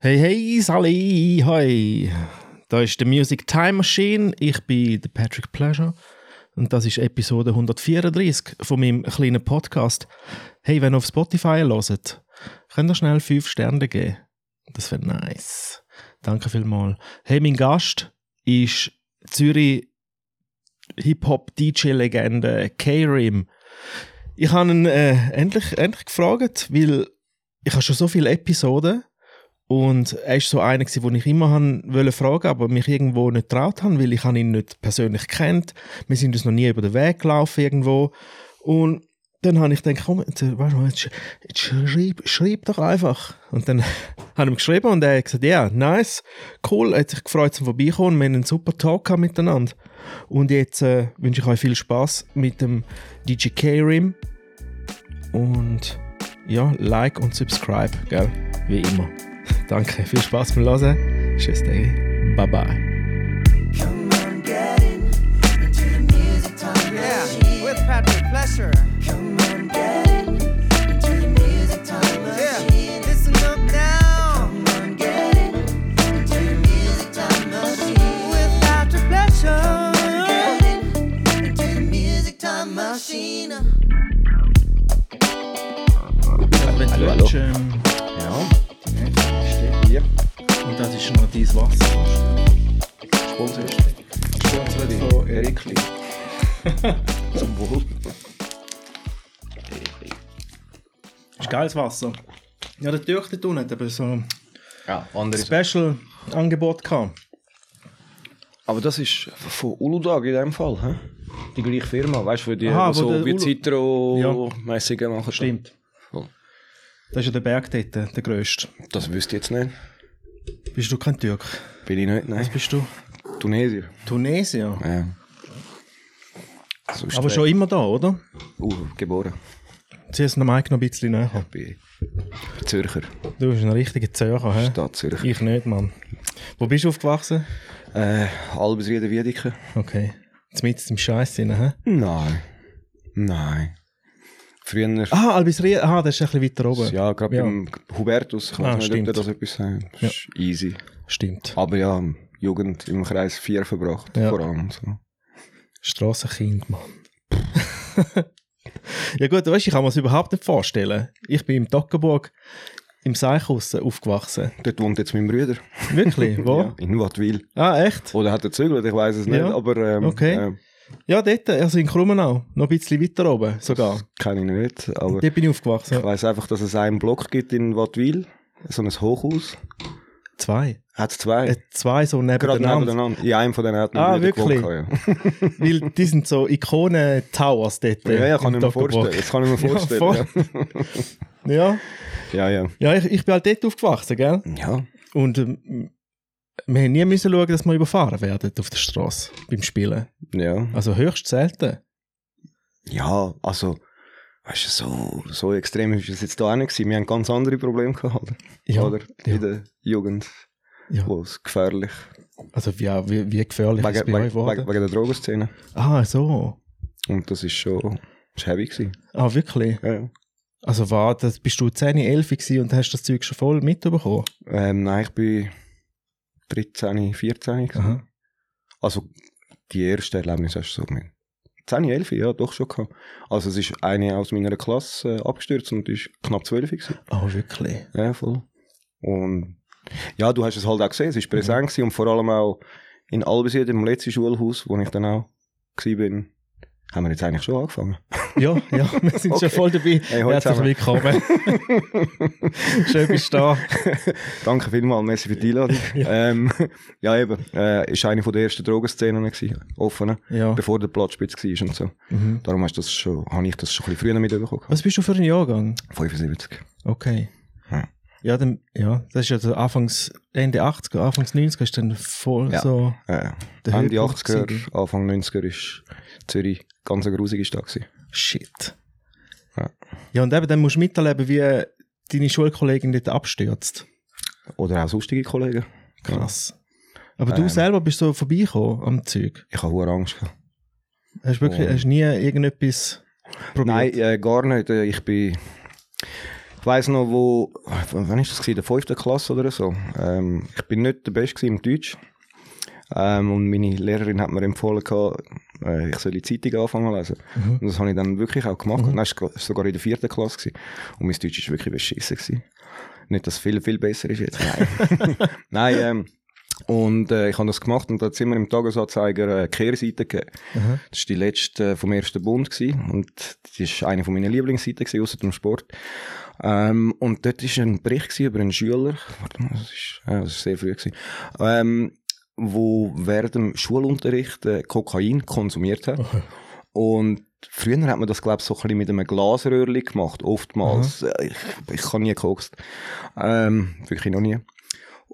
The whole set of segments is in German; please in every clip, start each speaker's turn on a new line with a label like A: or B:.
A: Hey, hey, Sally, hi. Da ist die Music Time Machine. Ich bin der Patrick Pleasure. Und das ist Episode 134 von meinem kleinen Podcast. Hey, wenn ihr auf Spotify hört, könnt ihr schnell 5 Sterne geben. Das wäre nice. Danke vielmals. Hey, mein Gast ist Zürich Hip-Hop-DJ-Legende K-Rim. Ich habe ihn äh, endlich, endlich gefragt, weil ich habe schon so viele Episoden und er ist so einer, gewesen, den ich immer han wollte fragen, aber mich irgendwo nicht traut han, weil ich han ihn nicht persönlich kennt. Wir sind uns noch nie über den Weg gelaufen irgendwo. Und dann habe ich gedacht, komm, jetzt, äh, weißt du, jetzt, sch- jetzt schreib, schreib doch einfach. Und dann habe ich ihm geschrieben und er hat gesagt, ja, nice, cool, er hat sich gefreut zum Vorbeikommen. Wir haben einen super Talk gehabt miteinander. Und jetzt äh, wünsche ich euch viel Spaß mit dem DJ K-Rim. Und ja, like und subscribe, gell? Wie immer. Danke, viel Spaß beim Hören. Tschüss, Dagi. Bye bye.
B: Come on, get in into the music time
C: Yeah,
B: machine.
C: with Patrick Flesher.
B: Come on, get in into the music time
C: Yeah,
B: machine.
C: listen up now
B: Come on, get in into the music time machine.
C: with Patrick Flesher.
B: Get in into the music time machine.
A: Hallo.
D: Ja, steht hier.
A: ähm, Und das ist noch dein Wasser.
D: Sponsor Sponsor von Erikli. Zum Wohl.
A: Ist geiles Wasser. Ja, der Türk dort unten hat eben so ein
D: Ja, andere
A: Special-Angebot gehabt.
D: Aber das ist von Uludag in dem Fall, hä? Die gleiche Firma, weißt du, die,
A: Aha,
D: die
A: wo
D: so
A: der
D: wie
A: Ulu-
D: Citro-mäßige machen.
A: Stimmt.
D: Cool.
A: Das ist ja der Berg dort, der grösste.
D: Das wüsste ich jetzt nicht.
A: Bist du kein Türk?
D: Bin ich nicht,
A: Was
D: nein.
A: bist du?
D: Tunesier.
A: Tunesier.
D: Ja. Sonst
A: Aber
D: wär-
A: schon immer da, oder?
D: Uh, geboren.
A: Zieh es noch Mike noch ein bisschen näher.
D: Bin Zürcher.
A: Du bist ein richtiger Zürcher, hä?
D: Stadt Zürich.
A: Ich nicht, Mann. Wo bist du aufgewachsen?
D: Äh, Albesrieden Wiedeke.
A: Okay. Jetzt mit im Scheiß drin, hä?
D: Nein. Nein. Früher.
A: Ah, Albisried. Ah, das ist ein bisschen weiter oben.
D: Ja, gerade
A: Ja.
D: beim Hubertus, ich weiß
A: Ah,
D: nicht,
A: stimmt.
D: ob der das etwas sagt. Das ist easy.
A: Stimmt.
D: Aber ja, Jugend im Kreis 4 verbracht,
A: Ja.
D: vor allem. So.
A: Strassenkind, Mann. ja gut, weißt du, ich kann mir das überhaupt nicht vorstellen. Ich bin im Toggenburg im Seichhussen aufgewachsen.
D: Dort wohnt jetzt mein Bruder.
A: Wirklich? Wo?
D: Ja, in Wattwil.
A: Ah, echt?
D: Oder hat er gezögert, ich weiß es nicht,
A: Ja.
D: aber ähm,
A: Okay.
D: ähm,
A: Ja, dort, also in Krummenau. Noch ein bisschen weiter oben sogar.
D: kenne ich nicht. Aber
A: Dort bin ich
D: ich
A: aufgewachsen.
D: weiß einfach, dass es einen Block gibt in Wattwil, so ein Hochhaus.
A: Zwei.
D: Hat zwei.
A: Äh, zwei so
D: Gerade
A: nebeneinander.
D: nebeneinander. In einem von denen hat mein
A: Ah,
D: Bruder
A: wirklich?
D: gewohnt, ja.
A: Weil die sind so Ikonen-Towers dort.
D: Ja, ja, kann
A: im
D: ich mir
A: Toggenburg.
D: vorstellen. Das kann ich mir
A: Ja,
D: vorstellen.
A: voll. Ja,
D: Ja, ja.
A: ja ich, ich bin halt dort aufgewachsen, gell?
D: Ja, ja.
A: Und ähm, wir haben nie müssen schauen, dass wir überfahren werden auf der Straße beim Spielen.
D: ja.
A: Also höchst selten.
D: Ja, also, weißt du, so, so extrem ist es jetzt da auch nicht gewesen. Wir haben ganz andere Probleme gehabt, oder?
A: Ja,
D: oder? In
A: ja.
D: der Jugend,
A: Ja.
D: wo es gefährlich
A: Also wie, wie, wie gefährlich ist es
D: wegen,
A: bei euch
D: wegen,
A: geworden?
D: wegen, wegen der Drogenszene.
A: Ah, so.
D: Und das ist schon das ist heavy gewesen.
A: Ah, wirklich?
D: Ja, ja.
A: Also war das, bist du 10, 11 gewesen und hast das Zeug schon voll mitbekommen?
D: Ähm, nein, ich bin 13, 14 gewesen.
A: Aha.
D: Also, die erste Erlebnis hast du so mit 10, 11, ja, doch schon gehabt. Also, es ist eine aus meiner Klasse äh, abgestürzt und ist knapp 12 gewesen.
A: Ah, wirklich?
D: Ja, voll. Und ja, du hast es halt auch gesehen, es war
A: Mhm.
D: präsent gewesen und vor allem auch in Albesried, im letzten Schulhaus, wo ich dann auch war, haben wir jetzt eigentlich schon angefangen.
A: Ja, ja, wir sind schon
D: Okay.
A: voll dabei.
D: Hey, hoi
A: Herzlich
D: zusammen.
A: willkommen. Schön bist du da.
D: Danke vielmals, merci für die Einladung. ähm, ja, eben, äh, ist eine von der ersten Drogenszenen gewesen, offene,
A: Ja.
D: bevor der Platzspitz war und so.
A: Mhm.
D: Darum hast du das schon, habe ich das schon ein bisschen früher mitbekommen.
A: Was bist du für ein Jahrgang?
D: 75.
A: Okay.
D: Ja.
A: Ja, dann, ja, das ist ja der Anfangs, Ende 80er, Anfangs 90er ist dann voll
D: Ja.
A: so.
D: Äh,
A: Der
D: Ende
A: Höhepunkt
D: 80er, Anfang 90er ist Zürich ganz eine grusige Stadt gewesen.
A: Shit. Ja.
D: Ja.
A: und eben dann musst du miterleben, wie deine Schulkollegin dort abstürzt.
D: Oder auch sonstige Kollegen.
A: Krass. Aber du
D: Ähm.
A: selber bist so vorbeigekommen am Zeug.
D: Ich habe hohe Angst gehabt.
A: Hast wirklich
D: Oh.
A: hast nie irgendetwas probiert?
D: Nein, äh, gar nicht. Äh, Ich bin Ich weiss noch, wo, wann war das? Gewesen? In der fünften Klasse oder so. Ähm, ich bin nicht der Beste gewesen im Deutsch. Ähm, und meine Lehrerin hat mir empfohlen, gehabt, äh, ich soll die Zeitung anfangen zu lesen. Und das habe ich dann wirklich auch gemacht. Nein, es war sogar in der vierten Klasse. Gewesen. Und mein Deutsch war wirklich beschissen. Gewesen. Nicht, dass es viel, viel besser ist jetzt. Nein. Nein ähm, und äh, ich habe das gemacht und da hat immer im Tagesanzeiger äh, Kehrseite gegeben. Das war die letzte äh, vom ersten Bund gewesen. und das war eine von meiner Lieblingsseiten gewesen, außer dem Sport. Ähm, und dort war ein Bericht gewesen über einen Schüler, warte mal, das ist, äh, das ist sehr früh, gewesen, ähm, wo während dem Schulunterricht äh, Kokain konsumiert hat. Und früher hat man das, glaube ich, so ein bisschen mit einem Glasröhrchen gemacht, oftmals. Äh, Ich, ich kann nie gekokst. Ähm, wirklich noch nie.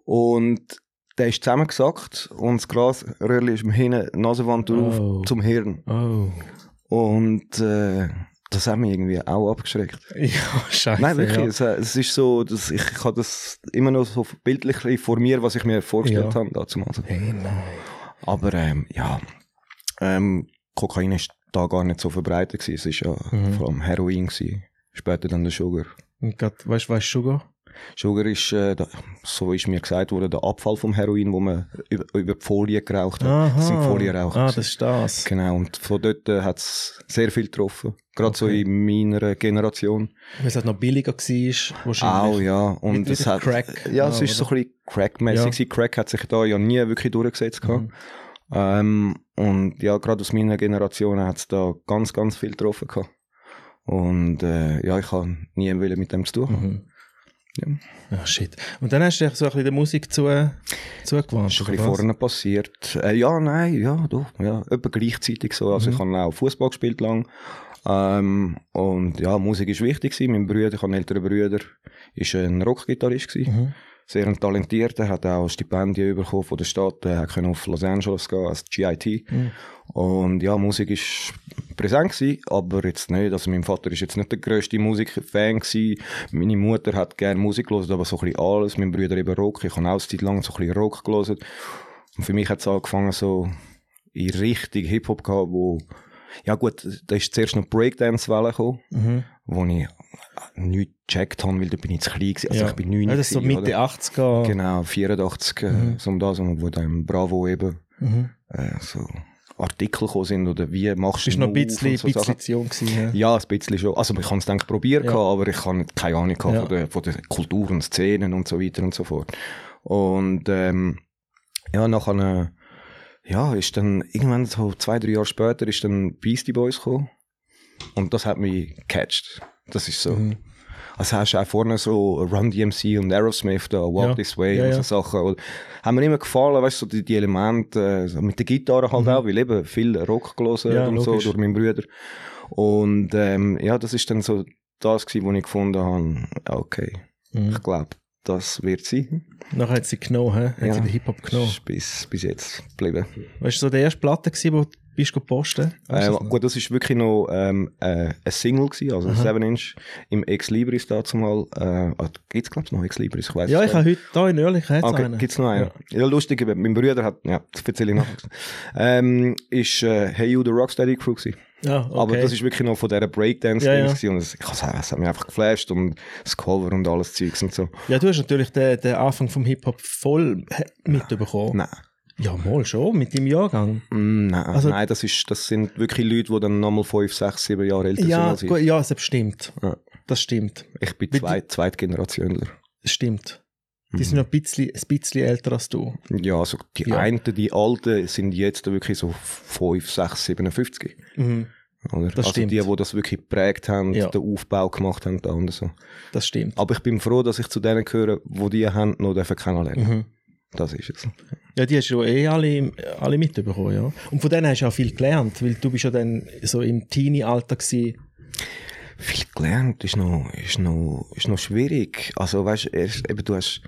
D: Und der ist zusammengesackt und das Glasröhrchen ist ihm hinten, die Nasenwand drauf,
A: Oh.
D: zum Hirn.
A: Oh.
D: Und äh, das hat mich irgendwie auch abgeschreckt.
A: Ja, scheiße.
D: Nein, wirklich. Es, äh, es ist so, dass ich, ich habe das immer noch so bildlich vor mir, was ich mir
A: Ja.
D: vorgestellt habe dazu. mal.
A: Ja. Hey, nein.
D: Aber ähm, ja, ähm, Kokain ist da gar nicht so verbreitet gewesen. Es war
A: Mhm.
D: ja vor allem Heroin gewesen. Später dann der Sugar.
A: Und grad, weißt du, weißt du, Sugar?
D: Sugar ist, äh, da, so ist mir gesagt worden, der Abfall vom Heroin, wo man über, über die Folie geraucht hat. Das sind Folienraucher.
A: Ah,
D: gewesen.
A: das ist das.
D: Genau, und von dort äh, hat es sehr viel getroffen. Gerade so in meiner Generation.
A: Weil es halt noch billiger war, wahrscheinlich.
D: Auch, ja. Und
A: Mit-
D: es
A: mit
D: hat,
A: Crack
D: Ja,
A: auch,
D: es ist so ein bisschen Crack-mäßig.
A: Ja. Mhm.
D: gewesen. Crack hat sich da ja nie wirklich durchgesetzt. gehabt. Ähm, und ja, gerade aus meiner Generation hat es da ganz, ganz viel getroffen. Gehabt. Und äh, ja, ich habe nie wollen mit dem zu tun. haben.
A: Mhm. Ah, shit. Und dann hast du dich so ein bisschen der Musik zu, zugewandt.
D: Ist schon ein bisschen
A: oder was?
D: vorne passiert. Äh, ja, nein, ja, doch. Ja, etwa gleichzeitig so. Also ich habe auch Fußball gespielt lang. Ähm, und ja, Musik ist wichtig gewesen. Mein Bruder, ich habe einen älteren Bruder, ist ein Rockgitarrist gewesen. Sehr ein talentierter, hat auch Stipendien bekommen von der Stadt, äh, hat können auf Los Angeles gehen als GIT.
A: Mhm.
D: Und ja, Musik ist präsent gewesen, aber jetzt nicht. Also mein Vater ist jetzt nicht der grösste Musikfan gewesen. Meine Mutter hat gerne Musik gehört, aber so ein bisschen alles. Mein Bruder eben Rock. Ich habe auch eine Zeit lang so ein bisschen Rock gehört. Und für mich hat es angefangen so in Richtung Hip-Hop gehabt, wo, ja gut, da ist zuerst noch Breakdance-Welle gekommen,
A: Mhm.
D: wo ich nicht gecheckt habe, weil da bin ich zu klein gewesen. Also ich bin neun
A: Ja, das ist so
D: gewesen,
A: Mitte
D: oder?
A: 80er.
D: Genau, 84, äh,
A: Mhm.
D: so um das, wo dann im Bravo eben äh, so Artikel gekommen sind oder wie machst du
A: Bist noch ein
D: einen Move
A: bisschen,
D: Genau. und so Sachen.
A: bisschen zu jung gewesen.
D: Ja, ein bisschen schon. Also ich habe es dann probiert,
A: Ja.
D: gehabt, aber ich habe keine Ahnung gehabt
A: Ja.
D: von, der, von der Kultur und Szenen und so weiter und so fort. Und ähm, ja, nachher äh, ja, ist dann irgendwann so zwei, drei Jahre später ist dann Beastie Boys gekommen und das hat mich gecatcht. Das ist
A: Mhm.
D: so. Also hast du auch vorne so Run DMC und Aerosmith da, Walk
A: Ja.
D: This Way
A: Ja,
D: und
A: ja.
D: so Sachen. Und haben mir immer gefallen, weißt du, so die, die Elemente, äh, so mit der Gitarre halt auch, weil eben viel Rock gelesen
A: Mhm. Ja,
D: und so
A: logisch.
D: durch meinen Bruder. Und ähm, ja, das ist dann so das gewesen, wo ich gefunden habe, ja, okay,
A: Mhm.
D: ich glaube, das wird sein.
A: Nachher hat sie genommen, hä? hat
D: Ja.
A: sie den Hip-Hop genommen.
D: Ist bis, bis jetzt geblieben.
A: Weißt du, so die erste Platte, die du bist gepostet hast?
D: Äh, gut, das ist wirklich noch ähm, äh, ein Single gewesen, also ein 7-Inch im Ex Libris dazu mal. Äh, ah, gibt's glaube ich noch Ex Libris? Ich weiß
A: ja, ich habe heute da in Ehrlich jetzt
D: Ah,
A: einen.
D: gibt es noch einen? Ja, lustig, eben, mein Bruder hat, ja, das erzähle ich nachher. ähm, ist äh, Hey You, The Rocksteady Crew gewesen.
A: Ja, okay.
D: Aber das ist wirklich noch von dieser breakdance
A: Ja, ja.
D: gewesen und es, ich has- es hat mich einfach geflasht und das Cover und alles Zeugs und so.
A: ja, du hast natürlich den, den Anfang vom Hip-Hop voll he- mitbekommen.
D: Nein.
A: Ja, mal schon, mit deinem Jahrgang.
D: Mm, nein,
A: Also-
D: nein das, ist, das sind wirklich Leute, die dann nochmal 5, 6, 7 Jahre älter
A: Ja,
D: sind als ich.
A: gut, ja, das stimmt.
D: Ja.
A: Das stimmt.
D: Ich bin
A: Wie
D: zwei, Zweitgenerationler.
A: Das stimmt. Die
D: Mhm.
A: sind noch ein bisschen, ein bisschen älter als du.
D: Ja, also die
A: Ja.
D: einen, die Alten sind jetzt wirklich so 5, 6, 57.
A: Mhm,
D: Oder?
A: Das
D: also
A: stimmt.
D: die, die das wirklich geprägt haben,
A: Ja.
D: den Aufbau gemacht haben da und so.
A: das stimmt.
D: Aber ich bin froh, dass ich zu denen gehöre, die die haben noch dürfen kennenlernen
A: Mhm.
D: Das ist es.
A: Ja, die hast du ja eh alle, alle mitbekommen, ja. Und von denen hast du auch viel gelernt, weil du bist ja dann so im Teenie-Alter gsi.
D: Viel gelernt ist noch, ist noch, ist noch schwierig. Also weißt erst, eben, du hast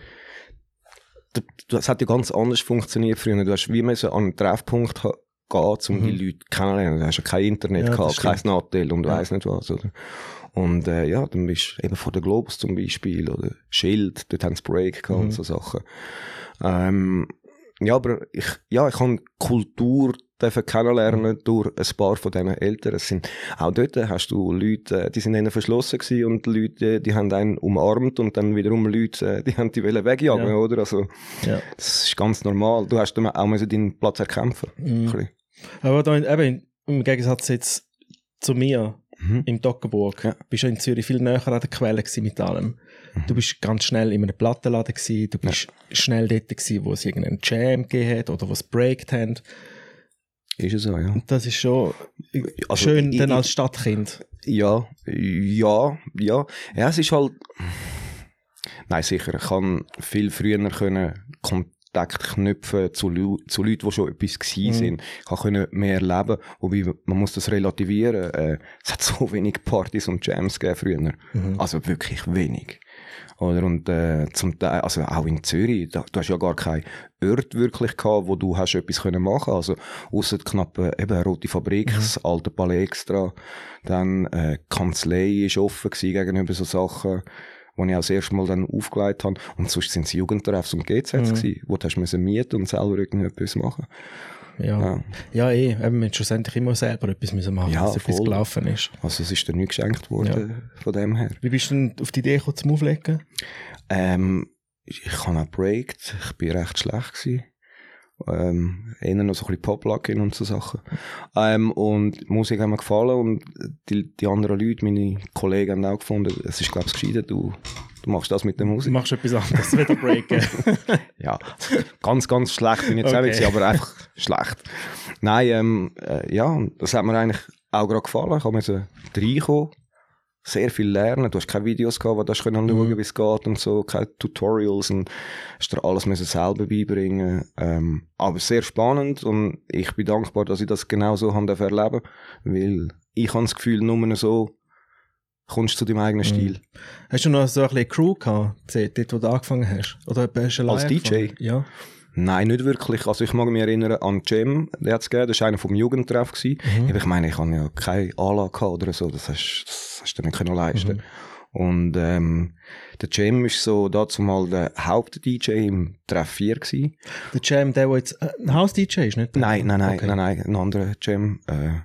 D: du- du- es hat ja ganz anders funktioniert früher. Du hast wie müssen an einen Treffpunkt ha- gehen, um die Leute kennenzulernen. Du hast ja kein Internet
A: Mhm. Ja, das
D: gehabt, kein
A: stimmt.
D: Nattel und weiss nicht was. Oder? Und äh, ja, dann bist du eben von der Globus zum Beispiel oder Schild, dort haben sie Break gehabt
A: Mhm.
D: und so Sachen. Ähm, ja, aber ich, ja, ich habe Kultur dürfen
A: Mhm.
D: kennenlernen durch ein paar von diesen Eltern. Es sind, auch dort hast du Leute, äh, die sind ihnen verschlossen gewesen und Leute, äh, die haben einen umarmt und dann wiederum Leute, äh, die haben die wollen wegjagen,
A: Ja.
D: oder? Also,
A: Ja.
D: das ist ganz normal. Du hast dann auch müssen deinen Platz erkämpfen.
A: Mhm.
D: Ein bisschen.
A: Aber da, eben, im Gegensatz jetzt zu mir
D: Mhm.
A: im Toggenburg,
D: Ja. Mhm.
A: bist du in Zürich viel näher an der Quelle gewesen mit allem. Du bist ganz schnell in einem Plattenladen gewesen, du bist schnell dort gewesen, wo es irgendeinen Jam gegeben hat oder wo es breakt haben.
D: Ist es so, ja.
A: Das ist schon
D: Also,
A: schön,
D: ich-
A: dann
D: ich-
A: als Stadtkind.
D: Ja, ja, ja. Ja, es ist halt. Nein, sicher. Ich kann viel früher können Kontakt knüpfen zu, Leu zu Leuten, die schon etwas gewesen sind. Ich kann können mehr erleben. Wobei, man muss das relativieren. Äh, es hat so wenig Partys und Jams gegeben früher. Also wirklich wenig. Oder, und äh, zum Teil, also auch in Zürich, da, du hast ja gar keinen Ort wirklich gehabt, wo du hast etwas können machen Also, ausser knapp äh, eben Rote Fabrik, das alte Palais Extra, dann äh, die Kanzlei ist offen gewesen gegenüber so Sachen, wo ich auch das erste Mal dann aufgelegt habe. Und sonst sind es Jugendtreffs und GZs gewesen, wo du hast müssen mieten und selber irgendetwas machen.
A: Ja, ja.
D: Ja.
A: eh, eben, wir haben schlussendlich immer selber etwas müssen machen,
D: Ja,
A: dass etwas
D: voll.
A: gelaufen ist.
D: Also, es ist dir nicht geschenkt worden äh, von dem her.
A: Wie bist du denn auf die Idee gekommen zum Auflegen?
D: Ähm, ich habe auch gebreakt. Ich bin recht schlecht. Gewesen. Ähm, eher noch so ein bisschen Pop-Plugin und so Sachen. Ähm, und die Musik hat mir gefallen und die, die anderen Leute, meine Kollegen haben auch gefunden, es ist, glaube ich, gescheiter, du, du machst das mit der
A: Du
D: Musik.
A: machst etwas anderes, wieder breaken.
D: Ja, ganz, ganz schlecht bin ich jetzt
A: Okay.
D: auch nicht, aber einfach schlecht. Nein, ähm, äh, ja, und das hat mir eigentlich auch gerade gefallen. Ich habe müssen reinkommen, sehr viel lernen. Du hast keine Videos gehabt, wo du hast können schauen wie es geht und so, keine Tutorials und hast dir alles müssen selber beibringen ähm, Aber sehr spannend und ich bin dankbar, dass ich das genau so haben dürfen erleben weil ich habe das Gefühl, nur so kommst du zu deinem eigenen Stil.
A: Hast du noch so ein bisschen Crew gehabt, dort, wo du angefangen hast? Oder hast du
D: Als
A: allein
D: DJ?
A: angefangen? Ja.
D: Nein, nicht wirklich. Also ich mag mich erinnern an Cem, der hat's gegeben, das war einer vom Jugendtreff. gsi. Aber ich meine, ich habe ja keine Anlage gehabt oder so, das hast, das hast du nicht können leisten Und ähm, der Cem war so dazu mal der Haupt-DJ im Treff 4 gewesen.
A: Der Jam, der, der jetzt äh, ein House-DJ ist, nicht? der?
D: Nein, nein, nein,
A: Okay.
D: nein, nein, ein anderer Cem, äh,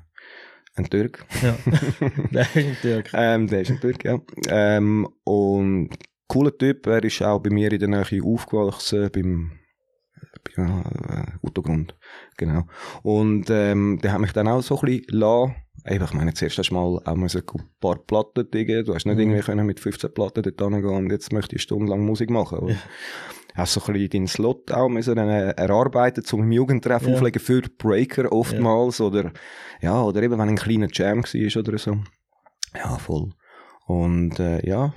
D: ein Türk.
A: Ja. Nein, Dirk.
D: Ähm, der ist ein Türk, ja. Ähm, und cooler Typ, er ist auch bei mir in der Nähe aufgewachsen, beim, beim äh, Autogrund. Genau. Und ähm, der hat mich dann auch so ein bisschen la Eben, ich meine, zuerst hast du mal auch müssen ein paar Platten diggen. Du hast nicht irgendwie können mit 15 Platten dort hingehen und jetzt möchte ich stundenlang Musik machen. oder? Hast so ein bisschen deinen Slot auch müssen äh, erarbeiten, zum im Jugendtreff
A: Ja.
D: auflegen für die Breaker oftmals oder, ja, oder eben wenn ein kleiner Jam war oder so. Ja, voll. Und äh, ja,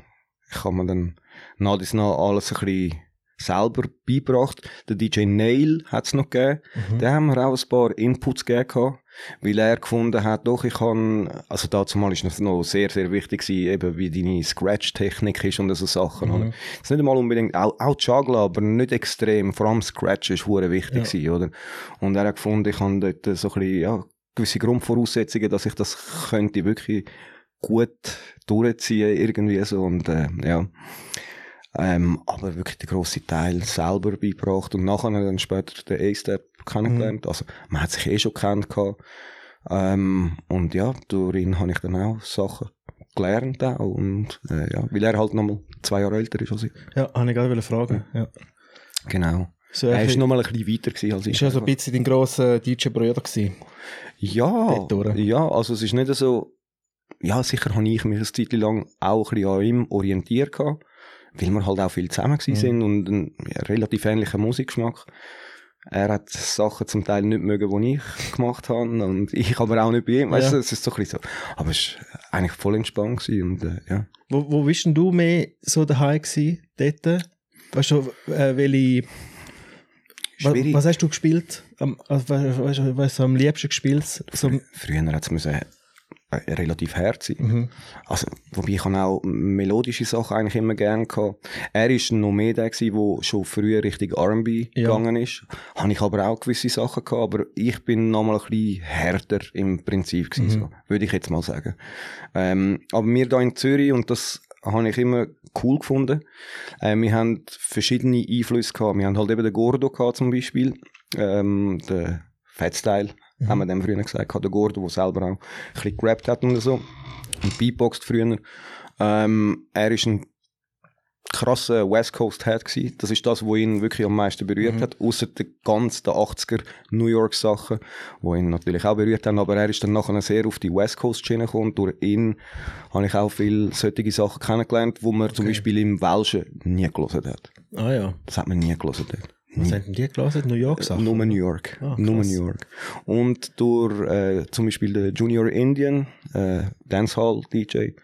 D: ich habe mir dann nach dies nach alles ein bisschen selber beigebracht. Der DJ Nail Mhm. hat es noch gegeben. Da haben wir auch ein paar Inputs gegeben, gehabt, weil er gefunden hat, doch, ich kann, also dazu mal ist noch sehr, sehr wichtig gewesen, eben wie deine Scratch-Technik ist und so Sachen. oder?
A: Mhm.
D: Es ist nicht einmal unbedingt, auch, auch Juggler, aber nicht extrem, vor allem Scratch ist hure wichtig gewesen, oder? Und er hat gefunden, ich habe dort so ein bisschen, ja, gewisse Grundvoraussetzungen, dass ich das könnte wirklich gut durchziehen irgendwie so und äh, ja. Ähm, aber wirklich den grossen Teil selber beigebracht und nachher dann später den A-Step kennengelernt. Also man hat sich eh schon kennt gehabt. Ähm, und ja, durch ihn habe ich dann auch Sachen gelernt auch und äh, ja, weil er halt nochmal zwei Jahre älter ist als ich.
A: Ja, habe ich gerade wollen fragen. Ja.
D: Genau.
A: So
D: er
A: ein
D: ist
A: bisschen-
D: nochmal ein bisschen weiter gewesen als ich.
A: Ist ja so ein bisschen dein grosser DJ-Bruder gewesen.
D: Ja,
A: Dort durch.
D: ja, also es ist nicht so, ja, sicher habe ich mich eine Zeit lang auch ein bisschen an ihm orientiert gehabt, weil wir halt auch viel zusammen
A: Mhm.
D: gewesen sind und einen ja, relativ ähnlichen Musikgeschmack. Er hat Sachen zum Teil nicht mögen, die ich gemacht habe und ich aber auch nicht bei ihm, weißt
A: Ja.
D: du, es ist so ein bisschen so. Aber es war eigentlich voll entspannt gewesen und äh, ja.
A: Wo, wo bist denn du mehr so daheim gewesen, dort? Weißt du, äh, welche... wa-
D: Schwierig.
A: Was hast du gespielt? Am, also, we- weißt du, was am liebsten gespielt? So,
D: Früher hat es äh, relativ hart sein.
A: Mhm.
D: Also, wobei ich habe auch melodische Sachen eigentlich immer gerne gehabt. Er ist noch mehr der gewesen, der schon früher Richtung R&B gegangen ist. Habe ich aber auch gewisse Sachen gehabt, aber ich bin nochmal ein bisschen härter im Prinzip gewesen, so, würde ich jetzt mal sagen. Ähm, aber wir da in Zürich, und das habe ich immer cool gefunden, äh, wir haben verschiedene Einflüsse gehabt. Wir haben halt eben den Gordo gehabt zum Beispiel, ähm, den Fatstyle. haben wir dem früher gesagt. Der Gordo, der selber auch ein bisschen gerappt hat und so. Und beatboxt früher. Ähm, er ist ein krasser West Coast Head gewesen. Das ist das, was ihn wirklich am meisten berührt hat. Außer den ganzen 80er New York Sachen, wo ihn natürlich auch berührt haben. Aber er ist dann nachher sehr auf die West Coast Schiene gekommen. Und durch ihn habe ich auch viele solche Sachen kennengelernt, wo man zum Beispiel im Welschen nie gelesen hat.
A: Ah ja.
D: Das hat man nie gelesen dort.
A: Was haben denn die gelesen? New York Sachen?
D: Nur New York.
A: Ah,
D: Nur
A: krass.
D: New York. Und durch äh, zum Beispiel der Junior Indian, äh, Dancehall DJ, äh,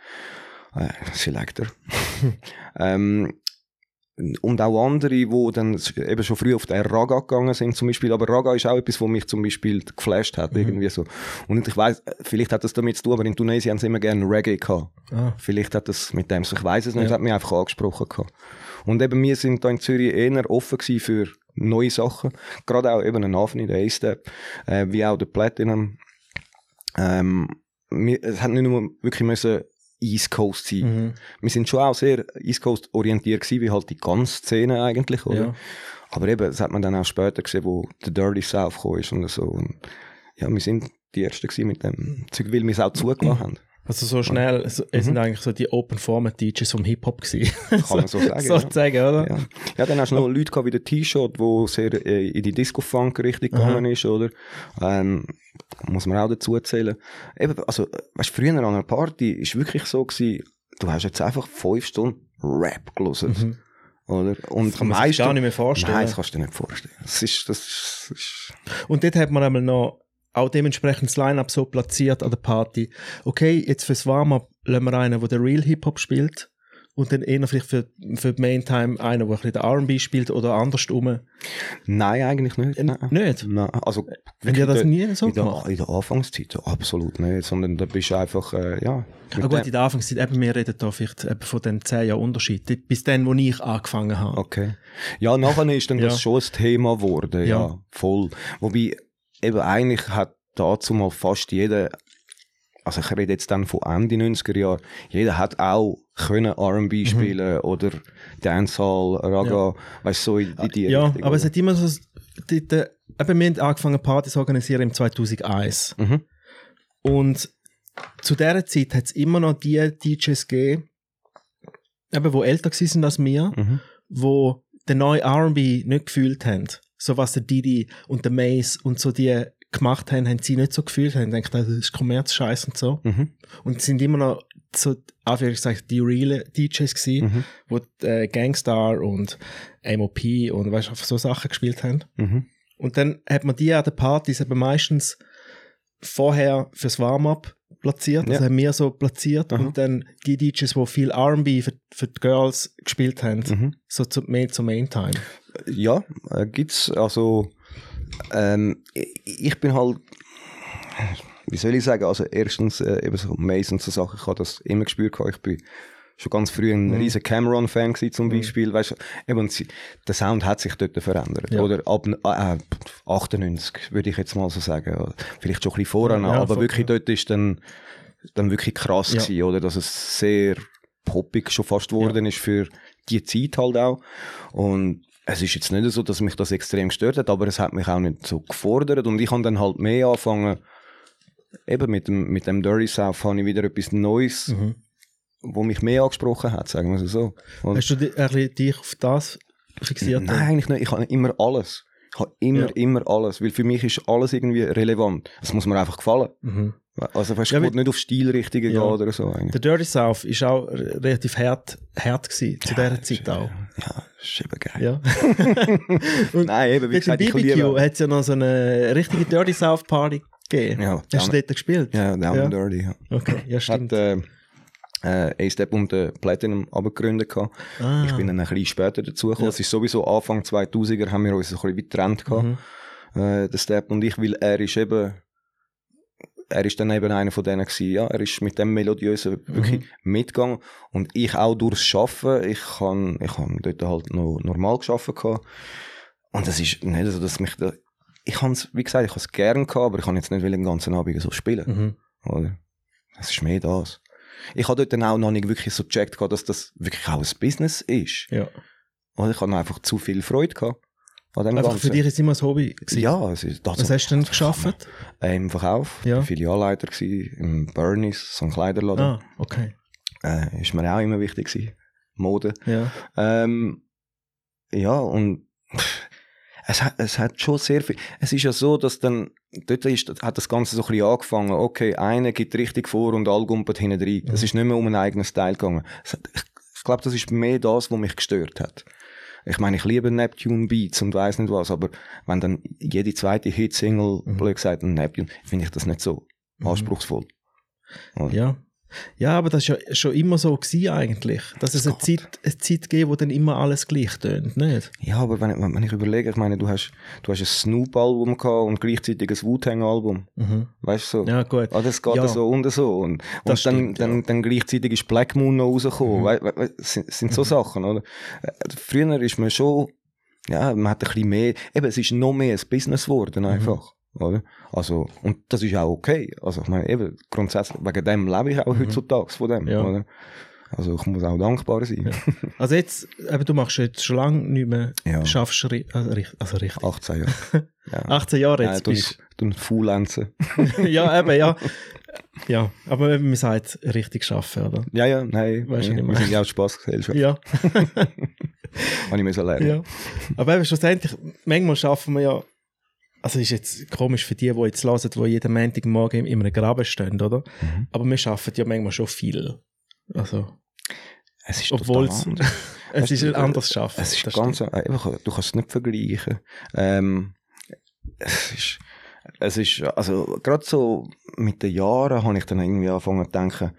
D: Selector. ähm, und auch andere, die dann s- eben schon früh auf den Raga gegangen sind, zum Beispiel. Aber Raga ist auch etwas, was mich zum Beispiel geflasht hat,
A: Mhm.
D: irgendwie so. Und ich weiß, vielleicht hat das damit zu tun, aber in Tunesien haben sie immer gerne Reggae gehabt.
A: Ah.
D: Vielleicht hat das mit dem, ich weiß es nicht, das hat mich einfach angesprochen gehabt. Und eben, wir sind da in Zürich eher offen gewesen für neue Sachen. Gerade auch eben ein Afni, der A-Step, äh, wie auch der Platinum. Ähm, wir, es hat nicht nur wirklich müssen East Coast sein. Wir sind schon auch sehr East Coast orientiert gewesen, wie halt die ganze Szene eigentlich, oder?
A: Ja.
D: Aber eben, das hat man dann auch später gesehen, wo der Dirty South gekommen ist und so. Und ja, wir sind die Ersten gewesen mit dem Zeug, weil wir es auch zugelassen haben.
A: Also
D: Ah.
A: so schnell, so, es
D: Mhm.
A: sind eigentlich so die Open Format DJs vom Hip-Hop gewesen. Kann
D: man so sagen, ja. genau.
A: Sozusagen, oder?
D: Ja. ja, dann hast du noch Leute gehabt wie der T-Shirt, wo sehr äh, in die Disco-Funk-Richtung gegangen ist, oder? Ähm, muss man auch dazu zählen. Eben, also, weißt, früher an einer Party ist wirklich so gewesen, du hast jetzt einfach fünf Stunden Rap gelesen. Oder? Und
A: Mhm. kann man sich
D: meistens-
A: gar nicht mehr vorstellen.
D: Nein, das kannst du dir nicht vorstellen. Das ist, das ist, das ist
A: Und dort hat man einmal noch auch dementsprechend das Line-Up so platziert an der Party. Okay, jetzt fürs Warm-Up lassen wir einen, der den Real Hip-Hop spielt. Und dann eher vielleicht für, für die Main-Time einen, der ein bisschen den R&B spielt oder andersrum.
D: nein, eigentlich nicht.
A: Äh,
D: Nein.
A: nicht?
D: Nein. Also,
A: Wenn ihr das
D: wirklich
A: nie so
D: in der,
A: gemacht?
D: in der Anfangszeit absolut nicht, sondern da bist du einfach, äh, ja.
A: Ah
D: mit dem-
A: gut, in der Anfangszeit, eben, wir reden da vielleicht eben von den 10 Jahren Unterschied. Bis dann, wo ich angefangen habe.
D: Okay. Ja, nachher ist dann
A: Ja.
D: das schon ein Thema geworden, ja.
A: Ja.
D: voll. Wobei, eben eigentlich hat dazu mal fast jeder, also ich rede jetzt dann von Ende 90er Jahre, jeder hat auch können
A: Mhm.
D: R&B spielen oder Dancehall, Raga, weißt du, so in, in die
A: ja,
D: Richtung,
A: aber es
D: oder?
A: hat immer so. Die, die, eben, wir haben angefangen, Partys zu organisieren im 2001.
D: Mhm.
A: Und zu dieser Zeit hat es immer noch die DJs gegeben, eben, die älter waren als wir,
D: Mhm.
A: die den neuen RB nicht gefühlt haben. So was der Didi und der Mace und so die gemacht haben, haben sie nicht so gefühlt, haben gedacht, das ist Kommerzscheiß und so.
D: Mhm.
A: Und es sind immer noch so, Anführungszeichen, die realen DJs gewesen,
D: Mhm.
A: wo äh, Gangstar und MOP und weißt, so Sachen gespielt haben.
D: Mhm.
A: Und dann hat man die an den Partys eben meistens vorher fürs Warm-up platziert. Das
D: Ja.
A: haben wir so platziert.
D: Aha.
A: Und dann die DJs, die viel RB für, für die Girls gespielt haben,
D: Mhm.
A: so zu, mehr zur Main-Time.
D: Ja, äh, gibt's. Also, ähm, ich- ich bin halt, wie soll ich sagen, also erstens äh, eben so Mason so Sachen, ich habe das immer gespürt, gehabt. ich bin schon ganz früh
A: Mhm.
D: ein riesen Cameron-Fan gewesen zum Beispiel, weißt du, eben, sie- der Sound hat sich dort verändert,
A: Ja.
D: oder ab äh, äh, 98, würde ich jetzt mal so sagen, oder vielleicht schon ein bisschen voran,
A: Ja,
D: aber
A: voll,
D: wirklich dort ist dann, dann wirklich krass
A: Ja.
D: gewesen, oder, dass es sehr poppig schon fast geworden ist für die Zeit halt auch. Und es ist jetzt nicht so, dass mich das extrem gestört hat, aber es hat mich auch nicht so gefordert. Und ich habe dann halt mehr angefangen, eben mit dem, mit dem Dirty South habe ich wieder etwas Neues,
A: Mhm.
D: wo mich mehr angesprochen hat, sagen wir es so. Und
A: Hast du di- ein bisschen dich auf das fixiert?
D: Nein, eigentlich nicht. Ich habe immer alles. Ich habe immer,
A: Ja.
D: immer alles. Weil für mich ist alles irgendwie relevant. Es muss mir einfach gefallen.
A: Mhm.
D: Also, weißt, du,
A: Ja,
D: ich
A: weil-
D: wollte nicht auf Stilrichtungen
A: Ja.
D: gehen oder so. Eigentlich.
A: Der Dirty South ist auch re- relativ hart, hart gewesen, zu dieser Zeit auch.
D: Ja, ist eben geil.
A: Ja.
D: Nein, eben, wie
A: Dort im
D: gesagt, ich liebe-
A: BBQ hat es ja noch so eine richtige Dirty South Party gegeben.
D: Ja,
A: Hast du dort gespielt?
D: Ja, Down
A: Ja.
D: and Dirty. Ja.
A: Okay, ja, stimmt.
D: Hat äh, äh, A-Step und äh, Platinum abgegründet. gehabt.
A: Ah.
D: äh, Ich bin dann ein bisschen später dazugekommen. Es ist sowieso Anfang 2000er haben wir uns ein bisschen weit getrennt
A: Mhm.
D: gehabt. Äh, der Step und ich, weil er ist eben er ist dann eben einer von denen gewesen, ja, er ist mit dem Melodiösen
A: Mhm.
D: wirklich mitgegangen und ich auch durchs Schaffen, ich kann ich habe dort halt noch normal geschaffen gehabt. und das ist nicht so, dass mich da, ich habe wie gesagt, ich habe es gern gehabt, aber ich kann jetzt nicht will den ganzen Abend so spielen,
A: Mhm.
D: oder? Es ist mehr das. Ich habe dort dann auch noch nicht wirklich so gecheckt, gehabt, dass das wirklich auch ein Business ist.
A: Ja.
D: Oder ich hatte einfach zu viel Freude. Gehabt. An dem
A: Einfach
D: Ganzen.
A: für dich ist immer ein Hobby. Gewesen.
D: Ja, es ist also,
A: Was
D: das
A: hast du denn geschafft?
D: äh, im Verkauf.
A: Ja.
D: Ja. Filialleiter gsi im Bernies, so ein Kleiderladen.
A: Ah, okay.
D: Äh, ist mir auch immer wichtig gewesen. Mode.
A: Ja.
D: Ähm, ja, und pff, es hat, es hat schon sehr viel. Es ist ja so, dass dann, dort ist, hat das Ganze so ein bisschen angefangen. Okay, einer gibt richtig vor und alle gumpert hinten rein. Es ist nicht mehr um einen eigenen Style gegangen. Es hat, ich ich glaube, das ist mehr das, was mich gestört hat. Ich meine, ich liebe Neptune Beats und weiß nicht was, aber wenn dann jede zweite Hitsingle blöd gesagt ein Neptune, finde ich das nicht so
A: Mhm.
D: anspruchsvoll. Und-
A: Ja. Ja, aber das war ja schon immer so gewesen eigentlich. Dass es eine Zeit, eine Zeit gibt, wo dann immer alles gleich tönt, nicht?
D: Ja, aber wenn, wenn wenn ich überlege, ich meine, du hast, du hast ein Snoop-Album gehabt und gleichzeitig ein Wu-Tang-Album. Weißt du so?
A: Mhm. Ja, gut.
D: Ah, das geht
A: Ja.
D: ja. so und so. Und, und
A: Das
D: dann,
A: stimmt, ja. Mhm.
D: dann, dann gleichzeitig ist Black Moon noch rausgekommen. Wei- wei- wei- sind, sind so Sachen, oder? Äh, Früher ist man schon, ja, man hat ein bisschen mehr, eben, es ist noch mehr ein Business geworden
A: Mhm.
D: einfach. Oder? Also, und das ist auch okay. Also, ich meine, eben, grundsätzlich, wegen dem lebe ich auch heutzutage von dem,
A: Mhm. Ja.
D: oder? Also, ich muss auch dankbar sein.
A: Also jetzt, eben, du machst jetzt schon lange nicht mehr,
D: Ja.
A: schaffst ri- also, richt- also richtig.
D: 18 Jahre.
A: 18 Jahre
D: Nein,
A: jetzt
D: du
A: bist
D: du Faulenzen.
A: du. ja, eben, ja. Ja, aber eben, man sagt, richtig schaffen, oder?
D: Ja, ja, nein.
A: Weißt du, was ich
D: nein, wir
A: meine?
D: sind ja auch die Spassgesellschaft. Ja.
A: Ja,
D: Habe ich müssen lernen.
A: ja. Aber eben, schlussendlich, manchmal schaffen wir ja, also ist jetzt komisch für die, die jetzt hören, die jeden Montagmorgen in, in einem Graben stehen, oder?
D: Mhm.
A: Aber wir schaffen ja manchmal schon viel. Also,
D: Es ist
A: Obwohl
D: total
A: es-
D: anders.
A: es
D: Weißt
A: ist
D: du,
A: ein anderes Schaffen.
D: Es ist
A: das
D: ganz,
A: stimmt.
D: einfach, du kannst es nicht vergleichen. Ähm, es ist, es ist, also, gerade so mit den Jahren habe ich dann irgendwie angefangen zu denken,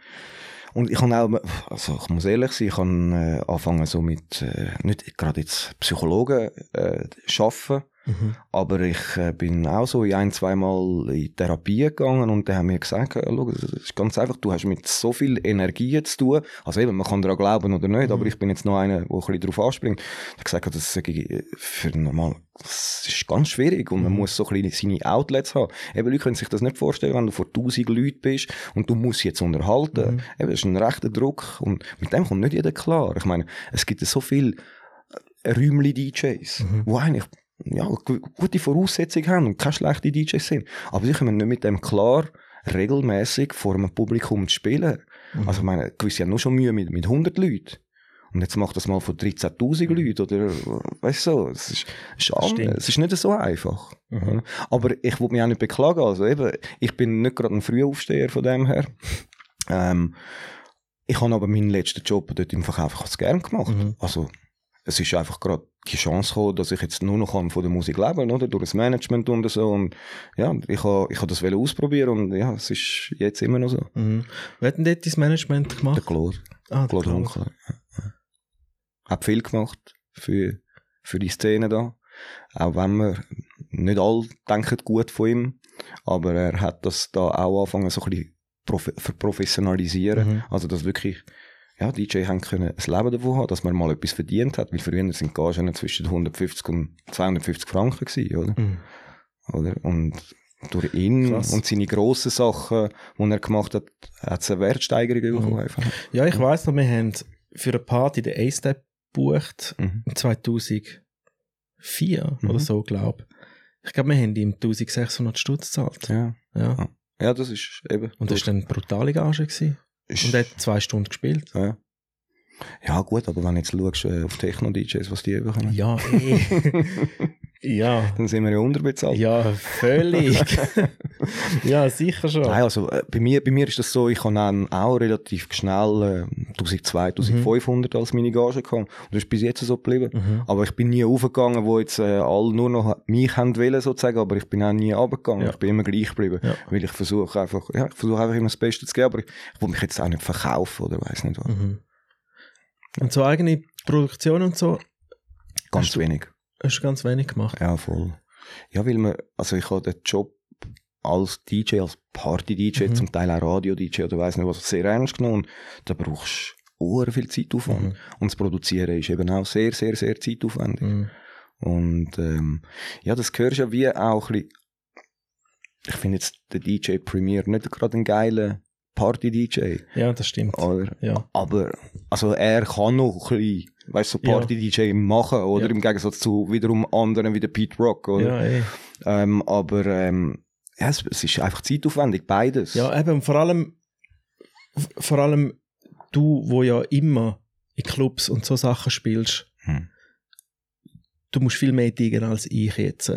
D: und ich habe auch, also ich muss ehrlich sein, ich habe äh, angefangen so mit, äh, nicht gerade jetzt Psychologen äh, arbeiten,
A: Mhm.
D: aber ich äh, bin auch so ein, zweimal in Therapie gegangen und die haben mir gesagt, äh, schau, es ist ganz einfach, du hast mit so viel Energie zu tun, also eben, man kann daran glauben oder nicht, aber ich bin jetzt noch einer, der ein bisschen drauf anspringt, der gesagt hat, das sei, äh, für normal, das ist ganz schwierig und man muss so ein bisschen seine Outlets haben. Eben, Leute können sich das nicht vorstellen, wenn du vor tausend Leuten bist und du musst sie jetzt unterhalten. Eben, das ist ein rechter Druck und mit dem kommt nicht jeder klar. Ich meine, es gibt so viel Räumli-DJs, die eigentlich ja, gu- gute Voraussetzungen haben und keine schlechten DJs sind. Aber sie kommen nicht mit dem klar, regelmäßig vor einem Publikum zu spielen.
A: Mhm.
D: Also ich meine, gewisse haben nur schon Mühe mit, mit 100 Leuten. Und jetzt macht das mal von 13'000 Leuten oder weißt du, so. es ist, es ist
A: stimmt.
D: anders. Es ist nicht so einfach. Aber ich will mich auch nicht beklagen. Also eben, ich bin nicht gerade ein Frühaufsteher von dem her. Ähm, ich habe aber meinen letzten Job dort im Verkauf ich habe es gern gemacht. Also es ist einfach gerade die Chance gekommen, dass ich jetzt nur noch kann von der Musik leben oder? Durch das Management und so. Und ja, ich habe ich ha das wollen ausprobieren und ja, es ist jetzt immer noch so.
A: Mhm. Wer hat denn dort dein Management
D: Der
A: gemacht?
D: Claude,
A: Ah, der
D: Claude
A: Claude.
D: Hunkel. Ja, ja. Hat viel gemacht für, für die Szene da. Auch wenn wir nicht alle denken gut von ihm, aber er hat das da auch angefangen, so ein bisschen prof
A: Mhm.
D: verprofessionalisieren. Also, dass wirklich ja, DJ haben können ein Leben davon haben, dass man mal etwas verdient hat, weil früher sind die Gagen zwischen 150 und 250 Franken gewesen, oder?
A: Mhm.
D: oder? Und durch ihn
A: Krass.
D: und seine grossen Sachen, die er gemacht hat, hat es eine Wertsteigerung
A: Mhm.
D: bekommen. Einfach.
A: Ja,
D: Mhm.
A: ich weiss noch, wir haben für eine Party den A-Step gebucht,
D: Mhm.
A: 2004 oder so, glaube ich. Ich glaube, wir haben ihm 1600 Stutz gezahlt.
D: Ja.
A: Ja.
D: ja, das ist eben.
A: Und das war dann eine brutale Gage. Gewesen.
D: Ist-
A: Und er hat zwei Stunden gespielt.
D: ja. ja, gut, aber wenn du jetzt schaust äh, auf Techno-DJs, was die bekommen,
A: Ja, eh. ja.
D: dann sind wir ja unterbezahlt.
A: Ja, völlig. ja, sicher schon.
D: Nein, also äh, bei mir, bei mir ist das so, ich habe dann auch relativ schnell äh, 1200, 1500 als meine Gage gekommen. Und das ist bis jetzt so geblieben.
A: Mhm.
D: Aber ich bin nie aufgegangen, wo jetzt äh, alle nur noch mich haben wollen, sozusagen, aber ich bin auch nie runtergegangen.
A: Ja.
D: Ich bin immer gleich geblieben,
A: Ja.
D: weil ich versuche einfach, ja, ich versuche einfach immer das Beste zu geben, aber ich, ich will mich jetzt auch nicht verkaufen oder weiß nicht was.
A: Mhm. Und so eigene Produktion und so
D: Ganz wenig.
A: hast du ganz wenig gemacht.
D: Ja, voll. Ja, weil man, also ich habe den Job als DJ, als Party-DJ,
A: Mhm.
D: zum Teil auch Radio-DJ oder weiss nicht was, sehr ernst genommen. Und Da brauchst du ohren viel Zeitaufwand.
A: Mhm.
D: Und das Produzieren ist eben auch sehr, sehr, sehr zeitaufwendig.
A: Mhm.
D: Und ähm, ja, das gehörst ja wie auch ein bisschen, ich finde jetzt den DJ Premier nicht gerade einen geilen Party-DJ.
A: Ja, das stimmt.
D: Oder?
A: Ja.
D: Aber, also er kann noch ein bisschen, weißt du, so
A: Ja.
D: Party-DJ machen, oder?
A: Ja.
D: Im Gegensatz zu wiederum anderen wie der Pete Rock, oder?
A: Ja, eh. ey.
D: Ähm, aber, ähm, ja, es, es ist einfach zeitaufwendig, beides.
A: ja, eben, und vor allem, v- vor allem du, wo ja immer in Clubs und so Sachen spielst,
D: Hm.
A: du musst viel mehr dingen als ich jetzt.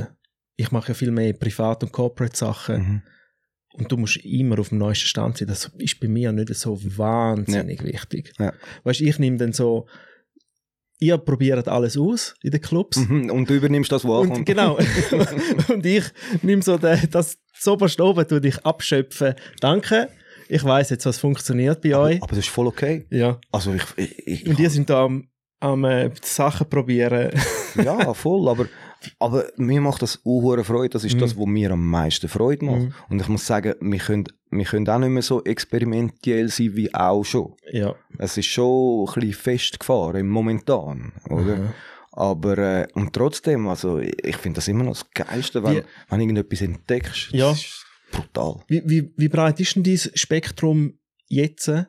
A: Ich mache ja viel mehr Privat- und Corporate-Sachen.
D: Mhm.
A: Und du musst immer auf dem neuesten Stand sein. Das ist bei mir nicht so wahnsinnig wichtig.
D: Ja.
A: Weißt ich nehme dann so, ihr probiert alles aus in den Clubs.
D: Mhm. Und du übernimmst das, was
A: Und,
D: ankommt.
A: genau. und ich nehme so den, das zoberst oben, tu dich abschöpfen. Danke. Ich weiß jetzt, was funktioniert bei euch.
D: Aber das ist voll okay.
A: Ja.
D: Also ich, ich, ich
A: Und ihr sind da am, am äh, Sachen probieren.
D: Ja, voll, aber, aber mir macht das auch Freude. Das ist das, was mir am meisten Freude macht.
A: Mhm.
D: Und ich muss sagen, wir können, wir können auch nicht mehr so experimentell sein wie auch schon.
A: ja.
D: Es ist schon ein bisschen festgefahren im Momentan, oder? Aber, äh, und trotzdem, also, ich finde das immer noch das Geilste, wenn,
A: Wie-
D: wenn du irgendetwas entdeckst.
A: Ja.
D: Das ist brutal.
A: Wie, wie, wie breit ist denn dein Spektrum jetzt, äh,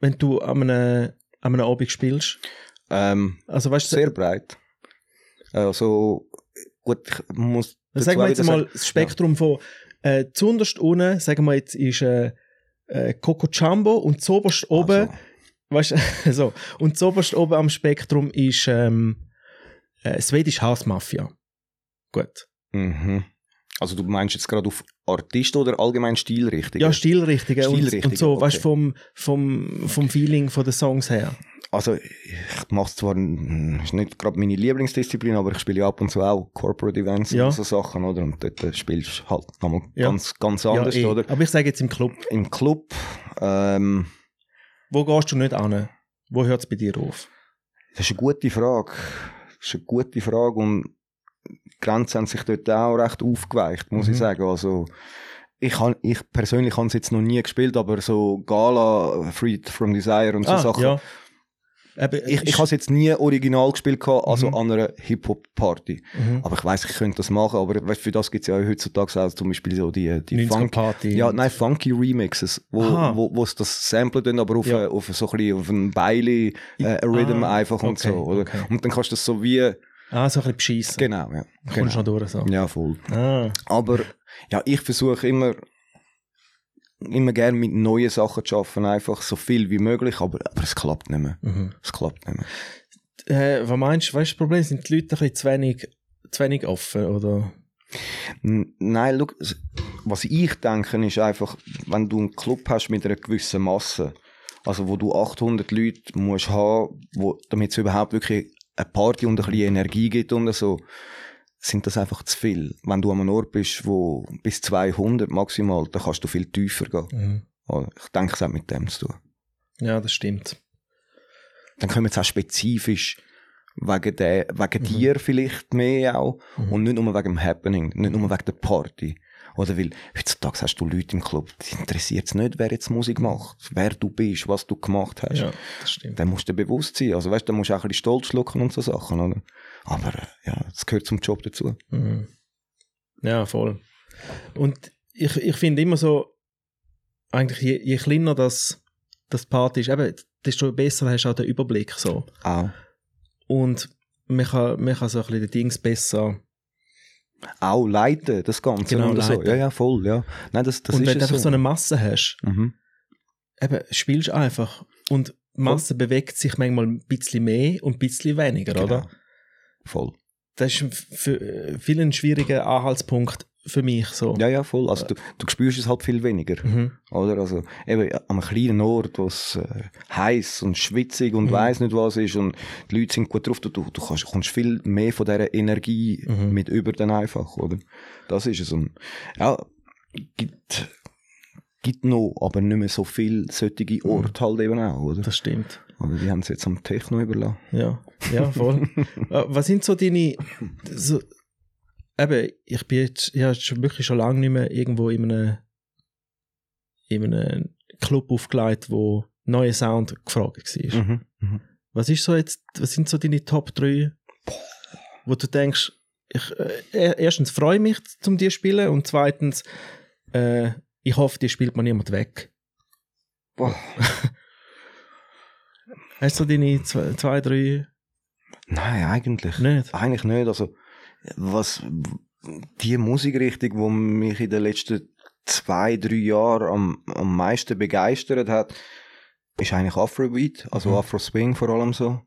A: wenn du an einem, an einem Abend spielst?
D: Ähm,
A: Also weißt du,
D: sehr breit. Also, gut, ich muss.
A: Dann
D: dazu
A: sagen wir
D: auch
A: jetzt
D: wieder
A: mal
D: sagen-
A: das Spektrum von äh, zuunterst unten, sagen wir jetzt ist äh, äh, Coco Jumbo und zoberst oben,
D: Also.
A: weißt du, so, und zoberst oben am Spektrum ist ähm, äh, Swedish House Mafia. Gut.
D: Mhm. Also du meinst jetzt gerade auf Artist oder allgemein Stilrichtung?
A: Ja, Stilrichtige, und,
D: Stilrichtige,
A: und so, weißt du,
D: okay.
A: vom, vom, vom Feeling von den Songs her.
D: Also ich mache zwar mm, ist nicht gerade meine Lieblingsdisziplin, aber ich spiele ja ab und zu auch Corporate Events
A: Ja.
D: und so Sachen, oder? Und dort äh, spielst du halt nochmal
A: Ja.
D: ganz, ganz anders,
A: eh.
D: oder?
A: Aber ich sage jetzt im Club,
D: Im Club, ähm,
A: wo gehst du nicht an? Wo hört es bei dir auf?
D: das ist eine gute Frage. Das ist eine gute Frage und die Grenzen haben sich dort auch recht aufgeweicht, muss
A: Mhm.
D: ich sagen. Also ich, han, ich persönlich habe es jetzt noch nie gespielt, aber so Gala, Freed from Desire und so Sachen,
A: Ah, ja. Äh, Eben,
D: Ich, ich
A: ist-
D: habe es jetzt nie original gespielt, gehabt, also
A: Mhm.
D: an einer Hip-Hop-Party.
A: Mhm.
D: Aber ich weiß, ich könnte das machen, aber weißt, für das gibt es ja heutzutage auch zum Beispiel so die, die
A: 90er
D: Funky,
A: Party.
D: ja, nein, funky Remixes, wo,
A: Aha.
D: wo, wo sie das samplen dann, aber auf,
A: Ja.
D: äh, auf so ein bisschen, auf einen Beile, äh, Rhythm
A: Ah,
D: einfach und
A: okay,
D: so, oder?
A: okay.
D: Und dann kannst du das so wie,
A: Ah, so ein bisschen beschissen.
D: genau, ja.
A: Da kommst du
D: Genau.
A: noch durch. So.
D: Ja, voll.
A: Ah.
D: Aber, ja, ich versuche immer, immer gerne mit neuen Sachen zu arbeiten, einfach so viel wie möglich, aber, aber es klappt nicht mehr.
A: Mhm.
D: Es klappt nicht mehr.
A: Äh, was meinst du, weißt du, das Problem sind die Leute ein bisschen zu wenig, zu wenig offen, oder?
D: N- Nein, look, s- was ich denke, ist einfach, wenn du einen Club hast mit einer gewissen Masse, also wo du 800 Leute musst haben, wo, damit es überhaupt wirklich eine Party und ein bisschen Energie gibt und so, sind das einfach zu viel. Wenn du an einem Ort bist, wo bis 200 maximal, dann kannst du viel tiefer gehen. Oder? Ich denke, es hat mit dem zu tun.
A: Ja, das stimmt.
D: Dann können wir jetzt auch spezifisch wegen, der,
A: Mhm.
D: wegen dir vielleicht mehr auch und nicht nur wegen dem Happening, nicht nur wegen der Party. Oder weil heutzutage hast du Leute im Club, die interessiert es nicht, wer jetzt Musik macht, wer du bist, was du gemacht hast.
A: Ja, das stimmt.
D: Dann musst du dir bewusst sein. Also weißt, dann musst du auch ein bisschen stolz schlucken und so Sachen, oder? Aber äh, ja, das gehört zum Job dazu.
A: Mhm. Ja, voll. Und ich, ich finde immer so, eigentlich je, je kleiner das, das Party ist, eben, desto besser hast du auch den Überblick. So.
D: Auch.
A: Und man kann, man kann so ein bisschen die Dings besser.
D: Auch leiten, das Ganze.
A: Genau,
D: und so.
A: leiten.
D: Ja, ja, voll, ja. Nein, das, das
A: und
D: ist
A: wenn du
D: es
A: einfach so
D: so
A: eine Masse hast,
D: Mhm.
A: eben, spielst einfach. Und Masse bewegt sich manchmal ein bisschen mehr und ein bisschen weniger, oder?
D: Genau. Voll.
A: das ist für äh, viele ein schwieriger Anhaltspunkt für mich so.
D: Ja, ja, voll. Also du, du spürst es halt viel weniger.
A: Mhm.
D: Oder? Also, eben, an einem kleinen Ort, wo es äh, heiß und schwitzig und weiss nicht was ist und die Leute sind gut drauf, du, du du kannst, kommst viel mehr von dieser Energie mit über dann einfach, oder? Das ist es. Und, ja, gibt, gibt noch, aber nicht mehr so viel solche Orte halt eben auch, oder?
A: Das stimmt.
D: Oder die haben es jetzt am Techno überlassen.
A: Ja, ja voll. Äh, Was sind so deine. So, eben, ich bin jetzt ja, schon wirklich schon lange nicht mehr irgendwo in einem, in einem Club aufgelegt, wo neuer Sound gefragt war.
D: Mhm. Mhm.
A: Was ist so jetzt, was sind so deine Top 3, wo du denkst, ich, äh, er- erstens freue ich mich, zum dir zu spielen und zweitens, äh, ich hoffe, dir spielt man niemand weg.
D: Boah.
A: Hast du deine zwei, zwei drei
D: Nein, eigentlich
A: nicht?
D: Eigentlich nicht. Also, was, die Musikrichtung, die mich in den letzten zwei, drei Jahren am, am meisten begeistert hat, ist eigentlich Afrobeat, also
A: Mhm.
D: Afro-Swing vor allem so.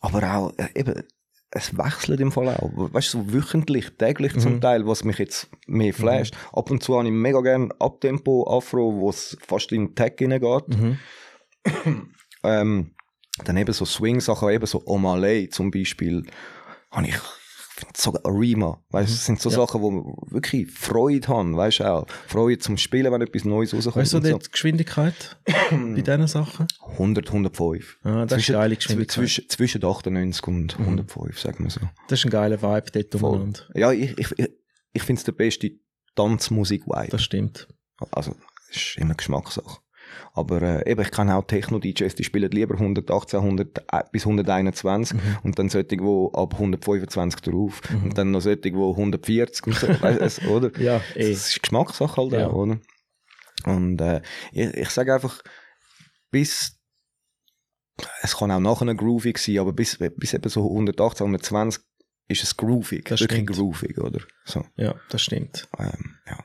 D: Aber auch, äh, eben, es wechselt im Fall auch. Weißt du, so wöchentlich, täglich
A: Mhm.
D: zum Teil, was mich jetzt mehr flasht. Ab und zu habe ich mega gern Abtempo, Afro, wo es fast in den Tag hineingeht.
A: Mhm.
D: Ähm, dann eben so Swing-Sachen, eben so Omalay zum Beispiel, habe ich, ich find sogar Arima, weißt
A: Mhm.
D: du, das sind so Sachen, wo ich wirklich Freude haben, weißt du auch. Freude zum Spielen, wenn etwas Neues rauskommt.
A: Weißt du
D: und
A: die Geschwindigkeit bei diesen Sachen?
D: 100, 105.
A: Ah, das ist eine geile Geschwindigkeit. Mhm.
D: Zwischen, zwischen 98 und 105, sagen wir so.
A: Das ist ein geiler Vibe dort
D: Voll.
A: umeinander.
D: Ja, ich, ich, ich- ich finde es der beste Tanzmusik-Vibe.
A: Das stimmt.
D: Also, es ist immer Geschmackssache. Aber äh, eben, ich kenne auch Techno-DJs, die spielen lieber 118 100, äh, bis 121 und dann solche, die ab 125 drauf und dann noch solche, die 140 und so, weiss, es, oder?
A: Ja, eh.
D: Es ist Geschmackssache halt
A: Ja.
D: auch, oder? Und äh, ich, ich sage einfach, bis es kann auch nachher groovig sein, aber bis, bis eben so 118, 120 ist es groovig,
A: Das
D: wirklich
A: stimmt.
D: groovig, oder? So,
A: Ja, das stimmt.
D: ähm, ja.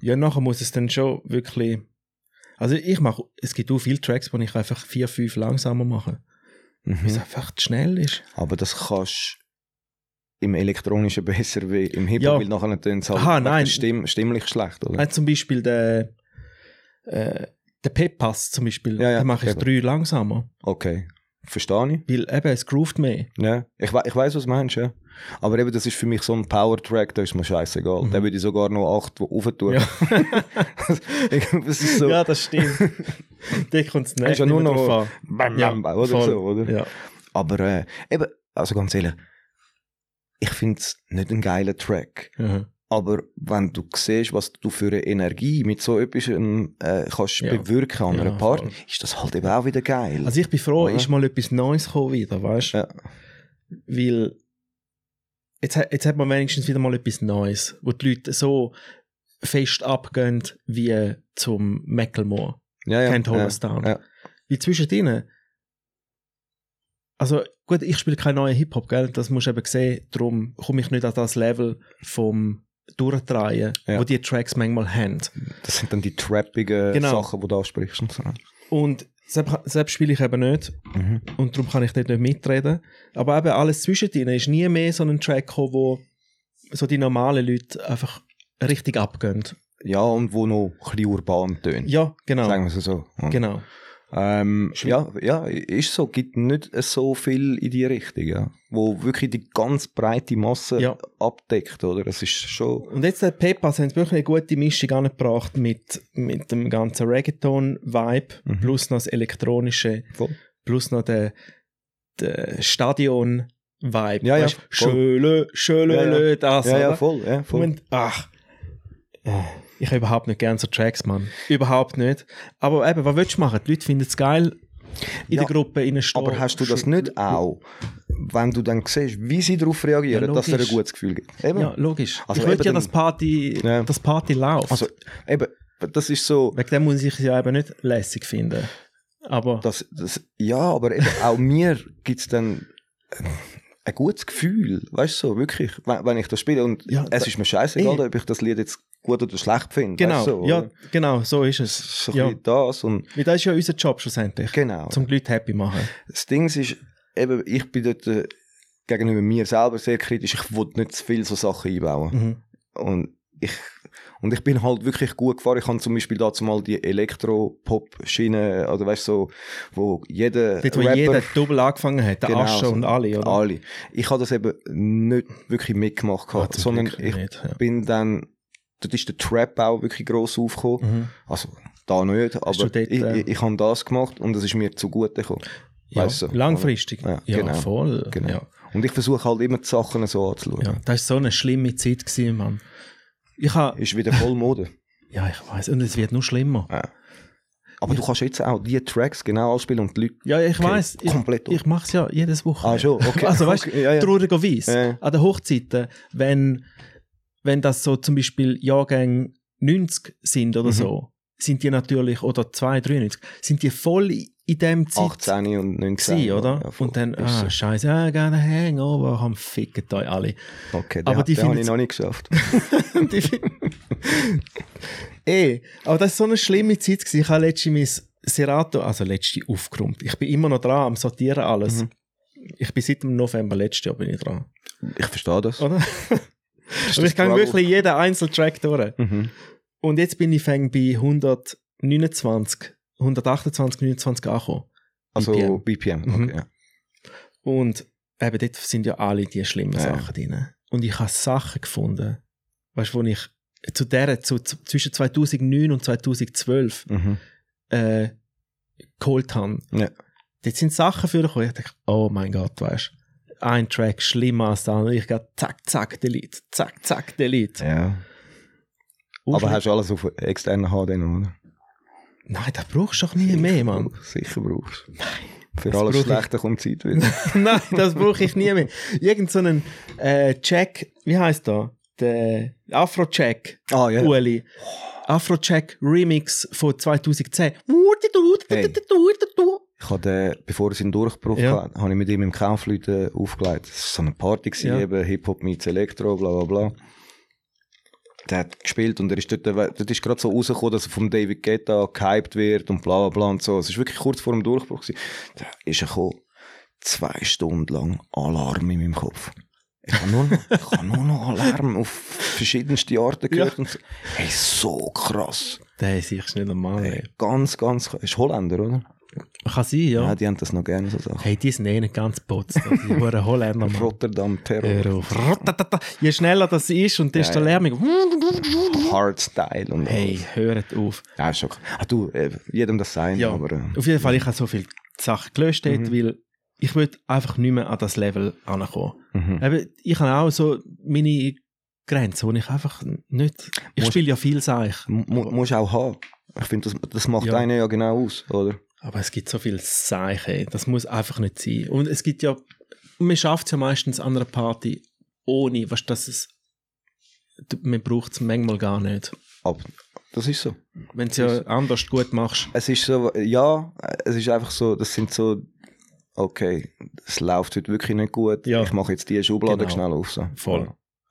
A: Ja, nachher muss es dann schon wirklich. Also ich mache, es gibt auch viele Tracks, wo ich einfach vier, fünf langsamer mache, weil es
D: Mhm.
A: einfach zu schnell ist.
D: Aber das kannst im Elektronischen besser wie im Hip-Hop,
A: Ja.
D: weil nachher tönt es halt
A: Aha,
D: wegen der
A: nein.
D: Stimm, stimmlich schlecht, oder?
A: Nein, zum Beispiel der, äh, der Pep-Pass zum Beispiel,
D: Ja, ja,
A: den mache ich
D: eben.
A: drei langsamer,
D: Okay. Verstehe ich.
A: weil eben, es groovt mehr.
D: Ja. Ich, we ich weiss, was du meinst, ja. Aber eben, das ist für mich so ein Power-Track, da ist mir scheißegal. Da würde ich sogar noch acht rauf
A: Mhm.
D: tun.
A: Ja.
D: Ich glaub, das ist so.
A: Ja, das stimmt. Dort kommt es
D: Ist
A: nicht
D: ja nur
A: mehr
D: noch-
A: drauf
D: Bam,
A: an.
D: bam, bam, oder
A: voll.
D: so, oder?
A: Ja.
D: Aber äh, eben, also ganz ehrlich, ich finde es nicht ein geiler Track.
A: Mhm.
D: Aber wenn du siehst, was du für eine Energie mit so etwas ähm, äh, kannst
A: Ja.
D: bewirken an
A: Ja,
D: einem Partner,
A: voll.
D: ist das halt eben auch wieder geil.
A: Also ich bin froh,
D: Oder?
A: ist mal etwas Neues gekommen wieder, weißt du?
D: Ja.
A: Weil jetzt, ha- jetzt hat man wenigstens wieder mal etwas Neues, wo die Leute so fest abgehen wie zum Macklemore.
D: ja, ja,
A: Can't Hold Us Down.
D: ja.
A: Wie zwischendrin. Also gut, ich spiele keinen neuen Hip-Hop, gell? Das musst du eben sehen. Darum komme ich nicht an das Level vom Durchdrehen,
D: Ja.
A: wo die Tracks manchmal haben.
D: äh, Das sind dann die trappigen
A: Genau.
D: Sachen, die du ansprichst. Und so.
A: Und selbst, selbst spiele ich eben nicht.
D: mhm.
A: und darum kann ich dort nicht mitreden. Aber eben alles zwischendrin ist nie mehr so ein Track gekommen, wo so die normalen Leute einfach richtig abgehen.
D: Ja, und wo noch ein bisschen urban tönt.
A: Ja, genau.
D: Sagen wir es so. Und,
A: Genau.
D: Ähm, ja, ja, ist so. Gibt nicht so viel in die Richtung, ja. wo wirklich die ganz breite Masse
A: Ja.
D: abdeckt. Oder? Das ist schon.
A: Und jetzt der Pepas haben sie wirklich eine gute Mischung angebracht mit, mit dem ganzen Reggaeton-Vibe
D: Mhm.
A: plus noch das elektronische,
D: Voll.
A: plus noch der, der Stadion-Vibe.
D: Ja, ja,
A: Weißt du,
D: voll.
A: Schöle, schöle,
D: Ja,
A: das.
D: ja, ja,
A: oder?
D: voll. Ja, voll.
A: Und, ach, ich habe überhaupt nicht gern so Tracks, Mann. Überhaupt nicht. Aber eben, was willst du machen? Die Leute finden es geil, in
D: Ja,
A: der Gruppe, in der Stadt.
D: Aber hast du das nicht auch, wenn du dann siehst, wie sie darauf reagieren,
A: Ja,
D: dass es dir ein
A: logisch.
D: gutes Gefühl gibt? Eben.
A: Ja, logisch.
D: Also
A: ich will
D: eben
A: ja,
D: dann-
A: dass Party,
D: Ja.
A: das Party läuft.
D: Also, eben, das ist so,
A: Wegen dem muss ich es ja eben nicht lässig finden. Aber
D: das, das, ja, aber eben, auch mir gibt es dann ein gutes Gefühl, weißt du, so, wirklich, wenn, wenn ich das spiele und
A: Ja,
D: es
A: da-
D: ist mir scheißegal,
A: eh.
D: ob ich das Lied jetzt gut oder schlecht finde.
A: genau,
D: weißt du, so,
A: ja,
D: oder?
A: genau, so ist es.
D: So ein
A: ja.
D: bisschen das und
A: Weil das ist ja unser Job schlussendlich.
D: genau.
A: Zum Leute happy machen.
D: Das Ding ist, eben, ich bin dort äh, gegenüber mir selber sehr kritisch, ich will nicht zu viel so Sachen einbauen.
A: Mhm.
D: Und ich, und ich bin halt wirklich gut gefahren. Ich habe zum Beispiel dazu mal die Elektro-Pop-Schiene, oder weißt du, so, wo jeder
A: Dort, wo
D: Rapper,
A: jeder doppel angefangen hat, der
D: Genau,
A: Asche
D: so.
A: und alle, oder?
D: alle, ich habe das eben nicht wirklich mitgemacht,
A: Ah,
D: gehabt,
A: zum
D: sondern
A: Glück
D: ich
A: nicht, ja.
D: bin dann, dort ist der Trap auch wirklich gross aufgekommen.
A: Mhm.
D: Also, da nicht, aber
A: du dort,
D: ich,
A: äh,
D: ich, ich habe das gemacht und es ist mir zugute gekommen.
A: Ja,
D: Weißt du,
A: langfristig.
D: Ja,
A: Ja,
D: genau.
A: voll.
D: Genau.
A: Ja.
D: Und ich versuche halt immer die Sachen so anzuschauen.
A: Ja, das war so eine schlimme Zeit, gewesen, Mann. Ich ha,
D: Ist wieder voll Mode.
A: ja, ich weiß und es wird nur schlimmer.
D: Aber du kannst jetzt auch die Tracks genau anspielen und die Leute
A: Ja, ich
D: Okay,
A: weiß ich,
D: komplett um.
A: ich mache es ja jedes Wochenende.
D: Ah, schon, okay.
A: Also weißt du,
D: Okay, ja, ja.
A: traurigerweise,
D: Ja.
A: an den Hochzeiten,
D: Mhm.
A: wenn, wenn das so zum Beispiel Jahrgang 90 sind oder so, sind die natürlich, oder 2, 93, sind die voll in dem Zeit
D: 18 und 19.
A: gewesen, oder?
D: Ja, voll.
A: und dann,
D: Ist
A: ah, scheiße, ah, gerne Hangover, haben fickt euch alle.
D: so. Okay, den,
A: aber
D: aber
A: die
D: die den habe
A: finden's-
D: ich noch nicht geschafft.
A: Und ich find- Ey, aber das war so eine schlimme Zeit. Gewesen. Ich habe letztens mein Serato, also letzte aufgeräumt. Ich bin immer noch dran am Sortieren alles.
D: Mhm.
A: Ich bin seit dem November letztes Jahr bin ich dran.
D: Ich verstehe das.
A: Oder?
D: Ist
A: Aber
D: das
A: ich kann
D: Struggle?
A: wirklich jeden Einzeltrack durch.
D: Mhm.
A: Und jetzt bin ich fäng bei 129, 128, 29 angekommen.
D: Also
A: BPM.
D: BPM,
A: Mhm.
D: okay. Ja.
A: Und eben dort sind ja alle die schlimmen
D: Ja.
A: Sachen drin. Und ich habe Sachen gefunden, weißt du, wo ich zu der, zu, zu, zwischen 2009 und 2012
D: Mhm.
A: äh, geholt habe.
D: Ja.
A: Dort sind Sachen für mich, wo ich dachte, oh mein Gott, weißt du, ein Track schlimmer als der andere. Ich gehe zack, zack, delete, zack, zack, delete.
D: ja. Aber hast du alles auf externen HD noch, oder?
A: Nein, das brauchst du doch nie mehr, Mann.
D: Sicher brauchst du. Nein. Für
A: das
D: alles
A: brauch ich-
D: Schlechte kommt Zeit wieder.
A: Nein, das brauche ich nie mehr. Irgend so einen äh, Jack, wie heißt der? Der Afro-Jack,
D: ah, ja.
A: Ueli. Afro-Jack Remix von 2010.
D: Hey. Ich hatte, bevor es in Durchbruch
A: Ja.
D: hatte, habe ich mit ihm im Kaufleuten aufgelegt. Es war so eine Party, gewesen,
A: Ja.
D: eben Hip-Hop mit Elektro, bla bla bla. Der hat gespielt und er ist dort, dort ist gerade so rausgekommen, dass er vom David Guetta gehypt wird und bla bla bla und so. Es ist wirklich kurz vor dem Durchbruch. Gewesen. Da ist er gekommen, zwei Stunden lang Alarm in meinem Kopf. Ich habe nur, noch- ich habe nur noch Alarm auf verschiedenste Arten gehört. Und so. Hey, so krass.
A: Der ist ich nicht normal. Ey.
D: Ganz, ganz krass. Ist Holländer, oder?
A: Kann sein, ja.
D: Ja. die haben das noch gerne so Sachen.
A: Hey, die sind eh nicht ganz putzt. Die waren Holländer, Mann.
D: Rotterdam Terror,
A: Hör auf. Rotatata. Je schneller das ist und desto lärmiger.
D: Hardstyle und
A: Hey,
D: alles.
A: hört auf.
D: Ja, ist schon klar. Ah, du, äh, jedem das sein,
A: Ja,
D: aber. Äh,
A: auf jeden Fall, ich habe so viele Sachen gelöscht, dort, weil ich will einfach nicht mehr an das Level ankommen.
D: mhm.
A: Eben, ich habe auch so meine Grenzen, wo ich einfach nicht. Ich
D: Muss-
A: spiele ja viel Seich,
D: M- mu- musst auch haben. Ich finde, das, das macht
A: Ja.
D: einen ja genau aus, oder?
A: aber es gibt so viel Seich, ey. das muss einfach nicht sein. Und es gibt ja, man schafft es ja meistens an einer Party ohne, was das es. d- Man braucht es manchmal gar nicht.
D: Aber das ist so.
A: Wenn du es ja anders gut machst.
D: Es ist so, ja, äh, es ist einfach so, das sind so, okay, es läuft heute wirklich nicht gut.
A: Ja.
D: Ich mache jetzt die Schublade
A: Genau.
D: schnell auf. So.
A: Voll.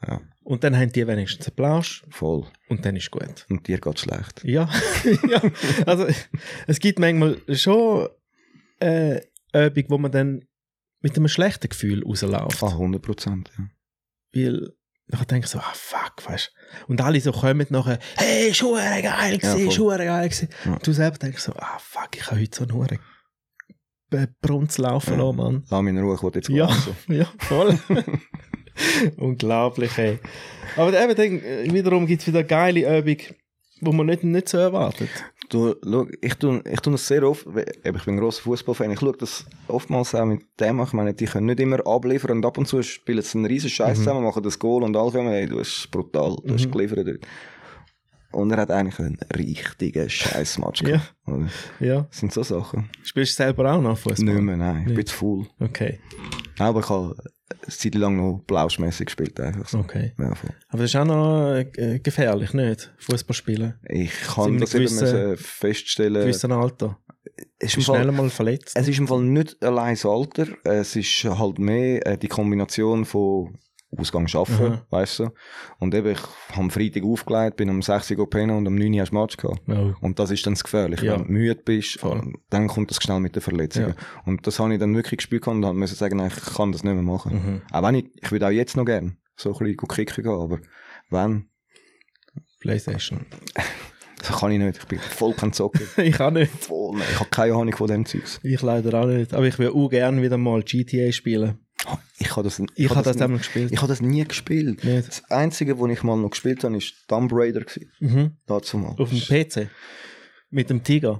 D: Ja,
A: Und dann haben die wenigstens Applaus
D: voll.
A: und dann ist gut.
D: Und dir geht schlecht.
A: Ja, ja. also es gibt manchmal schon äh, Übung, wo man dann mit einem schlechten Gefühl rausläuft.
D: Ah, 100 Prozent. Ja.
A: Weil ich denke so, ah fuck, weißt du. Und alle so kommen nachher, hey, Schuhe geil
D: Ja,
A: gewesen,
D: voll.
A: Schuhe geil gewesen.
D: Ja.
A: Du selber denkst so, ah fuck, ich habe heute so einen Huren Brunz laufen
D: Ja.
A: lassen, Mann.
D: Lass mich in Ruhe, ich will jetzt
A: Ja.
D: lassen.
A: Ja, voll. Unglaublich, ey. Aber eben dann, äh, wiederum gibt es wieder geile Übung, wo man nicht, nicht so erwartet.
D: Du, schau, ich tue ich tu das sehr oft, weil- eben, ich bin ein grosser Fußballfan, ich schaue das oftmals auch mit dem, ich meine, die können nicht immer abliefern und ab und zu spielen sie einen riesen Scheiß zusammen, machen das Goal und alle kommen, hey, du bist brutal, du hast geliefert dort. Und er hat eigentlich einen richtigen Scheißmatch
A: Ja.
D: gehabt. oder?
A: Ja.
D: Das sind so Sachen.
A: Spielst du selber auch noch Fußball?
D: Nicht mehr, nein, ich bin zu faul.
A: Okay,
D: Aber ich habe eine Zeit lang noch blauschmässig gespielt, einfach so.
A: okay.
D: Ja, voll.
A: Aber das ist auch noch äh, gefährlich, nicht? Fußball spielen.
D: Ich
A: Sind
D: kann
A: wir
D: das eben
A: gewisse-
D: müssen feststellen.
A: Bis ein Alter.
D: Es
A: Du
D: Äh, im
A: bist
D: Fall-
A: schnell mal verletzt.
D: Es ist im Fall nicht allein das Alter, es ist halt mehr äh, die Kombination von Ausgang arbeiten,
A: Aha.
D: weißt du. Und eben, ich habe am Freitag aufgelegt, bin am 6 Uhr gepennt und am 9 Uhr hast du Match gehabt.
A: Oh.
D: Und das ist dann das Gefährliche.
A: Ja.
D: Wenn du müde bist,
A: Voll.
D: dann kommt das schnell mit den Verletzungen.
A: Ja.
D: Und das habe ich dann wirklich gespürt gehabt und habe müssen sagen, nein, ich kann das nicht mehr machen.
A: Mhm.
D: Auch wenn ich, ich würde auch jetzt noch gerne so ein bisschen kicken gehen, aber wenn,
A: Playstation.
D: das kann ich nicht. Ich bin voll kein Zocker.
A: ich auch nicht.
D: voll, ich habe keine Ahnung von dem Zeugs.
A: Ich leider auch nicht. Aber ich will auch gerne wieder mal GTA spielen.
D: Ich habe das,
A: Ich, habe das
D: nie-
A: einmal gespielt.
D: Ich habe das nie gespielt.
A: Nicht.
D: Das Einzige, was ich mal noch gespielt habe, ist Tomb Raider. gewesen.
A: Mhm.
D: Dazu mal.
A: Auf dem PC. Mit dem Tiger.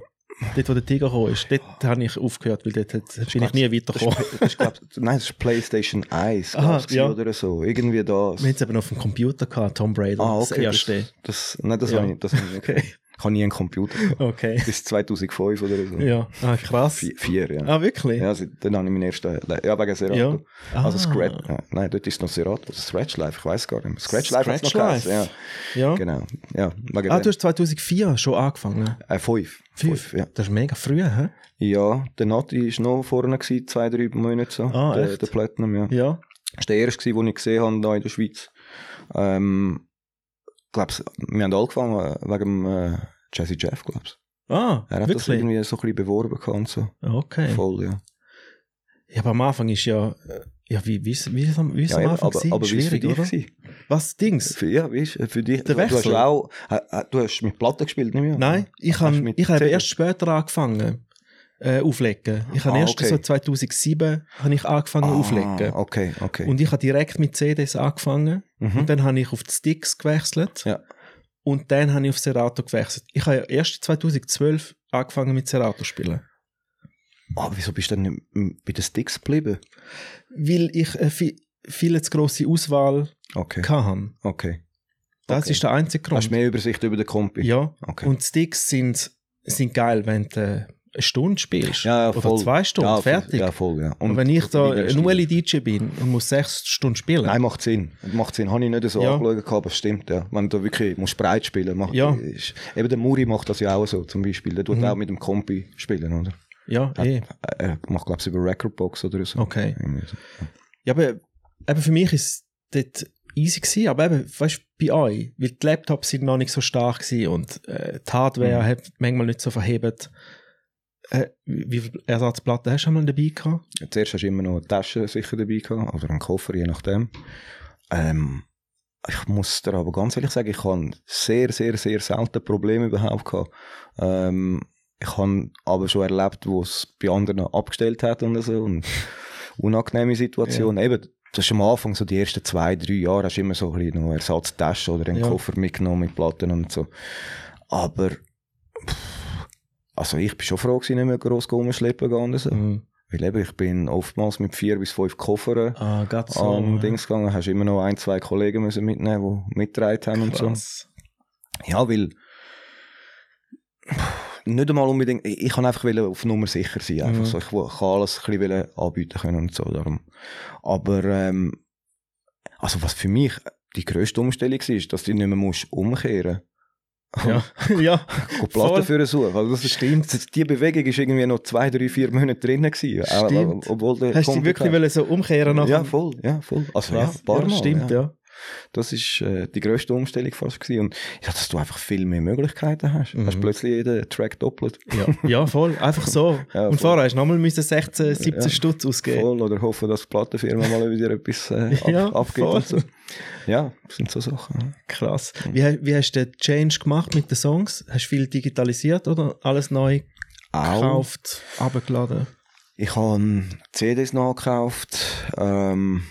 A: Dort, wo der Tiger gekommen ist.
D: Ah.
A: Dort habe ich aufgehört, weil dort hat- bin ich nie weitergekommen.
D: Das ist, glaub, nein, das ist PlayStation 1
A: Aha,
D: Aha,
A: ja.
D: oder so. Irgendwie das.
A: Wir haben es eben auf dem Computer gehabt, Tom Brady.
D: ah,
A: Das
D: okay.
A: erste.
D: Das, das, nein, das
A: Ja.
D: habe ich, das hab ich nicht.
A: Okay.
D: Ich Ich habe nie einen Computer. gehabt.
A: Okay.
D: Bis 2005 oder so.
A: Ja. Ah, krass.
D: Vier, vier, ja.
A: Ah, wirklich?
D: Ja, also, dann habe ich meinen ersten, Le- ja, wegen Serato.
A: Ja.
D: Also
A: Ah.
D: Scratch, ja, nein, dort ist noch Serato, Scratch Life, ich weiß gar nicht mehr. Scratch Life hat's noch
A: Scratch
D: geheißen,
A: Life.
D: ja.
A: Ja.
D: Genau, ja, wegen
A: Ah,
D: ah,
A: du hast 2004 schon angefangen.
D: äh, fünf.
A: Fünf?
D: ja.
A: Das ist mega früh, hä?
D: Ja, der Nati war noch vorne, gewesen, zwei, drei Monate so,
A: Ah,
D: der,
A: echt?
D: der Platinum, ja.
A: Ja.
D: Das war der erste, den ich gesehen habe hier in der Schweiz. Ähm, glaub's, wir haben angefangen äh, wegen dem, äh, Jazzy Jeff, glaub's.
A: Ah,
D: Er hat das
A: wirklich?
D: irgendwie so ein bisschen beworben gehabt und so.
A: Okay.
D: Voll, ja.
A: Ja, aber am Anfang ist ja... äh, Ja, wie, wie, ist- wie, ist am- wie ist es
D: ja,
A: am
D: eben,
A: Anfang
D: aber,
A: gewesen?
D: aber wie ist es für
A: Schwierig,
D: dich
A: oder?
D: gewesen?
A: Was, Dings?
D: Für, ja, weißt du, für dich.
A: Der
D: du, du hast
A: Wechsel.
D: auch, äh, äh, du hast mit Platten gespielt, nicht mehr?
A: Nein, ich,
D: Hast du
A: han,
D: mit
A: ich habe
D: CD?
A: erst später angefangen äh, auflegen. Ich habe
D: Ah,
A: erst
D: okay.
A: so 2007 habe ich angefangen
D: Ah,
A: auflegen.
D: Okay, okay.
A: Und ich habe direkt mit CDs angefangen.
D: mhm.
A: Und dann habe ich auf die Sticks gewechselt.
D: Ja.
A: Und dann habe ich auf Serato gewechselt. Ich habe ja erst 2012 angefangen mit Serato zu spielen.
D: Aber Ah, wieso bist du dann nicht m- bei den Sticks geblieben?
A: Weil ich eine viel, viel zu grosse Auswahl
D: Okay,
A: hatte.
D: okay.
A: Das
D: Okay.
A: ist der einzige
D: Hast
A: Grund.
D: du mehr Übersicht über den Kompi?
A: ja.
D: Okay.
A: Und Sticks sind, sind geil, wenn du eine Stunde spielst.
D: ja, ja,
A: oder
D: voll.
A: zwei Stunden,
D: ja,
A: fertig.
D: Ja, voll, ja.
A: Und wenn ich da
D: Lieber
A: ein
D: Stil.
A: ULI-DJ bin und muss sechs Stunden spielen,
D: Nein, macht Sinn. Macht Sinn. Habe ich nicht so
A: Ja.
D: angeschaut, aber es stimmt, ja. Wenn du wirklich musst breit spielen musst.
A: Ja. Mhm.
D: Ist, eben der Muri macht das ja auch so, zum Beispiel. Der tut auch mit dem Kompi spielen, oder? Äh,
A: ja, eh.
D: Er macht, glaube ich, über Recordbox oder so.
A: Okay.
D: Irgendwie so.
A: Ja, aber eben für mich ist das easy gewesen, aber eben, weißt du, bei euch, weil die Laptops sind noch nicht so stark gewesen und äh, die Hardware
D: Mhm.
A: hat manchmal nicht so verhebt. Äh, wie viel Ersatzplatten hast du einmal dabei gehabt?
D: Zuerst hast du immer noch eine Tasche sicher dabei gehabt, oder einen Koffer, je nachdem. Ähm, ich muss dir aber ganz ehrlich sagen, ich habe sehr, sehr, sehr selten Probleme überhaupt gehabt. Ähm, ich habe aber schon erlebt, wo es bei anderen abgestellt hat und so. Und unangenehme Situationen. Eben, das ist am Anfang, so die ersten zwei, drei Jahre, hast du immer so ein bisschen noch Ersatztasche oder einen
A: Ja.
D: Koffer mitgenommen mit Platten und so. Aber, pff, also ich bin schon froh, gewesen, nicht mehr gross rumschleppen gehen und so.
A: Mhm.
D: Weil eben, ich bin oftmals mit vier bis fünf Koffern
A: Ah, geht
D: an Dings gegangen. Hast immer noch ein, zwei Kollegen müssen mitnehmen, die mitgetragen haben und so.
A: Krass.
D: Ja, weil nicht einmal unbedingt, ich, ich kann einfach wollen auf Nummer sicher sein. Einfach
A: Mhm.
D: so. Ich wo- kann alles ein bisschen wollen anbieten können und so. Darum. Aber ähm, also was für mich die grösste Umstellung war, ist, dass du nicht mehr musst umkehren
A: Ja, ja,
D: musst.
A: Voll.
D: Platten für eine Suche. Also das ist
A: stimmt.
D: das- die Bewegung ist irgendwie noch zwei, drei, vier Monate drin gewesen. Auch-
A: Stimmt.
D: Obwohl der
A: Hast du dich
D: Kompi
A: wirklich
D: kam.
A: wollen so umkehren nach
D: Ja, voll, ja, voll. Also, ja,
A: Krass.
D: ein paar Mal,
A: stimmt,
D: ja.
A: ja.
D: Das ist äh, die grösste Umstellung fast gewesen. Und ja, dass du einfach viel mehr Möglichkeiten hast.
A: Mhm.
D: Hast plötzlich jeden Track doppelt.
A: Ja, ja, voll. Einfach so.
D: Ja, voll.
A: und vorher hast du nochmal müssen 16, 17
D: Ja.
A: Stutz ausgeben.
D: Voll. Oder hoffen, dass die Plattenfirma mal wieder etwas äh, ab,
A: Ja,
D: abgeht
A: voll.
D: und so. Ja, das sind so Sachen.
A: Krass.
D: Mhm.
A: Wie, ha- wie hast du den Change gemacht mit den Songs? Hast du viel digitalisiert oder alles neu
D: Auch.
A: gekauft, abgeladen?
D: Ich habe CDs nachgekauft, ähm,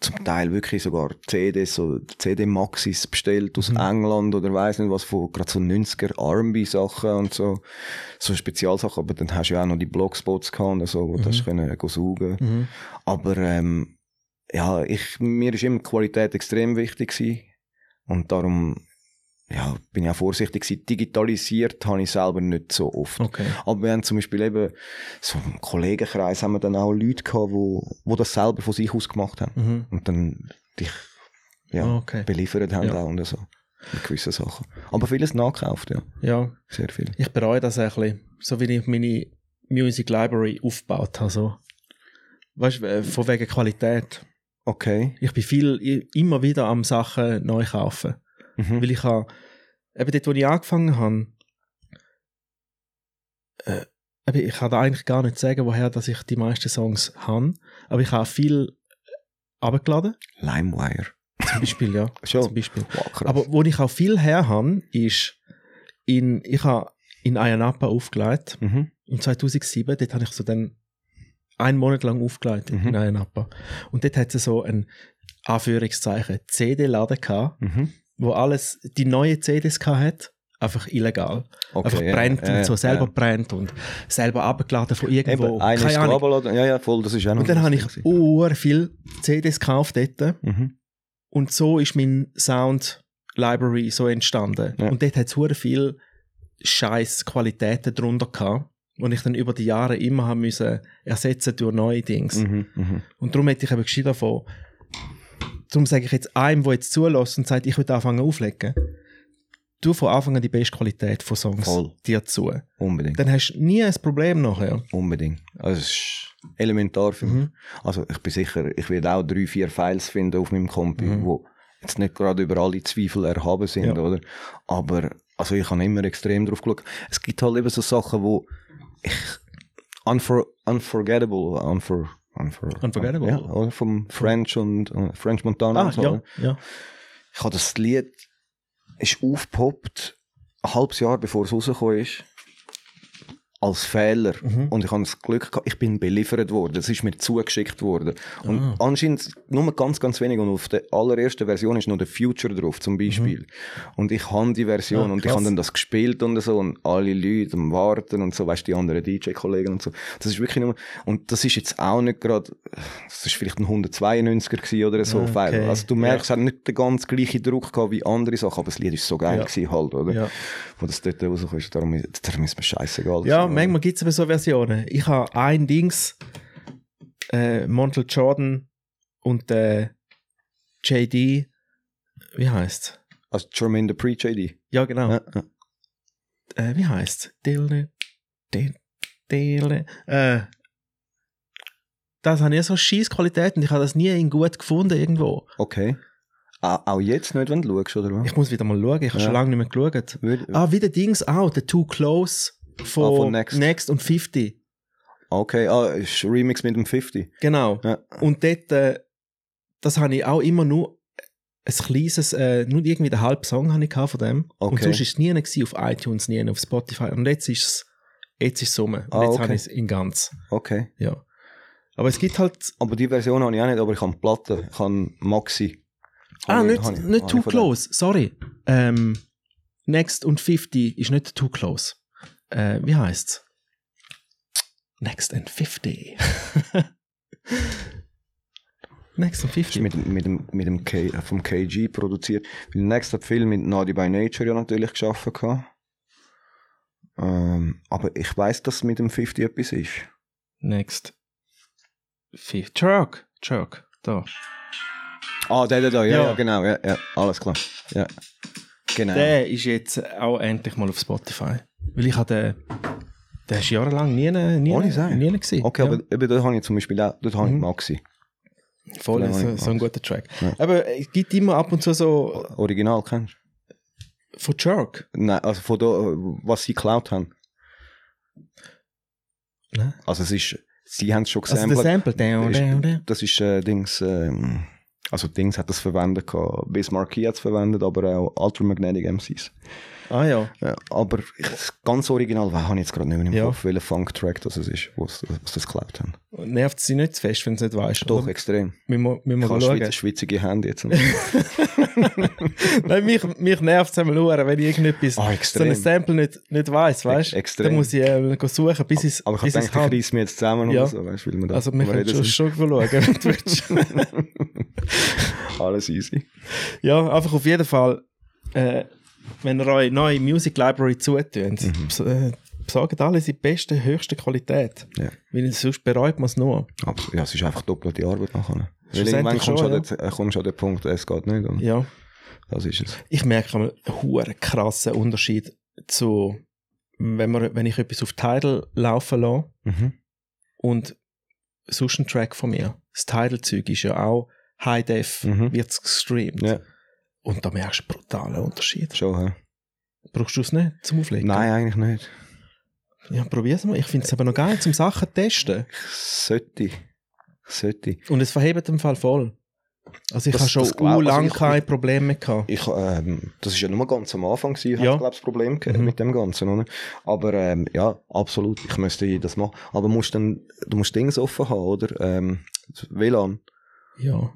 D: zum Teil wirklich sogar CDs, so CD-Maxis bestellt aus England oder weiß nicht was, von gerade so 90er R&B-Sachen und so, so Spezialsachen, aber dann hast du ja auch noch die Blogspots gehabt und so, wo du hast können go saugen. Aber, ähm, ja, ich, mir ist immer die Qualität extrem wichtig gewesen und darum, ja, bin ich auch vorsichtig gewesen. Digitalisiert habe ich selber nicht so oft.
A: Okay.
D: Aber wir haben zum Beispiel eben so im Kollegenkreis haben wir dann auch Leute gehabt, wo, wo das selber von sich aus gemacht haben.
A: Mhm.
D: Und dann dich ja,
A: Ah, okay.
D: beliefert haben
A: Ja.
D: auch und so. Mit gewissen Sachen. Aber vieles nachgekauft, ja.
A: Ja,
D: Sehr viel.
A: ich bereue das ein bisschen. So wie ich meine Music Library aufgebaut habe. So. Weißt du, äh, von wegen Qualität.
D: Okay.
A: Ich bin viel, i- immer wieder am Sachen neu kaufen.
D: Mhm.
A: Weil ich habe, eben dort, wo ich angefangen habe, äh, eben, ich kann da eigentlich gar nicht sagen, woher dass ich die meisten Songs habe, aber ich habe viel abgeladen,
D: Limewire.
A: zum Beispiel, ja.
D: Schon?
A: Zum Beispiel.
D: Wow, krass.
A: Also, Aber wo ich auch viel her habe, ist, in, ich habe in Ayanapa aufgelegt,
D: mhm.
A: im 2007, dort habe ich so dann einen Monat lang aufgelegt
D: Mhm.
A: in Ayanapa. Und dort hat es so ein Anführungszeichen CD-Laden gehabt,
D: Mhm.
A: wo alles die neue CDs hat, einfach illegal. einfach
D: Okay, ja,
A: Also, brennt
D: ja,
A: und so,
D: ja.
A: selber brennt und selber abgeladen von irgendwo.
D: Eben, einer ist
A: Keine Ahnung.
D: abgeladen. Ja, ja, voll, das ist auch noch
A: Und dann habe
D: lustig
A: ich
D: gewesen.
A: ur viel CDs gekauft dort
D: Mhm.
A: und so ist mein Sound Library so entstanden.
D: Ja.
A: Und dort hat es hure viel scheiß Qualitäten drunter gehabt, die ich dann über die Jahre immer haben müssen ersetzen durch neue Dings.
D: Mhm, mhm.
A: Und darum hätte ich eben gescheit davon. Darum sage ich jetzt einem, der jetzt zulässt und sagt, ich will anfangen auflegen. Du von Anfang an die beste Qualität von Songs
D: Voll.
A: dir zu.
D: Unbedingt.
A: Dann hast du nie ein Problem nachher.
D: Unbedingt. Also, es ist elementar für
A: Mhm.
D: mich. Also, ich bin sicher, ich werde auch drei, vier Files finden auf meinem Kompi, wo jetzt nicht gerade über alle Zweifel erhaben sind,
A: Mhm. Ja.
D: oder? Aber, also, ich habe immer extrem drauf geschaut. Es gibt halt eben so Sachen, wo ich, unfor, unforgettable, unfor, unfor,
A: Unforgettable.
D: Ja, oder? Vom French und, äh, French Montana
A: Ah,
D: und so.
A: ja,
D: oder?
A: ja.
D: Ich habe das Lied, ist aufgepoppt, ein halbes Jahr bevor es rausgekommen ist, als Fehler.
A: Mhm.
D: Und ich habe das Glück gehabt, ich bin beliefert worden. Es ist mir zugeschickt worden. Und
A: Ah.
D: anscheinend nur ganz, ganz wenig. Und auf der allerersten Version ist noch der Future drauf, zum Beispiel. Und ich habe die Version
A: Mhm. Ah,
D: und ich
A: krass.
D: habe dann das gespielt und so. Und alle Leute am Warten und so, weißt du, die anderen DJ-Kollegen und so. Das ist wirklich nur, und das ist jetzt auch nicht gerade, das ist vielleicht ein 192er gewesen oder so.
A: Ah, okay.
D: File. Also du merkst, es hat nicht den ganz gleichen Druck gehabt wie andere Sachen, aber das Lied ist so geil
A: Ja.
D: gewesen halt, oder?
A: Ja.
D: Wo das dort rausgekommen ist, darum, ist- darum ist mir scheißegal. Also,
A: Ja,
D: gewesen,
A: manchmal gibt es aber so Versionen. Ich habe ein Dings, äh, Montel Jordan und äh, JD, wie heißt
D: Also Jermaine the Preach AD.
A: Ja, genau.
D: Ja, ja.
A: Äh, wie heißt Dilne, Dil- Dilne, äh, das habe ich so scheiß Qualität und ich habe das nie in gut gefunden irgendwo.
D: Okay. Auch, auch jetzt nicht, wenn du schaust, oder was?
A: Ich muss wieder mal schauen, ich habe
D: Ja.
A: schon lange nicht mehr geschaut.
D: Würde-
A: Ah, wie der Dings auch, der Too Close von,
D: Ah, von
A: Next.
D: Next.
A: und 50.
D: Okay, ah, ist Remix mit dem 50.
A: Genau.
D: Ja.
A: Und dort, äh, das habe ich auch immer nur ein kleines, äh, nur irgendwie den halben Song habe ich gehabt von dem. Und
D: Okay.
A: sonst war es nie einer gewesen auf iTunes, nie einer auf Spotify. Und jetzt ist es, jetzt ist es rum. Und
D: Ah,
A: jetzt
D: okay.
A: habe ich es in ganz.
D: Okay.
A: Ja. Aber es gibt halt,
D: Aber die Version habe ich auch nicht, aber ich habe die Platte, ich habe Maxi.
A: ah,
D: Habe ich-
A: nicht,
D: habe ich-
A: nicht
D: habe
A: Too
D: ich von dem.
A: Close, sorry. Ähm, Next und 50 ist nicht Too Close. Äh, wie heißt's? Next and 50. Next and
D: ist
A: 50.
D: mit, dem- mit, dem, mit dem K, äh, vom KG produziert. Weil Next hat viel mit Naughty by Nature ja natürlich geschaffen gehabt. Ähm, aber ich weiß, dass mit dem 50 etwas ist.
A: Next. Fifth. Jerk. Jerk. Da.
D: Ah, der, der da, ja,
A: Ja.
D: ja. genau, ja, ja, alles klar. Ja. Genau.
A: Der ist jetzt auch endlich mal auf Spotify. Weil ich hatte den... Der ist jahrelang nie, nie,
D: Ohne
A: nie,
D: sein.
A: nie gesehen.
D: Okay, aber eben, dort habe ich zum Beispiel auch, dort habe
A: Mhm.
D: ich Maxi.
A: Voll,
D: Vielleicht
A: so,
D: nicht.
A: so ein guter Track.
D: Genau, Ja.
A: Aber es gibt immer ab und zu so...
D: Original kennst du?
A: Von Jerk.
D: Nein, also von da, was sie geklaut haben.
A: Ne?
D: Also es ist, sie haben es schon
A: Also
D: gesampelt.
A: der Sample. Down,
D: Das ist-
A: down, down.
D: Das ist äh, Dings, ähm, also Dings hat das verwendet gehabt. Bis Marquis hat es verwendet, aber auch Ultramagnetic MCs.
A: Ah ja.
D: Ja, aber ich, das ganz original weil habe ich jetzt gerade nicht mehr im
A: Ja.
D: Kopf, welcher Funk-Track das es ist, was, was das geklaut haben.
A: Nervt sie nicht zu fest, wenn du es nicht weißt.
D: Doch,
A: Oder?
D: extrem.
A: Wir, mu- wir
D: Ich
A: müssen
D: habe schwitz-
A: schauen.
D: schwitzige Hände jetzt.
A: Nein, mich, mich nervt es einmal nur, wenn ich irgendetwas,
D: Ah,
A: so
D: extrem.
A: ein Sample nicht, nicht weiss, weißt du?
D: extrem.
A: Dann muss ich äh, suchen, bis ich es
D: Aber ich
A: bis
D: habe
A: ich's
D: gedacht, ich
A: habe.
D: reiss mich jetzt zusammen
A: Ja.
D: oder so, weißt, weil wir da
A: Also, wir
D: drüber
A: können schon, schon
D: reden
A: schauen, wenn du willst.
D: sind. Alles easy.
A: Ja, einfach auf jeden Fall, äh, wenn ihr eure neue Music Library zutönt, mhm. besorgt alles in bester, höchster Qualität.
D: Ja.
A: Weil sonst bereut man es nur.
D: Absolut. Ja, es ist einfach doppelte Arbeit nachher. Weil
A: Schlussendlich
D: irgendwann kommst du
A: schon,
D: an den- äh, kommst du an den Punkt, es geht nicht. Und
A: Ja.
D: Das ist es.
A: Ich merke einmal einen hohen krassen Unterschied zu, wenn, man, wenn ich etwas auf Tidal laufen lasse und sonst ein Track von mir. Das Tidal-Zeug ist ja auch High Def,
D: Mhm.
A: wird gestreamt.
D: Ja,
A: Und da merkst du brutalen Unterschied.
D: schon. hä?
A: Brauchst du es nicht zum Auflegen?
D: Nein, eigentlich nicht.
A: Ja, probier's mal. Ich finde es aber noch geil, zum Sachen zu testen.
D: Ich sollte. Ich sollte.
A: Und es verhebt im Fall voll. Also ich
D: Das-
A: habe schon
D: das glaub-
A: so lange
D: also ich-
A: keine Probleme mehr gehabt.
D: Ich, ähm, das ist ja nur ganz am Anfang, gewesen,
A: Ja.
D: ja. ich glaube, das Problem gehabt
A: Mhm.
D: mit dem Ganzen. Oder? Aber ähm, ja, absolut, ich müsste das machen. Aber musst dann, du musst Dings offen haben, oder? Ähm, das WLAN.
A: Ja.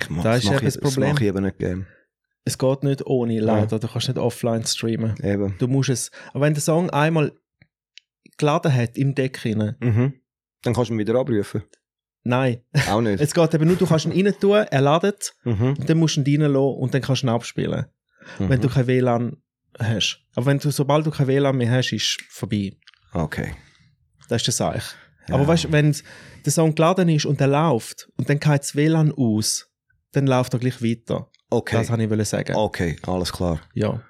D: Ich mach,
A: Das ist
D: mach
A: eben
D: ich,
A: das Problem.
D: mache ich eben nicht gern.
A: Es geht nicht ohne, leider. Du kannst nicht offline streamen.
D: Eben.
A: Du musst es... Aber wenn der Song einmal geladen hat im Deck rein,
D: Mhm. Dann kannst du ihn wieder abrufen.
A: nein.
D: Auch nicht.
A: Es geht eben nur, du kannst ihn rein tun, er ladet,
D: mhm.
A: und dann musst du ihn reinlassen und dann kannst du ihn abspielen.
D: Mhm.
A: Wenn du kein WLAN hast. Aber wenn du, sobald du kein WLAN mehr hast, ist vorbei.
D: Okay.
A: Das ist das Seich. Aber weißt du, wenn der Song geladen ist und der läuft und dann geht das WLAN aus, dann läuft er gleich weiter.
D: Okay.
A: Das wollte ich sagen.
D: Okay, alles klar.
A: Ja.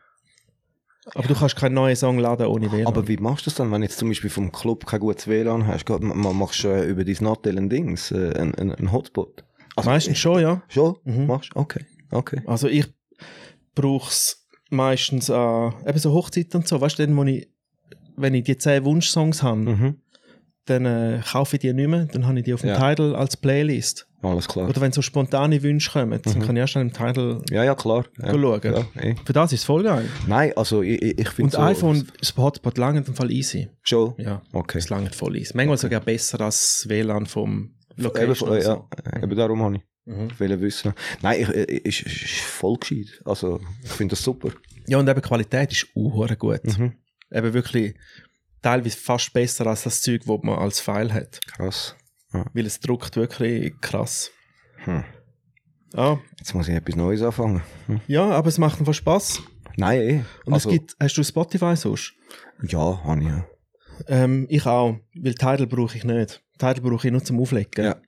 A: Aber du kannst keinen neuen Song laden ohne WLAN.
D: Aber wie machst du das dann, wenn jetzt zum Beispiel vom Club kein gutes WLAN hast? Geht- ma- ma- Machst du äh, über dein Nattel ein Dings, äh, ein, ein, ein Hotspot? Also,
A: meistens schon, ja.
D: Schon?
A: Mhm.
D: Machst du? Okay. Okay.
A: Also ich brauche es meistens an eben so Hochzeiten und so. Weißt du, dann, wo ich, wenn ich die 10 Wunschsongs habe,
D: Mhm.
A: dann äh, kaufe ich die nicht mehr, dann habe ich die auf dem
D: Ja.
A: Title als Playlist.
D: Alles klar.
A: Oder wenn so spontane Wünsche kommen,
D: Mhm.
A: dann kann ich auch schnell im Title
D: Ja, ja, klar. Ja.
A: schauen.
D: Ja, eh.
A: Für das ist es voll geil.
D: Nein, also ich, ich ich
A: Und
D: finde so...
A: iPhone, das Hotspot langt im Fall easy.
D: Schon?
A: Ja,
D: Okay.
A: es langt voll easy. Manchmal sogar besser als das WLAN vom
D: Eben,
A: Location.
D: äh,
A: und
D: ja,
A: so.
D: äh, eben darum habe ich.
A: Mhm.
D: Ich will wissen. Nein, ich, ich, ich, ich ist voll gescheit. Also, ich finde das super.
A: ja, und eben die Qualität ist unhöher gut.
D: Mhm.
A: Eben wirklich teilweise fast besser als das Zeug, das man als File hat.
D: Krass.
A: Weil es druckt wirklich krass.
D: Hm.
A: Ja,
D: Jetzt muss ich etwas Neues anfangen.
A: ja aber es macht einfach Spaß.
D: Nein, eh.
A: Und
D: also,
A: es gibt, hast du Spotify sonst?
D: Ja, habe ich. ja.
A: Ähm, ich auch, weil Title brauche ich nicht. Title brauche ich nur zum Auflegen.
D: Ja.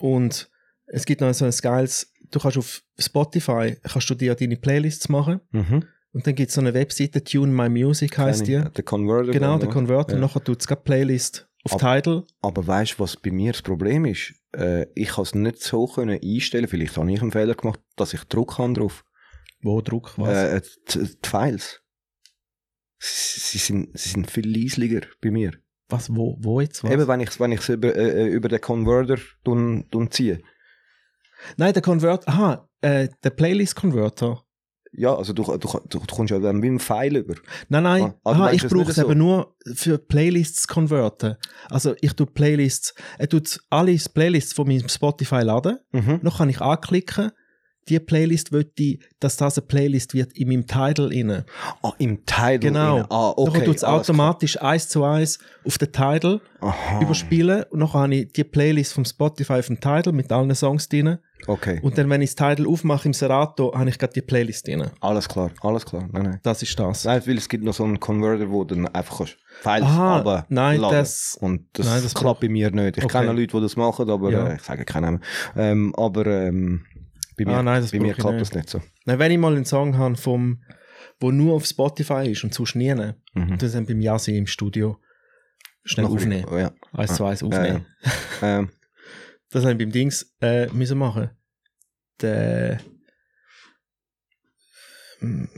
A: Und es gibt noch so ein geiles, du kannst auf Spotify, kannst du dir deine Playlists machen
D: Mhm.
A: und dann gibt es so eine Webseite, Tune My Music heisst die.
D: Keine- Der Converter.
A: Genau,
D: dann,
A: der
D: ja.
A: Converter,
D: Ja.
A: nachher tut es gerade Playlist auf Title.
D: Aber weißt du, was bei mir das Problem ist? Äh, ich kann es nicht so können einstellen, vielleicht habe ich einen Fehler gemacht, dass ich Druck habe drauf.
A: Wo Druck, was?
D: Äh, die, die Files. Sie, sie, sind, sie sind viel leisliger bei mir.
A: was, wo, wo jetzt was?
D: Eben, wenn ich es wenn ich's über, äh, über den Converter dun, dun ziehe.
A: Nein, der Converter, aha, äh, der Playlist-Converter.
D: Ja, also du, du, du, du kommst ja dann mit dem Pfeil über.
A: Nein, nein,
D: Ah, ah, du
A: aha,
D: meinst
A: ich
D: es
A: brauche
D: nicht
A: es
D: so?
A: eben nur für Playlists konverten. Also ich tue Playlists, er tut alle Playlists von meinem Spotify laden
D: Mhm.
A: Noch kann ich anklicken, die Playlist will ich, dass das eine Playlist wird in meinem Title inne.
D: Ah, im Title.
A: Genau.
D: rein. Ah, okay.
A: Nachher tut es
D: alles
A: automatisch eins zu eins auf den Title
D: klar. Aha.
A: überspielen und noch habe ich die Playlist vom Spotify auf dem Title mit allen Songs drin.
D: Okay.
A: Und dann, wenn ich das Title aufmache im Serato, habe ich gerade die Playlist drin.
D: Alles klar, alles klar. Nein, nein.
A: Das ist das.
D: Nein, weil es gibt noch so einen Converter, wo dann einfach kannst Files
A: Aha,
D: runter-
A: nein,
D: laden.
A: das-
D: Und das,
A: nein, das
D: klappt bei mir nicht. Ich
A: Okay.
D: kenne Leute, die das machen, aber
A: Ja.
D: äh, ich sage keinen Namen. Ähm, aber ähm, bei mir,
A: Ah, nein, das
D: bei
A: brauche
D: mir
A: ich
D: klappt
A: nicht.
D: das nicht so.
A: Nein, wenn ich mal einen Song habe, vom, wo nur auf Spotify ist und sonst nie, mhm.
D: Mhm.
A: dann sind beim Yasi im Studio schnell
D: Noch ein bisschen-
A: aufnehmen.
D: Oh, ja.
A: Eins zu eins
D: Ja,
A: aufnehmen.
D: ja. ähm,
A: Das haben wir beim Dings äh, müssen machen. Der. Hm.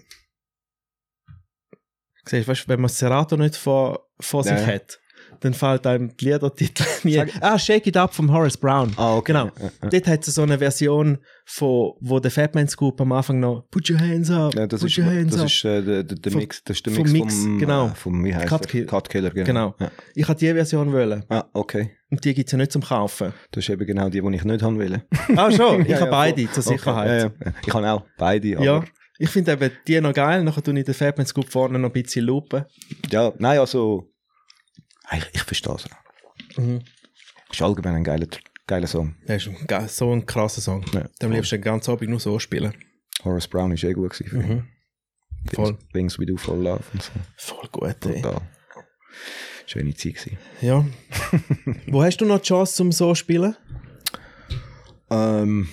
A: Siehst, weißt, wenn man Serato nicht vor, vor sich
D: Ja, ja.
A: hat, dann fällt einem die Liedertitel nie. Ah, Shake It Up von Horace Brown.
D: ah, okay.
A: Genau.
D: Ja, ja.
A: Dort hat es so eine Version, von, wo der Fatman Scoop am Anfang noch Put your hands up,
D: Ja, das
A: put
D: ist,
A: your hands
D: das
A: up.
D: ist äh, der, der, der
A: Vom-
D: Mix, das ist der
A: vom
D: Mix vom,
A: Mix, genau.
D: äh, vom wie heißt
A: Cut
D: er?
A: Kill.
D: Cut Killer, genau.
A: Genau.
D: Ja.
A: Ich hatte diese Version wollen.
D: Ah, okay.
A: Und die gibt es ja nicht zum Kaufen.
D: Das ist eben genau die, die ich nicht haben will.
A: Ah, schon. Ich
D: Ja,
A: habe
D: ja,
A: beide
D: voll.
A: zur
D: Okay.
A: Sicherheit.
D: Ja, ja. Ich habe auch beide, aber...
A: Ja, ich finde eben die noch geil. Nachher tue ich den Fatman Scoop vorne noch ein bisschen lupen.
D: Ja, nein, also. Ich, ich verstehe es. Ist allgemein ein geiler, geiler Song.
A: Das ist ein ge- so ein krasser Song.
D: Ja.
A: Dem liebst du den ganzen Abend nur so spielen.
D: Horace Brown ist eh gut gewesen. Mhm.
A: Mhm. Voll.
D: Things We Do For Love und so.
A: Voll gut, ey.
D: Total. Schöne Zeit gewesen.
A: Ja. Wo hast du noch die Chance, um so zu spielen?
D: Ähm,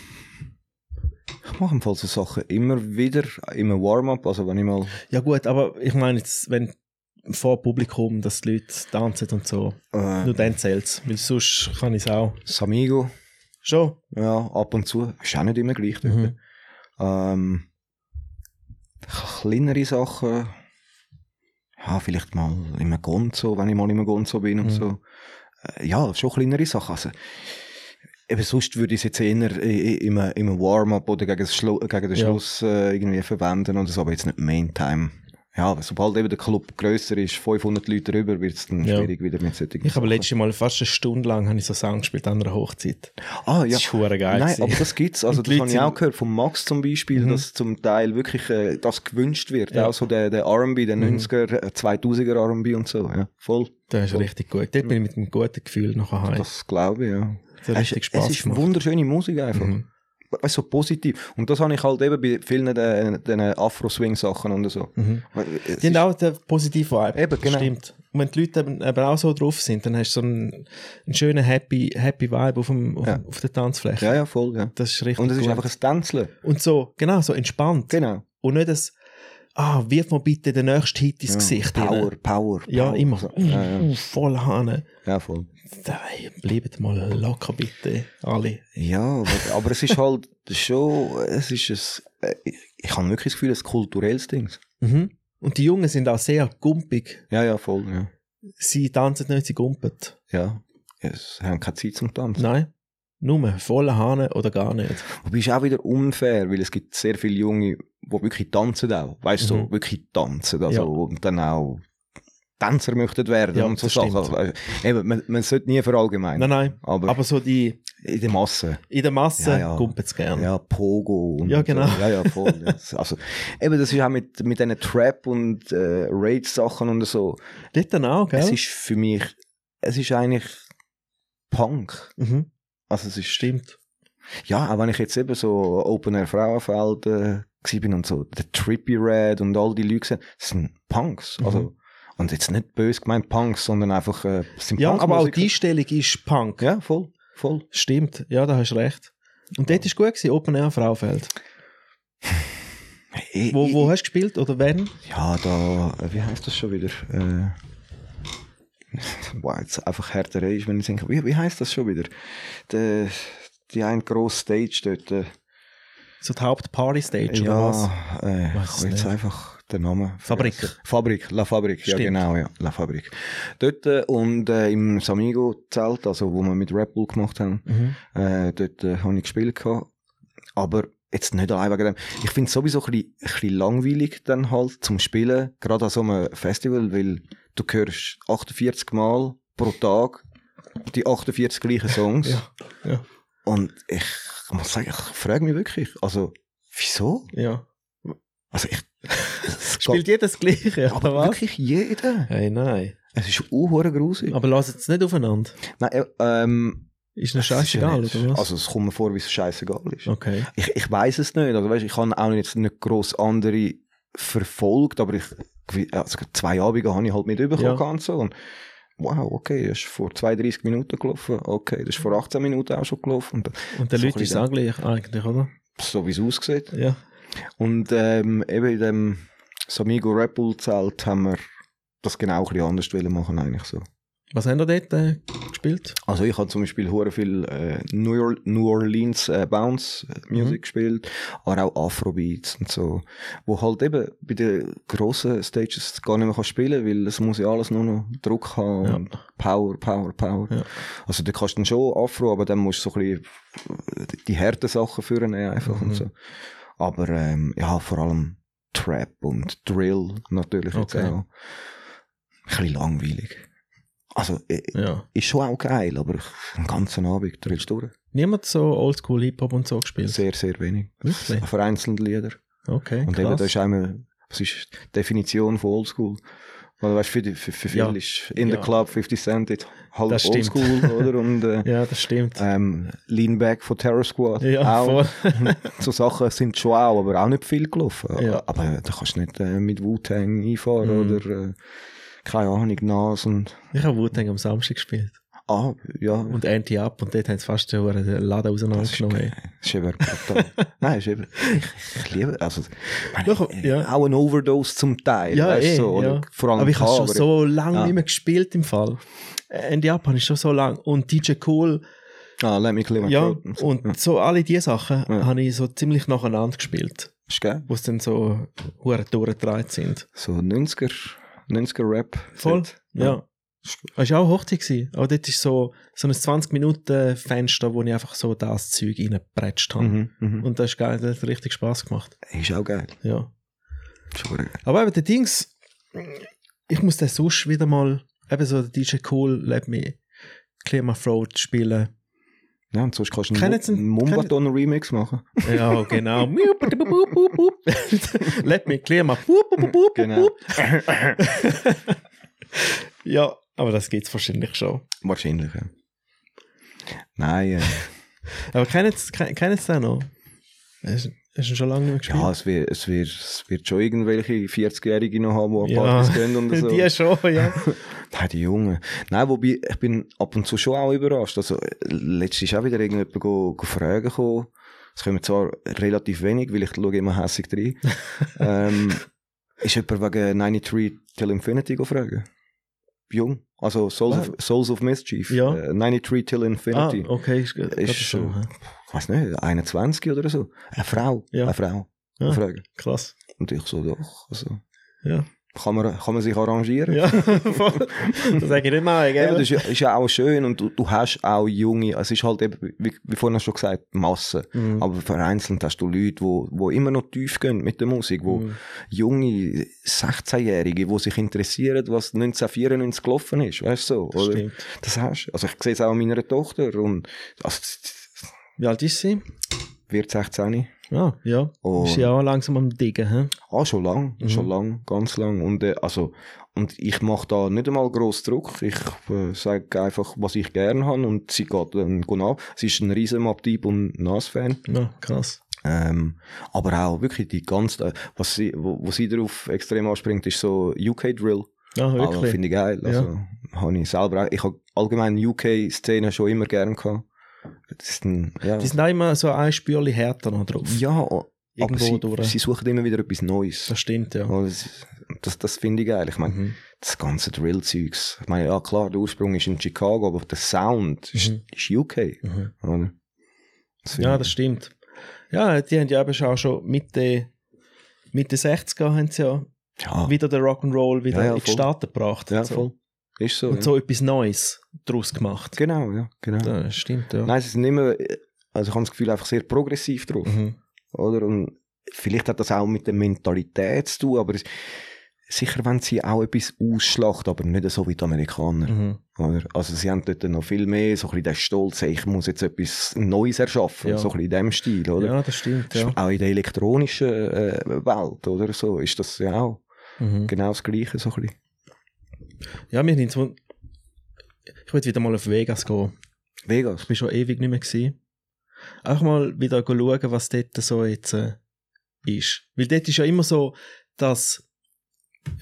D: ich mache im Fall so Sachen immer wieder im Warm-Up, also wenn ich mal...
A: Ja gut, aber ich meine jetzt, wenn vor Publikum, dass die Leute tanzen und so.
D: Äh,
A: Nur dann zählt es, weil sonst kann ich es auch.
D: Samigo,
A: Schon?
D: ja, ab und zu. Ist auch nicht immer gleich. dort.
A: Mhm.
D: Ähm, kleinere Sachen. Ja, vielleicht mal im Gonzo, wenn ich mal im Gonzo bin und
A: Mhm.
D: so. Äh, ja, schon kleinere Sachen. Also, eben sonst würde ich es jetzt eher äh, im, im Warm-up oder gegen, das Schlu gegen den
A: Ja.
D: Schluss äh, irgendwie verwenden oder so, aber jetzt nicht Main-Time. Ja, aber sobald eben der Club grösser ist, 500 Leute rüber, wird es dann
A: Ja.
D: schwierig wieder mit solchen
A: Ich habe
D: Sachen.
A: letztes Mal fast eine Stunde lang habe ich so Sound gespielt an einer Hochzeit.
D: Ah, ja.
A: Das ist hure geil
D: Nein,
A: gewesen.
D: aber das gibt's. Also,
A: Und
D: das
A: die
D: habe ich
A: Leute
D: auch
A: sind-
D: gehört von Max zum Beispiel, dass zum Teil wirklich äh, das gewünscht wird.
A: Mhm. Ja. Mhm.
D: Auch so der, der RB, der 90er, äh, 2000er RB und so. Ja, voll.
A: Das ist richtig gut. Dort bin ich mit einem guten Gefühl nachher heim.
D: Oh. Das glaube ich, ja.
A: hat richtig
D: es
A: Spaß
D: ist
A: gemacht.
D: wunderschöne Musik einfach.
A: Mhm.
D: weißt, so positiv. Und das habe ich halt eben bei vielen den, den Afro-Swing-Sachen und so. äh, Es
A: Mhm. Die haben auch den positiven Vibe.
D: Eben,
A: Das
D: genau.
A: Stimmt. Und wenn die Leute eben, eben auch so drauf sind, dann hast du so einen, einen schönen happy, happy Vibe auf, dem, auf,
D: Ja.
A: auf der Tanzfläche.
D: ja, ja, voll. Ja.
A: Das ist richtig
D: Und es ist
A: gut.
D: einfach ein Tänzeln.
A: Und so, genau, so entspannt.
D: Genau.
A: Und nicht das, ah, wirf mir bitte den nächsten Hit ins Gesicht. rein.
D: Power, Power.
A: Ja,
D: Power.
A: immer.
D: So. Ja, ja.
A: Uh, voll Hahn.
D: ja, voll.
A: Nein, Bleibt mal locker, bitte, alle.
D: Ja, aber, aber es ist halt schon, es ist ein, äh, ich, ich habe wirklich das Gefühl, ein kulturelles Ding.
A: Mhm. Und die Jungen sind auch sehr gumpig.
D: Ja, ja, voll, ja.
A: Sie tanzen nicht, sie gumpen.
D: Ja, es haben keine Zeit zum Tanzen.
A: Nein, nur voll Hahn oder gar nicht.
D: Wobei ist auch wieder unfair, weil es gibt sehr viele Junge, die wirklich tanzen auch. Weißt du,
A: Mhm.
D: so, wirklich tanzen. Also,
A: Ja.
D: Und dann auch Tänzer möchten werden
A: Ja,
D: und so
A: das
D: Sachen.
A: stimmt.
D: Also, eben, man, man sollte nie verallgemeinern.
A: Nein, nein.
D: Aber,
A: Aber so die,
D: in der Masse.
A: in der Masse
D: Ja,
A: ja,
D: ja.
A: gumpen sie gerne.
D: Ja, Pogo. Und
A: Ja, genau.
D: So. Ja, ja, voll. ja. Also, eben, das ist auch mit, mit diesen Trap- und äh, Rage-Sachen und so.
A: Dort dann auch, gell?
D: Es ist für mich, es ist eigentlich Punk.
A: mhm.
D: Also es ist,
A: Stimmt.
D: ja, auch wenn ich jetzt eben so Open-Air Frauenfeld äh, gsi bin und so, der Trippy Red und all die Leute, gesehen, das sind Punks.
A: Mhm.
D: Also, und jetzt nicht böse gemeint Punks, sondern einfach, äh, es sind
A: Ja, aber auch
D: Punkmusiker.
A: die Stellung ist Punk.
D: Ja, voll, voll.
A: Stimmt, ja, da hast du recht. Und dort war gut, gewesen, Open Air Fraufeld.
D: Ich-
A: Wo,
D: ich-
A: wo hast du gespielt oder wenn?
D: Ja, da, äh, wie heißt das schon wieder? Äh, boah, jetzt einfach härter ist, wenn ich denke, wie, wie heißt das schon wieder? Der, die ein grosse Stage dort. Äh,
A: So die Hauptparty-Stage oder was?
D: ja, äh, ich
A: Weiss
D: habe jetzt
A: nicht.
D: einfach den Namen.
A: Fabrik.
D: vergessen. Fabrik, La Fabrik, ja
A: Stimmt.
D: genau, ja, La Fabrik. Dort äh, und äh, im Samigo-Zelt, also wo wir mit Red Bull gemacht haben,
A: Mhm.
D: äh, dort äh, habe ich gespielt. Gehabt. Aber jetzt nicht allein wegen dem. Ich finde es sowieso ein bisschen, ein bisschen langweilig dann halt zum Spielen, gerade an so einem Festival, weil du hörst 48 Mal pro Tag die 48 gleichen Songs.
A: Ja, ja.
D: Und ich muss sagen, ich frage mich wirklich, also wieso?
A: Ja.
D: Also ich... es geht-
A: Spielt jeder das Gleiche,
D: aber
A: oder was?
D: wirklich jeder.
A: Hey, nein.
D: Es ist unhöher grusig.
A: Aber lass es nicht aufeinander.
D: Nein, äh, ähm,
A: Ist noch
D: es ist ja
A: scheißegal,
D: nicht-
A: oder was?
D: Also es kommt mir vor, wie es scheißegal ist.
A: okay.
D: Ich, ich weiß es nicht. Also, weißt, ich habe auch jetzt nicht gross andere verfolgt, aber ich, gewi- also zwei Abende habe ich halt mitbekommen.
A: Ja.
D: Ja. So. Und wow, okay, das ist vor 32 Minuten gelaufen. Okay, das ist vor 18 Minuten auch schon gelaufen. Und
A: Und der
D: so ein
A: Leute ist es
D: bisschen
A: auch gleich eigentlich, oder?
D: so wie es aussieht.
A: Ja.
D: Und ähm, eben in dem Samigo Red Bull Zelt haben wir das genau ein bisschen anders wollen machen eigentlich so.
A: Was haben wir dort äh, gespielt?
D: Also ich habe zum Beispiel hure viel äh, New, Or New Orleans äh, Bounce äh, Music
A: Mhm.
D: gespielt, aber auch Afrobeats und so, wo halt eben bei den grossen Stages gar nicht mehr kann spielen, weil es muss ja alles nur noch Druck haben
A: Ja.
D: und Power, Power, Power.
A: Ja.
D: Also da kannst du dann schon Afro, aber dann musst du so ein bisschen die harten Sachen führen einfach
A: Mhm.
D: und so. Aber ähm, ja, vor allem Trap und Drill natürlich
A: Okay.
D: jetzt auch. Ein bisschen langweilig. Also äh,
A: Ja.
D: ist schon auch geil, aber ich- den ganzen Abend drillst du durch.
A: Niemand so oldschool Hip-Hop und so gespielt?
D: Sehr, sehr wenig.
A: Wirklich?
D: Vereinzelt Lieder.
A: Okay,
D: Und eben,
A: krass.
D: da ist einmal, was ist die Definition von Oldschool? Weil, weißt, für, die, für, für
A: Ja.
D: viele ist in
A: Ja.
D: the Club 50 Cent jetzt halb
A: Das stimmt.
D: Oldschool, oder? Und äh,
A: ja, das stimmt.
D: ähm, Lean Back von Terror Squad.
A: ja,
D: Äh, auch.
A: voll.
D: So Sachen sind schon auch, aber auch nicht viel gelaufen.
A: Ja.
D: Aber äh, da kannst du nicht äh, mit Wu-Tang einfahren
A: Mhm.
D: oder, äh, keine Ahnung, Nas und,
A: Ich habe Wu-Tang am Samstag gespielt.
D: ah, ja,
A: Und Anti-Up. Und dort haben sie fast den verdammten Laden
D: Das ist,
A: auseinandergenommen.
D: geil. Das ist eben brutal. Nein, ist eben, ich, ich liebe, also, meine,
A: Doch,
D: äh,
A: ja.
D: auch eine Overdose zum Teil,
A: Ja,
D: weißt du,
A: eh,
D: so, oder?
A: ja.
D: vor allem
A: aber ich habe schon
D: Cover.
A: so lange
D: Ah.
A: nicht mehr gespielt im Fall. Äh, Anti-Up habe ich schon so lange. Und DJ Cool.
D: Ah, let me clear my
A: Ja,
D: throat. so.
A: und so alle diese Sachen
D: Ja.
A: habe ich so ziemlich nacheinander gespielt.
D: ist geil.
A: Wo es dann so hure durchgedreht sind.
D: So 90er, 90er Rap.
A: Voll.
D: Dort.
A: Ja. Das war auch Hochzeit. gewesen. Aber dort ist so, so ein 20-Minuten-Fenster, wo ich einfach so das Zeug reingepretscht habe.
D: Mhm, mhm.
A: Und das ist geil, das hat richtig Spass gemacht.
D: Ist auch geil.
A: Ja.
D: Ist verdammt geil.
A: Aber eben der Dings, ich muss den sonst wieder mal, eben so der DJ Cool, Let Me, Clear My Throat spielen.
D: Ja, und sonst kannst du
A: Kennen
D: einen
A: Sie-
D: Mum- Mumbaton-Remix machen.
A: Ja, genau. Miu, bup, bup, bup, bup, bup. Let Me Clear My bup, bup, bup, bup,
D: Genau.
A: bup. Ja, aber das geht's wahrscheinlich schon.
D: Wahrscheinlich, ja. Nein, äh,
A: Aber kennen Sie kennen Sie den noch? Hast hast du schon lange nicht mehr gespielt?
D: Ja, es wird, es wird, es wird schon irgendwelche 40-Jährige noch haben, die an
A: Ja.
D: Partys gehen und so.
A: Die schon, ja.
D: Nein, die Jungen. Nein, wobei, ich bin ab und zu schon auch überrascht. Also, äh, letztens ist auch wieder irgendjemand go, go fragen gekommen. Es kommen zwar relativ wenig, weil ich schaue immer hässig rein. ähm, ist jemand wegen 93 Till Infinity go fragen? Jung. Also, Souls, of, Souls of Mischief.
A: Ja.
D: Äh, 93 Till
A: ah,
D: Infinity.
A: okay. Ist, gerade
D: Ist
A: so.
D: schon. Ich weiß nicht, 21 oder so. Eine Frau.
A: Ja.
D: Eine Frau.
A: Ja.
D: Fragen.
A: Krass.
D: Und ich so, doch. Also,
A: Ja.
D: kann, man, kann man sich arrangieren?
A: Ja, voll. das sage ich nicht mal,
D: Ja,
A: gell?
D: das ist ja, ist ja auch schön und du, du hast auch junge, es ist halt eben, wie, wie vorhin schon gesagt, Masse.
A: Mhm.
D: Aber vereinzelt hast du Leute, wo, wo immer noch tief gehen mit der Musik, wo
A: Mhm.
D: junge 16-Jährige, die sich interessieren, was 1994 gelaufen ist, weißt du so?
A: Das
D: oder?
A: stimmt.
D: Das hast du. Also ich sehe es auch an meiner Tochter und also, z- z-
A: Wie alt ist sie?
D: wird 16.
A: Ja, ja.
D: Oh.
A: Ist ja auch langsam am Diggen, hä?
D: Ah, schon lang,
A: Mhm.
D: schon lang, ganz lang. Und, äh, also, und ich mache da nicht einmal gross Druck. Ich äh, sage einfach, was ich gerne habe und sie geht dann gut ab. Sie ist ein riesen Map-Typ und NAS-Fan.
A: Ja, krass.
D: Ähm, aber auch wirklich die ganz, äh, was sie, wo, wo sie darauf extrem anspringt, ist so UK-Drill.
A: Ja,
D: Also,
A: Ah, wirklich.
D: finde ich geil. Also, habe ich selber auch. Ich habe allgemein UK-Szene schon immer gern gehabt. Das ist ein, ja.
A: Die sind auch immer so ein Spürchen härter noch drauf.
D: ja, aber
A: Irgendwo
D: sie,
A: durch.
D: sie suchen immer wieder etwas Neues.
A: Das stimmt, ja.
D: Ja, Das, das, das finde ich geil. Oh, Ich meine,
A: Mhm.
D: das ganze Drill-Zeugs. Ich meine, ja klar, der Ursprung ist in Chicago, aber der Sound ist,
A: Mhm.
D: ist UK.
A: Mhm.
D: Oder? Das finde
A: Ja,
D: ich-
A: das stimmt. Ja, die haben ja eben schon auch schon Mitte, Mitte 60er haben sie ja
D: ja,
A: wieder den Rock'n'Roll wieder
D: Ah. Ja, ja,
A: in die
D: voll.
A: Staaten gebracht.
D: ja
A: und so.
D: voll. Ist so.
A: Und
D: ja.
A: so etwas Neues daraus gemacht.
D: Genau, ja, genau.
A: Ja, das stimmt, ja.
D: Nein, sie sind immer, also ich habe das Gefühl, einfach sehr progressiv drauf.
A: Mhm.
D: Oder? Und vielleicht hat das auch mit der Mentalität zu tun, aber es, sicher wollen sie auch etwas ausschlachten, aber nicht so wie die Amerikaner.
A: Mhm.
D: Oder? Also sie haben dort noch viel mehr so ein bisschen den Stolz, hey, ich muss jetzt etwas Neues erschaffen,
A: Ja.
D: so ein bisschen in dem Stil, oder?
A: Ja, das stimmt, ja.
D: Auch in der elektronischen äh, Welt, oder so, ist das ja auch
A: Mhm.
D: genau das Gleiche, so ein bisschen.
A: Ja, wir sind so... Ich will wieder mal auf Vegas gehen.
D: Vegas.
A: Ich bin schon ewig nicht mehr gewesen. Einfach mal wieder schauen, was dort so jetzt äh, ist. Weil dort ist ja immer so, dass,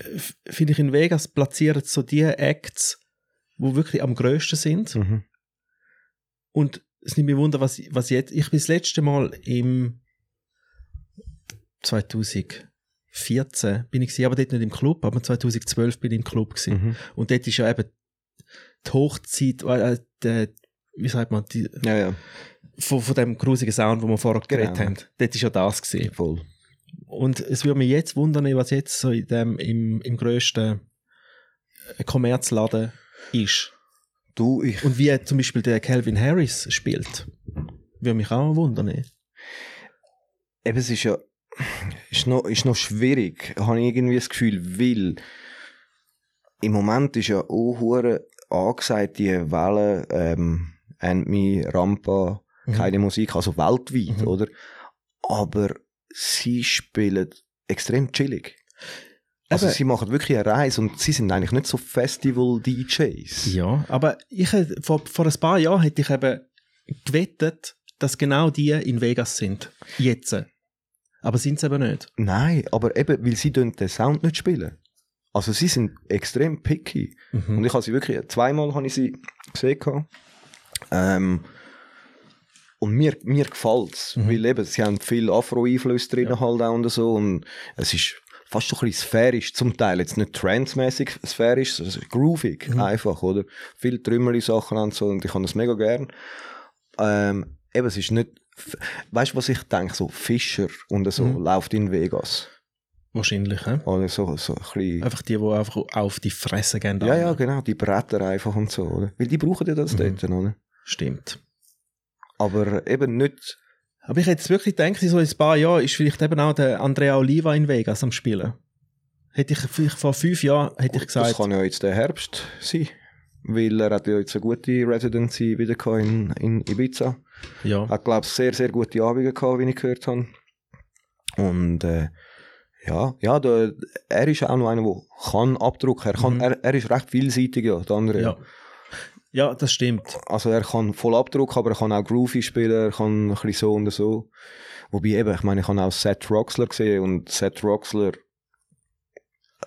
A: äh, f- finde ich, in Vegas platzieren so die Acts, wo wirklich am grössten sind.
D: Mhm.
A: Und es nimmt mich wunder, was, was jetzt. Ich bin das letzte Mal im 2014 bin ich gewesen, aber dort nicht im Club, aber 2012 bin ich im Club gewesen.
D: Mhm.
A: Und dort ist ja eben die Hochzeit, äh, äh, die, wie sagt man, die,
D: Ja, ja,
A: von, von dem grusigen Sound, den wir vorher geredet
D: Genau.
A: haben. Dort war ja das. Gewesen.
D: voll.
A: Und es würde mich jetzt wundern, was jetzt so in dem, im, im grössten äh, Kommerzladen ist.
D: Du, ich
A: Und wie zum Beispiel der Calvin Harris spielt. Würde mich auch wundern.
D: Eben, es ist ja ist noch, ist noch schwierig, habe ich irgendwie das Gefühl, weil im Moment ist ja auch hure angesagt, die Welle, ähm, And Me, Rampa,
A: Mhm.
D: keine Musik, also weltweit,
A: Mhm.
D: oder? Aber sie spielen extrem chillig. Also
A: Eben.
D: sie machen wirklich eine Reise und sie sind eigentlich nicht so Festival-DJs.
A: Ja, aber ich, hätte- vor, vor ein paar Jahren hätte ich eben gewettet, dass genau die in Vegas sind. Jetzt. Aber sind sie eben nicht.
D: Nein, aber eben, weil sie den Sound nicht spielen. Also sie sind extrem picky. Mhm. Und ich habe sie wirklich, zweimal habe ich sie gesehen. gehabt. Ähm, und mir, mir gefällt es, weil eben, sie haben viel Afro-Einfluss drin halt auch und so und es ist fast schon ein bisschen sphärisch, zum Teil jetzt nicht transmäßig sphärisch, sondern groovig einfach, oder? Viel trümmerliche Sachen und so und ich habe das mega gern. Ähm, eben, es ist nicht, weißt du, was ich denke, so Fischer und so, läuft in Vegas
A: Wahrscheinlich. hä?
D: oder so, so ein bisschen...
A: Einfach die, die einfach auf die Fresse gehen.
D: Ja, ja, genau, die Bretter einfach und so, oder? Weil die brauchen ja das
A: Mhm.
D: dort, oder?
A: Stimmt.
D: Aber eben nicht.
A: Aber ich hätte jetzt wirklich gedacht, so in ein paar Jahren ist vielleicht eben auch der Andrea Oliva in Vegas am Spielen. Hätte ich vielleicht vor fünf Jahren hätte ich gesagt,
D: Das kann ja jetzt der Herbst sein. Weil er hat ja jetzt eine gute Residency wieder gehabt in, in Ibiza.
A: ja,
D: Er hat, glaube ich, sehr, sehr gute Abende gehabt, wie ich gehört habe. Und äh, ja, ja der, er ist auch noch einer, der kann Abdruck. Er, kann, er, er ist recht vielseitig, ja, der andere.
A: Mhm. ja, ja, das stimmt.
D: Also er kann voll Abdruck, aber er kann auch Groovy spielen, er kann ein bisschen so und so. Wobei eben, ich meine, ich habe auch Seth Roxler gesehen und Seth Roxler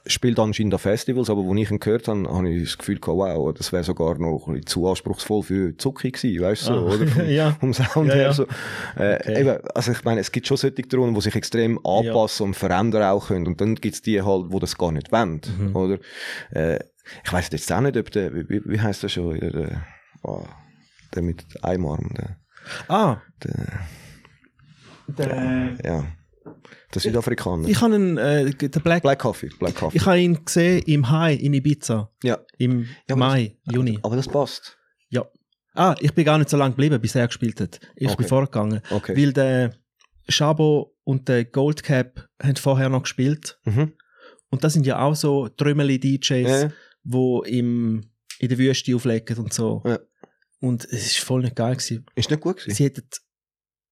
D: spielt anscheinend an Festivals, aber wo ich ihn gehört habe, habe ich das Gefühl gehabt, wow, das wäre sogar noch ein bisschen zu anspruchsvoll für Zucki gewesen, weißt du, so,
A: Ah,
D: oder? Vom,
A: ja.
D: vom Sound
A: Ja,
D: her
A: ja.
D: so. Äh,
A: Okay.
D: eben, also ich meine, es gibt schon solche Drohnen, die sich extrem anpassen und verändern auch können und dann gibt es die halt, die das gar nicht wollen,
A: Mhm.
D: oder? Äh, ich weiß jetzt auch nicht, ob der, wie, wie heißt der schon, wieder, der, oh, der mit einem Arm, der,
A: Ah,
D: der,
A: der,
D: ja, der Südafrikaner.
A: ich habe einen, äh, den Black,
D: Black Coffee, Black Coffee.
A: ich habe ihn gesehen im High in Ibiza
D: ja,
A: im
D: Ja, aber
A: Mai, Juni.
D: aber das passt.
A: Ja. Ah, ich bin gar nicht so lange geblieben, bis er gespielt hat. Ich
D: Okay.
A: bin vorgegangen.
D: Okay.
A: Weil der Schabo und der Goldcap haben vorher noch gespielt.
D: Mhm. Äh,
A: Und das sind ja auch so Trümmeli-DJs,
D: Ja.
A: wo im, in der Wüste auflegen und so.
D: Ja.
A: Und es ist voll nicht geil gewesen.
D: Ist nicht gut gewesen.
A: Sie hätten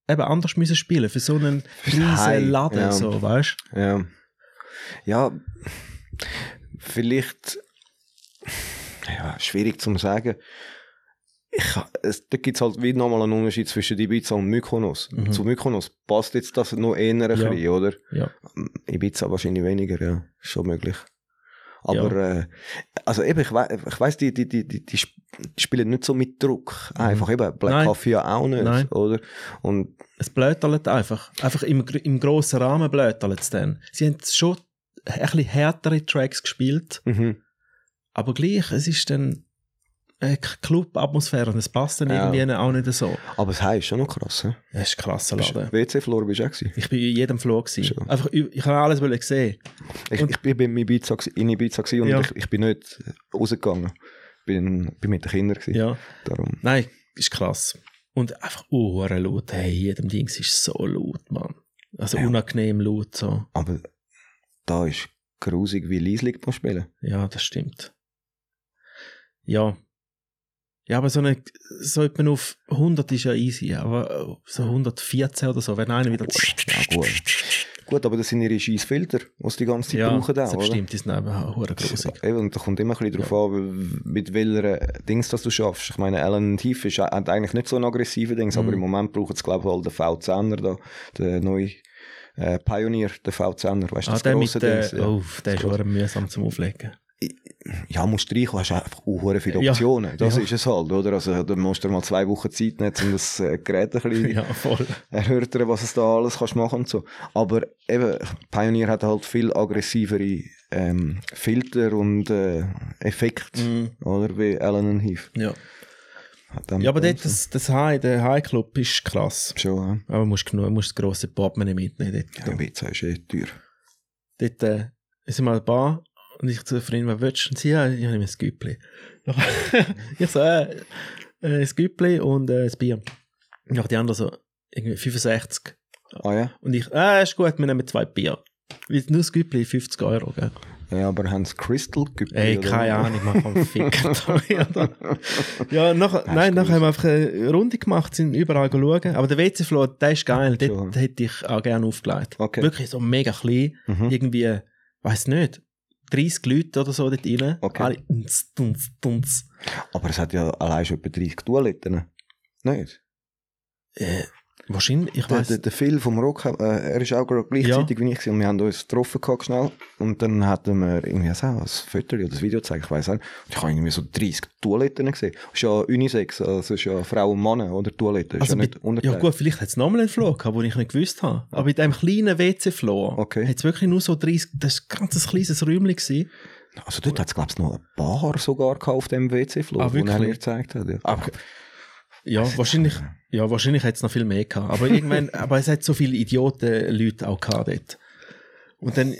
A: eben anders müssen spielen für so einen
D: Hi,
A: riesen Laden,
D: ja.
A: so, weißt
D: Ja. Ja, vielleicht. Ja, schwierig zu sagen. Ich, ha- es, da gibt es halt wieder nochmal einen Unterschied zwischen Ibiza und Mykonos.
A: Mhm.
D: Zu Mykonos passt jetzt das noch eher ein bisschen, oder?
A: Ja.
D: Ibiza wahrscheinlich weniger, ja. Ist Schon möglich. Aber, äh, also eben, ich, we ich weiss, die, die, die, die, die sp- die spielen nicht so mit Druck. Einfach eben, Black
A: Mhm. Nein.
D: Coffee ja auch nicht,
A: Nein.
D: oder? Und
A: Es blötelt einfach. Einfach im, gr- im grossen Rahmen blötelt es dann. Sie haben schon ein bisschen härtere Tracks gespielt,
D: mhm.
A: aber gleich, es ist dann eine K- Club-Atmosphäre und es passt dann
D: Ja.
A: irgendwie auch nicht so.
D: Aber das Heim ist schon noch krass. He?
A: Das ist ein krasser Laden.
D: WC-Floor bist du auch gewesen.
A: Ich bin in jedem Flug. gewesen.
D: Schon.
A: Einfach, ü- ich habe alles wollen sehen.
D: Ich,
A: Und-
D: ich bin in Ibiza, gewesen- in Ibiza gewesen und
A: Ja.
D: ich, ich bin nicht rausgegangen. Bin, bin mit den Kindern gewesen.
A: Ja.
D: Darum.
A: Nein, ist krass. Und einfach uhren laut. Hey, in jedem Dings ist so laut, Mann. Also
D: Ja.
A: unangenehm laut. So.
D: Aber da ist grusig, wie Lieslig muss spielen.
A: Ja, das stimmt. Ja. Ja, aber so, eine, so etwa auf 100 ist ja easy, aber so 114 oder so, wenn einer wieder...
D: Ja, gut. Gut, aber das sind ihre scheiß Filter, die sie die ganze Zeit brauchen.
A: das
D: Auch, oder?
A: stimmt, ist neben hure grusig.
D: Eben, und da kommt immer ein bisschen darauf an, mit welcher Dings das du schaffst. Ich meine, Alan Heath ist, äh, hat eigentlich nicht so einen aggressiven Dings,
A: Mhm.
D: aber im Moment brauchen sie, glaube ich, halt den V10er da, den neuen äh, Pioneer, den V10er, weißt du,
A: Ah,
D: das
A: der
D: grosse
A: mit der...
D: Dings. ja.
A: Oh, der ist hure mühsam zum Auflegen.
D: ja, musst du hast einfach auch viele
A: Ja.
D: Optionen. Das
A: Ja.
D: ist es halt, oder? Also, da musst du dir mal zwei Wochen Zeit nehmen, um das äh, Gerät ein bisschen
A: Ja, voll.
D: erörtern, was es da alles kannst machen und so. Aber eben, Pioneer hat halt viel aggressivere ähm, Filter und äh, Effekte, oder? Wie Alan Heath.
A: Ja,
D: Hat dann
A: Mhm. ja aber dort,
D: so-
A: das, das High, der High-Club ist krass.
D: Schon, ja.
A: Aber musst genug, musst das grosse Portemonnaie mitnehmen dort.
D: Der Witz ist eh teuer.
A: dort äh, sind wir an der Bar und ich zu Freunden, was willst du? Und sie, ja, ich habe ein Güppli. ich so, äh, äh, ein Güppli und äh, ein Bier. Nach die anderen so, irgendwie 65.
D: Ah ja?
A: Und ich, äh, ist gut, wir nehmen zwei Bier. Weil nur das Güppli 50 Euro, gell?
D: Ja, aber haben sie Crystal Güppli?
A: Ey,
D: oder?
A: keine Ahnung, man kann ficken. Alter. ja, nachher, nein, nachher haben wir einfach eine Runde gemacht, sind überall schauen. Aber der WC-Floor, der ist geil,
D: Schon.
A: dort hätte ich auch gerne aufgelegt.
D: Okay.
A: Wirklich so mega klein,
D: Mhm.
A: irgendwie, weiß nicht, 30 Leute oder so dort rein.
D: Okay.
A: Alle, tunz, tunz, tunz.
D: Aber es hat ja allein schon etwa 30 Toiletten. Nicht?
A: Äh, wahrscheinlich, ich
D: Der, der,
A: weiß
D: der Phil vom Rock, äh, er ist auch gerade gleichzeitig wie ich gewesen. und wir haben uns getroffen gehabt, schnell und dann hatten wir irgendwie auch ein Foto oder ein Video gezeigt, ich weiß nicht. Und ich habe irgendwie so 30 Toiletten gesehen. Das ist ja Unisex, also ist ja Frau und Mann oder Toilette, ist
A: also
D: ja nicht
A: bei, ja
D: unterteilt.
A: gut, vielleicht hat es nochmal einen Floor gehabt, den ich nicht gewusst habe. Aber in diesem kleinen WC-Floor
D: Okay.
A: hat es wirklich nur so 30, das war ein ganz kleines Räumchen. Gewesen.
D: Also dort hat es glaube ich noch ein paar sogar gehabt auf dem WC-Flur,
A: Ah,
D: den er
A: wirklich? Ah,
D: mir gezeigt hat. Ja.
A: Aber, ja, wahrscheinlich, ja, wahrscheinlich hätte es noch viel mehr gehabt. Aber irgendwann, aber es hat so viele Idioten-Leute auch gehabt dort. Und dann,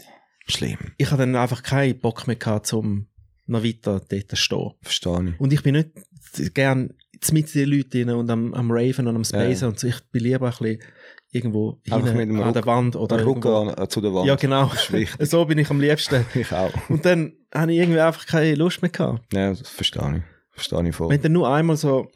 D: Schlimm,
A: ich hatte dann einfach keinen Bock mehr gehabt, um noch weiter dort zu stehen.
D: verstehe ich.
A: Und ich bin nicht gern mit den Leuten drin und am, am Raven und am Spacer und so. Ich bin lieber ein bisschen irgendwo
D: Einfach mit
A: hinten
D: dem
A: an
D: Ruck-
A: der Wand oder
D: Oder Rücken
A: irgendwo.
D: an, äh, zu der Wand.
A: Ja, genau.
D: wichtig.
A: so bin ich am liebsten.
D: Ich auch.
A: Und dann habe ich irgendwie einfach keine Lust mehr gehabt.
D: Ja, das verstehe ich. Verstehe ich
A: Wir
D: voll.
A: haben dann nur einmal so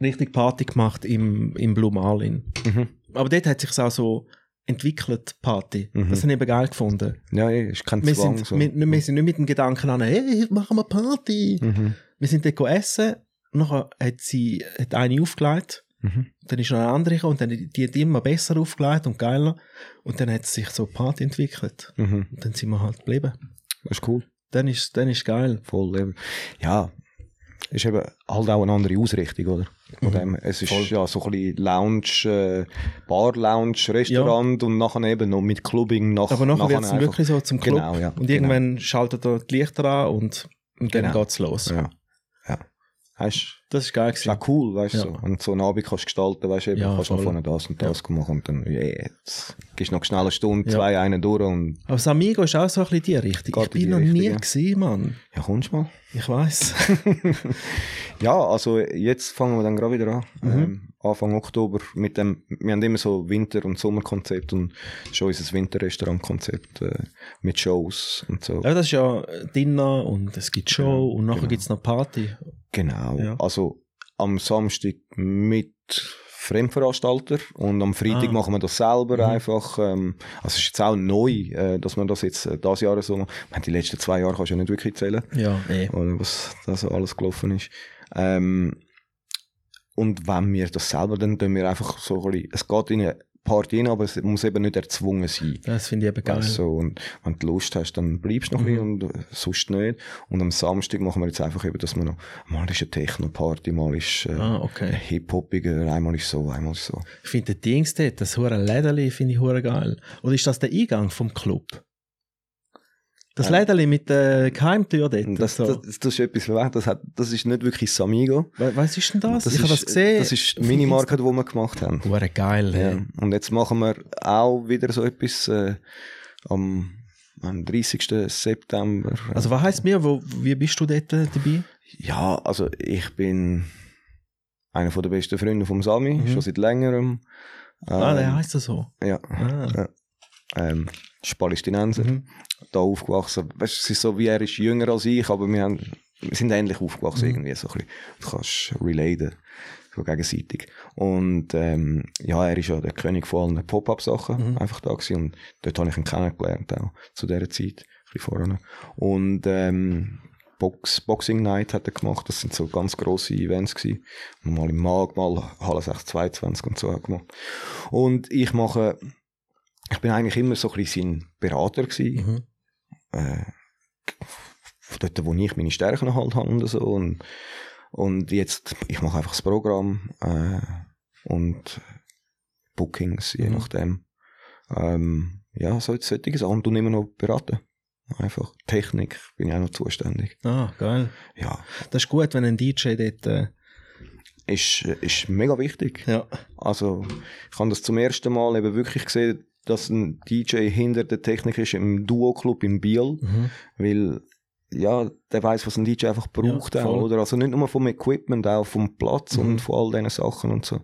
A: richtig Party gemacht im, im Blue Marlin.
D: Mhm.
A: Aber dort hat sich auch so entwickelt, die Party.
D: Mhm.
A: Das habe ich eben geil gefunden.
D: Ja, ist kein
A: Wir
D: Zwang.
A: sind,
D: so.
A: wir, wir sind nicht mit dem Gedanken an, hey, machen wir Party.
D: mhm.
A: Wir sind dort gegessen. Nachher hat sie hat eine aufgelegt.
D: Mhm.
A: Dann ist noch eine andere gekommen und dann die hat immer besser aufgelegt und geiler. Und dann hat es sich so Part entwickelt.
D: Mhm.
A: Und dann sind wir halt geblieben.
D: Das ist cool.
A: Dann ist dann ist geil.
D: Voll Level. Ja, ist eben halt auch eine andere Ausrichtung, oder? Von
A: Mhm.
D: dem, es ist ja so ein bisschen Lounge, äh, Bar-Lounge, Restaurant und nachher eben noch mit Clubbing nach,
A: Aber nachher wird es
D: einfach-
A: wirklich so zum Club.
D: Genau, ja,
A: und irgendwann schaltet er die Lichter an und, und dann
D: Genau.
A: geht's los.
D: Ja. ja. Weißt
A: Das ist geil
D: du,
A: gewesen.
D: ist auch cool, weißt du?
A: Ja.
D: So. Und so einen Abend kannst du gestalten, weißt du, eben,
A: Ja,
D: kannst du noch
A: voll.
D: vorne das und das machen und dann, yeah, jetzt gehst du noch schnell eine Stunde,
A: Ja.
D: zwei, einen durch und
A: Aber Samigo ist auch so ein bisschen die Richtung. ich
D: Geht in die
A: bin noch nie
D: Richtung, ja.
A: gewesen, Mann.
D: ja, kommst du mal.
A: Ich weiß.
D: Ja, also jetzt fangen wir dann gerade wieder an.
A: Mhm.
D: Ähm, Anfang Oktober mit dem, wir haben immer so Winter- und Sommerkonzept und schon unser Winterrestaurantkonzept äh, mit Shows und so.
A: Ja, das ist ja äh, Dinner und es gibt Show und nachher gibt's noch Party.
D: Genau.
A: Ja.
D: Also am Samstag mit Fremdveranstalter und am Freitag
A: Ah.
D: machen wir das selber einfach. Ähm, also es ist jetzt auch neu, äh, dass man das jetzt äh, das Jahr so macht. Ich meine, Die letzten zwei Jahre kannst du ja nicht wirklich zählen.
A: Ja, nee.
D: oder was da so alles gelaufen ist. Ähm, und wenn wir das selber, dann tun wir einfach so ein bisschen, es geht in eine Party rein, aber es muss eben nicht erzwungen sein.
A: Das finde ich eben geil.
D: Also, und wenn du Lust hast, dann bleibst du noch ein bisschen
A: Mhm.
D: und äh, sonst nicht. Und am Samstag machen wir jetzt einfach eben, dass wir noch, mal ist eine Techno-Party, mal ist äh,
A: Ah, okay.
D: eine Hip-Hopiger, einmal ist so, einmal ist so.
A: Ich finde den Dings dort, das hure Lädeli, finde ich hure geil. Oder ist das der Eingang vom Club? Das
D: Ja.
A: Lädeli mit der Geheimtür dort. und
D: Das,
A: so.
D: das, das ist etwas, weg, das, hat, das ist nicht wirklich Samigo.
A: We- was ist denn das?
D: Das
A: ich
D: ist,
A: habe das gesehen.
D: Das ist die Minimarke, die wir gemacht haben.
A: Hure geil,
D: Ja.
A: hey.
D: Ähm, Und jetzt machen wir auch wieder so etwas äh, am, am 30. September.
A: Also was heisst mir, wo, wie bist du dort äh, dabei?
D: ja, also ich bin einer von der besten Freunde vom Sami,
A: Mhm.
D: schon seit längerem.
A: ah,
D: Ähm,
A: der heisst das so.
D: Ja,
A: Ah.
D: ähm, ist Palästinenser,
A: Mhm.
D: da aufgewachsen. Weißt, es ist so, wie er ist jünger als ich, aber wir, haben, wir sind ähnlich aufgewachsen irgendwie so ein bisschen. Du kannst relaten, so gegenseitig. Und ähm, ja, er ist ja der König von allen Pop-Up-Sachen, einfach da gewesen. Und dort habe ich ihn kennengelernt auch, zu dieser Zeit, ein bisschen vorher. Und ähm, Box, Boxing Night hat er gemacht, das sind so ganz grosse Events gewesen. Mal im Mag, mal Halle 622 und so auch gemacht. Und ich mache, ich bin eigentlich immer so ein bisschen sein Berater gewesen.
A: Mhm.
D: Äh, von dort, wo ich meine Stärken halt habe und so. Und, und jetzt, ich mache einfach das Programm äh, und Bookings, je
A: Mhm.
D: nachdem. Ähm, ja, so solche Sachen. Und du immer noch beraten. Einfach Technik bin ich auch noch zuständig.
A: Ah, geil.
D: Ja,
A: Das ist gut, wenn ein DJ dort... Äh,
D: ist, ist mega wichtig.
A: ja.
D: Also, ich habe das zum ersten Mal eben wirklich gesehen, dass ein DJ hinter der Technik ist im Duo-Club in Biel,
A: Mhm.
D: weil ja, der weiß, was ein DJ einfach braucht,
A: Ja,
D: auch,
A: voll.
D: oder? Also nicht nur vom Equipment, auch vom Platz
A: Mhm.
D: und von all diesen Sachen und so.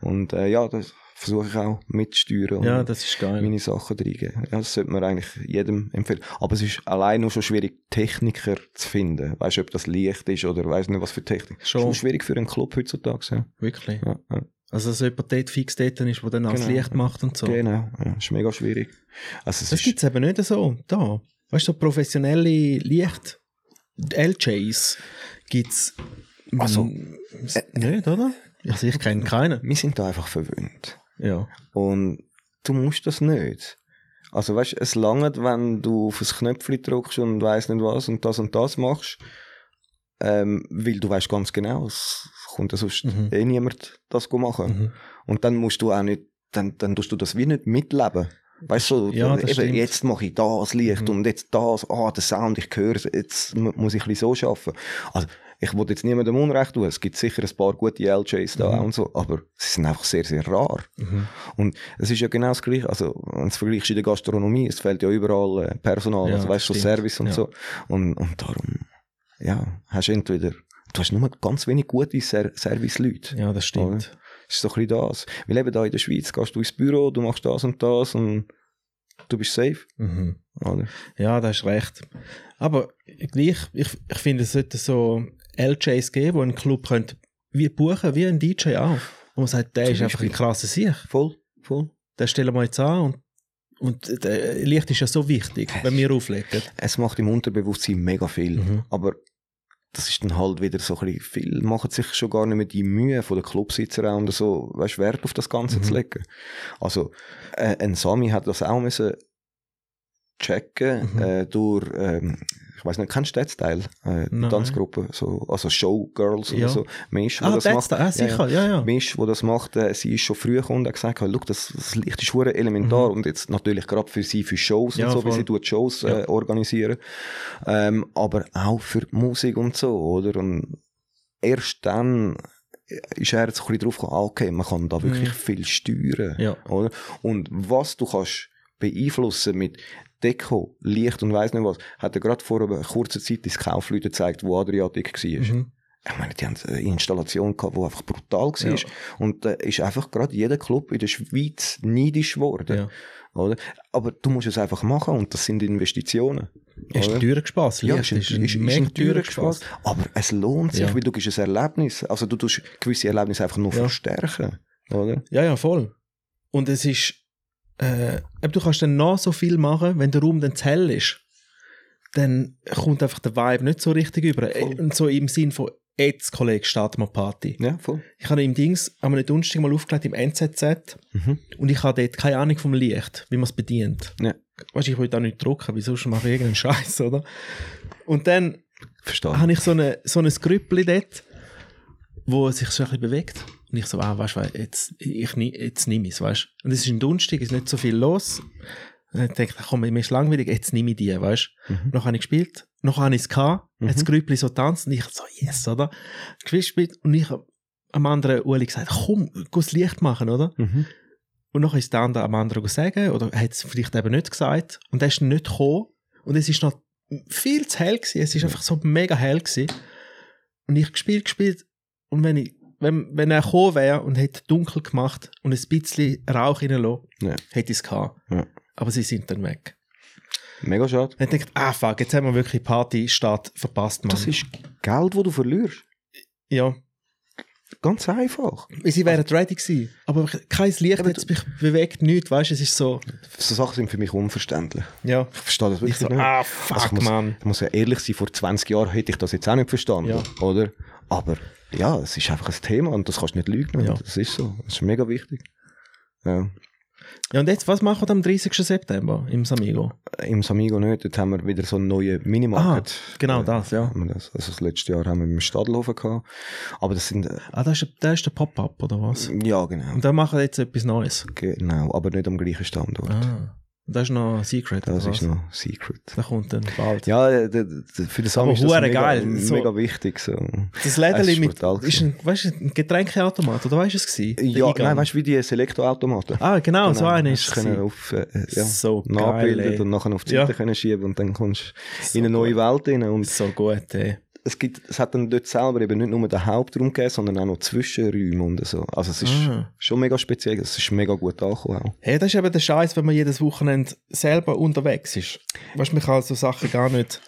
D: Und äh, ja, das versuche ich auch mitzusteuern. und
A: ja, das ist geil.
D: Mhm. meine Sachen reingeben. Ja, das sollte man eigentlich jedem empfehlen. Aber es ist allein nur schon schwierig, Techniker zu finden. Weißt du, ob das Licht ist oder weiß nicht, was für Technik.
A: Schon.
D: Schon schwierig für einen Club heutzutage. Ja.
A: Wirklich.
D: Ja, ja.
A: Also, dass jemand dort fix dort ist, der dann auch das
D: Genau.
A: Licht macht und so.
D: Genau, ja, ist mega schwierig. Also es
A: Das
D: ist,
A: gibt es eben nicht so. Da. Weißt du, so professionelle Licht, LJs, gibt es
D: Also,
A: nicht, oder? Also ich kenne keinen.
D: wir sind da einfach verwöhnt.
A: Ja.
D: Und du musst das nicht. Also weißt, es langt, wenn du auf ein Knöpfchen drückst und weiss nicht was und das und das machst, ähm, weil du weißt ganz genau, es kommt ja sonst
A: Mhm.
D: eh niemand das go machen.
A: Mhm.
D: Und dann musst du auch nicht, dann, dann tust du das wie nicht mitleben. Weißt du, so,
A: Ja, das
D: eben,
A: stimmt.
D: jetzt mache ich das Licht
A: Mhm.
D: und jetzt das, ah, der Sound, ich höre es, jetzt mu- muss ich ein bisschen so schaffen. Also, ich will jetzt niemandem Unrecht tun, es gibt sicher ein paar gute LJs da
A: Mhm.
D: auch und so, aber sie sind einfach sehr, sehr rar. Und es ist ja genau das Gleiche, also, wenn du es vergleichst in der Gastronomie, es fehlt ja überall äh, Personal,
A: Ja,
D: also weißt du, so
A: stimmt.
D: Service und
A: Ja.
D: so. Und, und darum, ja, hast du entweder, du hast nur ganz wenig gute Ser Service-Leute.
A: Ja, das stimmt.
D: Das ist so ein bisschen das. Wir leben da in der Schweiz, gehst du ins Büro, du machst das und das und du bist safe.
A: Mhm.
D: Oder?
A: Ja, da hast recht. Aber gleich, ich, ich finde, es sollte so LJs geben, wo ein Club könnte, wie buchen, wie ein DJ auch. Wo man sagt, der
D: Zum
A: ist einfach ein
D: Beispiel.
A: krasser Sieg.
D: Voll, voll.
A: Den stellen wir jetzt an und, und äh, Licht ist ja so wichtig, wenn wir auflegen.
D: Mhm. Es macht im Unterbewusstsein mega viel.
A: Mhm.
D: Aber das ist dann halt wieder so ein bisschen viel, machen sich schon gar nicht mehr die Mühe von den Clubsitzern auch und so, weißt, Wert auf das Ganze
A: Mhm.
D: zu legen. Also, äh, ein Sami hat das auch müssen checken
A: Mhm.
D: äh, durch, ähm, ich weiß nicht, kennst du Dead Style? Äh, die
A: Nein.
D: Tanzgruppe, so, also Showgirls
A: Ja.
D: oder so. Mensch,
A: Ah, das da, ah,
D: Ja, ja.
A: sicher, ja, ja.
D: Misch, der das macht, äh, sie ist schon früh gekommen und hat gesagt, hey, look, das, das Licht ist hure elementar und jetzt natürlich gerade für sie, für Shows
A: Mhm. Ja,
D: und so,
A: voll.
D: wie sie tut Shows
A: Ja.
D: äh, organisieren, ähm, aber auch für die Musik und so, oder? Und erst dann äh, ist er jetzt ein bisschen drauf gekommen, ah, okay, man kann da wirklich
A: Mhm.
D: viel steuern,
A: Ja.
D: oder? Und was du kannst beeinflussen mit Deko, Licht und weiss nicht was, hat er gerade vor einer kurzen Zeit ins Kaufleute gezeigt, wo Adriatic war
A: Mhm.
D: ich meine, die haben eine Installation gehabt, die einfach brutal war.
A: Ja.
D: Und da ist einfach gerade jeder Club in der Schweiz neidisch geworden.
A: ja.
D: Oder? Aber du musst es einfach machen und das sind Investitionen.
A: Ist ein
D: oder?
A: teurer Spass.
D: Ja,
A: Licht
D: ist, ist, ist, ist ein teurer Spaß. Aber es lohnt sich,
A: Ja.
D: weil du gibst ein Erlebnis. Also du tust gewisse Erlebnisse einfach nur
A: Ja.
D: verstärken. Oder?
A: Ja, ja, voll. Und es ist, äh, eben, du kannst dann noch so viel machen, wenn der Raum dann zu hell ist, dann kommt einfach der Vibe nicht so richtig über. Äh,
D: Voll.
A: Und so im Sinn von, jetzt, Kollege, starten wir die Party.
D: Ja, voll.
A: Ich habe im Dings, am Donnerstag mal aufgelegt im NZZ
D: Mhm.
A: und ich habe dort keine Ahnung vom Licht, wie man es bedient.
D: Ja.
A: Weißt du, ich wollte auch nicht drucken, wieso schon mache ich irgendeinen Scheiß, oder? Und dann
D: Verstehe.
A: habe ich so ein so eine Skrippli dort, wo sich so ein bisschen bewegt. Und ich so, ah, weißt du, was, jetzt, ich, nie- jetzt nehme ich es, weißt du. Und es ist ein Donnerstag, ist nicht so viel los. Und ich dachte, komm, mir ist langweilig, jetzt nehme ich die, weißt du.
D: Mhm.
A: Noch habe ich gespielt, noch habe ich es gehabt,
D: Mhm.
A: hat das Grüppli so tanzt und ich so, yes, oder? Gespielt und ich habe am anderen Uli gesagt, komm, geh das Licht machen, oder?
D: Mhm.
A: Und nachher ist der andere am anderen sagen, oder hat es vielleicht eben nicht gesagt. Und er ist nicht gekommen. Und es ist noch viel zu hell gewesen. Es ist einfach so mega hell gewesen. Und ich gespielt, gespielt. Und wenn ich, wenn, wenn er gekommen wäre und hätte dunkel gemacht und ein bisschen Rauch reingelassen,
D: Ja.
A: hätte ich es gehabt.
D: Ja.
A: Aber sie sind dann weg.
D: Mega schade.
A: Er denkt, ah fuck, jetzt haben wir wirklich Partystart verpasst, Mann.
D: Das ist Geld, das du verlierst.
A: ja.
D: Ganz einfach.
A: Weil Sie wären ready gewesen. Aber kein Licht
D: Aber
A: hat es mich bewegt, nichts, weißt du, es ist so,
D: So Sachen sind für mich unverständlich.
A: ja.
D: Ich verstehe das
A: Ich
D: wirklich
A: so,
D: nicht.
A: ah
D: Also
A: fuck,
D: ich muss,
A: Mann.
D: Ich muss ja ehrlich sein, vor 20 Jahren hätte ich das jetzt auch nicht verstanden,
A: Ja.
D: oder? Aber ja, es ist einfach ein Thema und das kannst du nicht lügen.
A: Ja.
D: Das ist so. Das ist mega wichtig. Ja.
A: Ja, und jetzt, was machen wir am 30. September im Samigo?
D: Im Samigo nicht, dort haben wir wieder so einen neuen Minimarket.
A: Ah, genau das, ja.
D: haben wir das. Also das letzte Jahr haben wir im Stadelhofen gehabt. Aber das sind, äh,
A: Ah, das ist, das ist der Pop-Up, oder was?
D: ja genau,
A: Und da machen wir jetzt etwas Neues.
D: genau, aber nicht am gleichen Standort.
A: Ah, das ist noch ein Secret,
D: Das
A: oder was?
D: ist noch Secret.
A: Das kommt dann bald.
D: Ja, äh, d- d- für den Sami
A: Aber
D: ist das
A: hure
D: mega,
A: geil, so-
D: mega wichtig. So.
A: Das Lädeli
D: Es ist
A: mit,
D: brutal
A: ist
D: gewesen.
A: ein, weißt, du, ein Getränkeautomat, oder weißt du es gewesen? Der
D: Ja,
A: Eingang.
D: nein, weißt du, wie die Selektorautomaten?
A: Ah, genau, so
D: Genau,
A: einer
D: hast
A: ist es
D: können
A: gewesen.
D: auf, äh, ja,
A: So
D: nachbilden
A: geil, ey.
D: und nachher auf die
A: Ja.
D: Seite können schieben und dann kommst du
A: So
D: in eine neue Welt rein. Und
A: So gut, ey.
D: es, gibt, es hat dann dort selber eben nicht nur den Hauptraum gegeben, sondern auch noch Zwischenräume und so. Also es ist
A: Ah.
D: schon mega speziell, es ist mega gut angekommen auch.
A: Hey, das ist eben der Scheiß, wenn man jedes Wochenende selber unterwegs ist. Weißt du, man kann so Sachen gar nicht,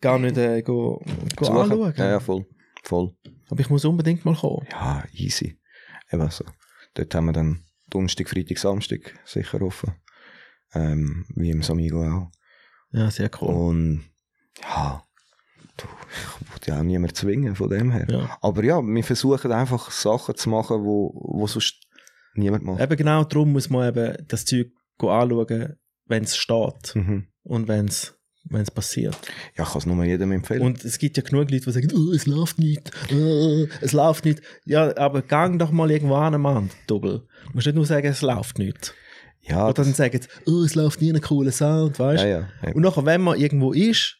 A: gar nicht äh, go, go
D: Besuchen.
A: anschauen.
D: ja, ja, voll. voll.
A: Aber ich muss unbedingt mal kommen.
D: Ja, easy. Eben so. Dort haben wir dann Donnerstag, Freitag, Samstag sicher offen. Ähm, wie im Samigo auch.
A: Ja, sehr cool.
D: Und ja, du, ich wollte ja auch niemand zwingen von dem her.
A: Ja.
D: Aber ja, wir versuchen einfach Sachen zu machen, wo, wo sonst niemand macht.
A: Eben genau darum muss man eben das Zeug go anschauen, wenn es steht
D: Mhm.
A: und wenn es passiert.
D: Ja, ich kann es nur jedem empfehlen.
A: Und es gibt ja genug Leute, die sagen, oh, es läuft nicht, oh, es läuft nicht. Ja, aber gang doch mal irgendwo an, Mann, Double. Du musst nicht nur sagen, es läuft nicht.
D: ja,
A: Oder dann
D: das-
A: sagen sie, oh, es läuft nie ein cooler Sound, weißt
D: ja,
A: du?
D: ja, ja.
A: Und nachher, wenn man irgendwo ist,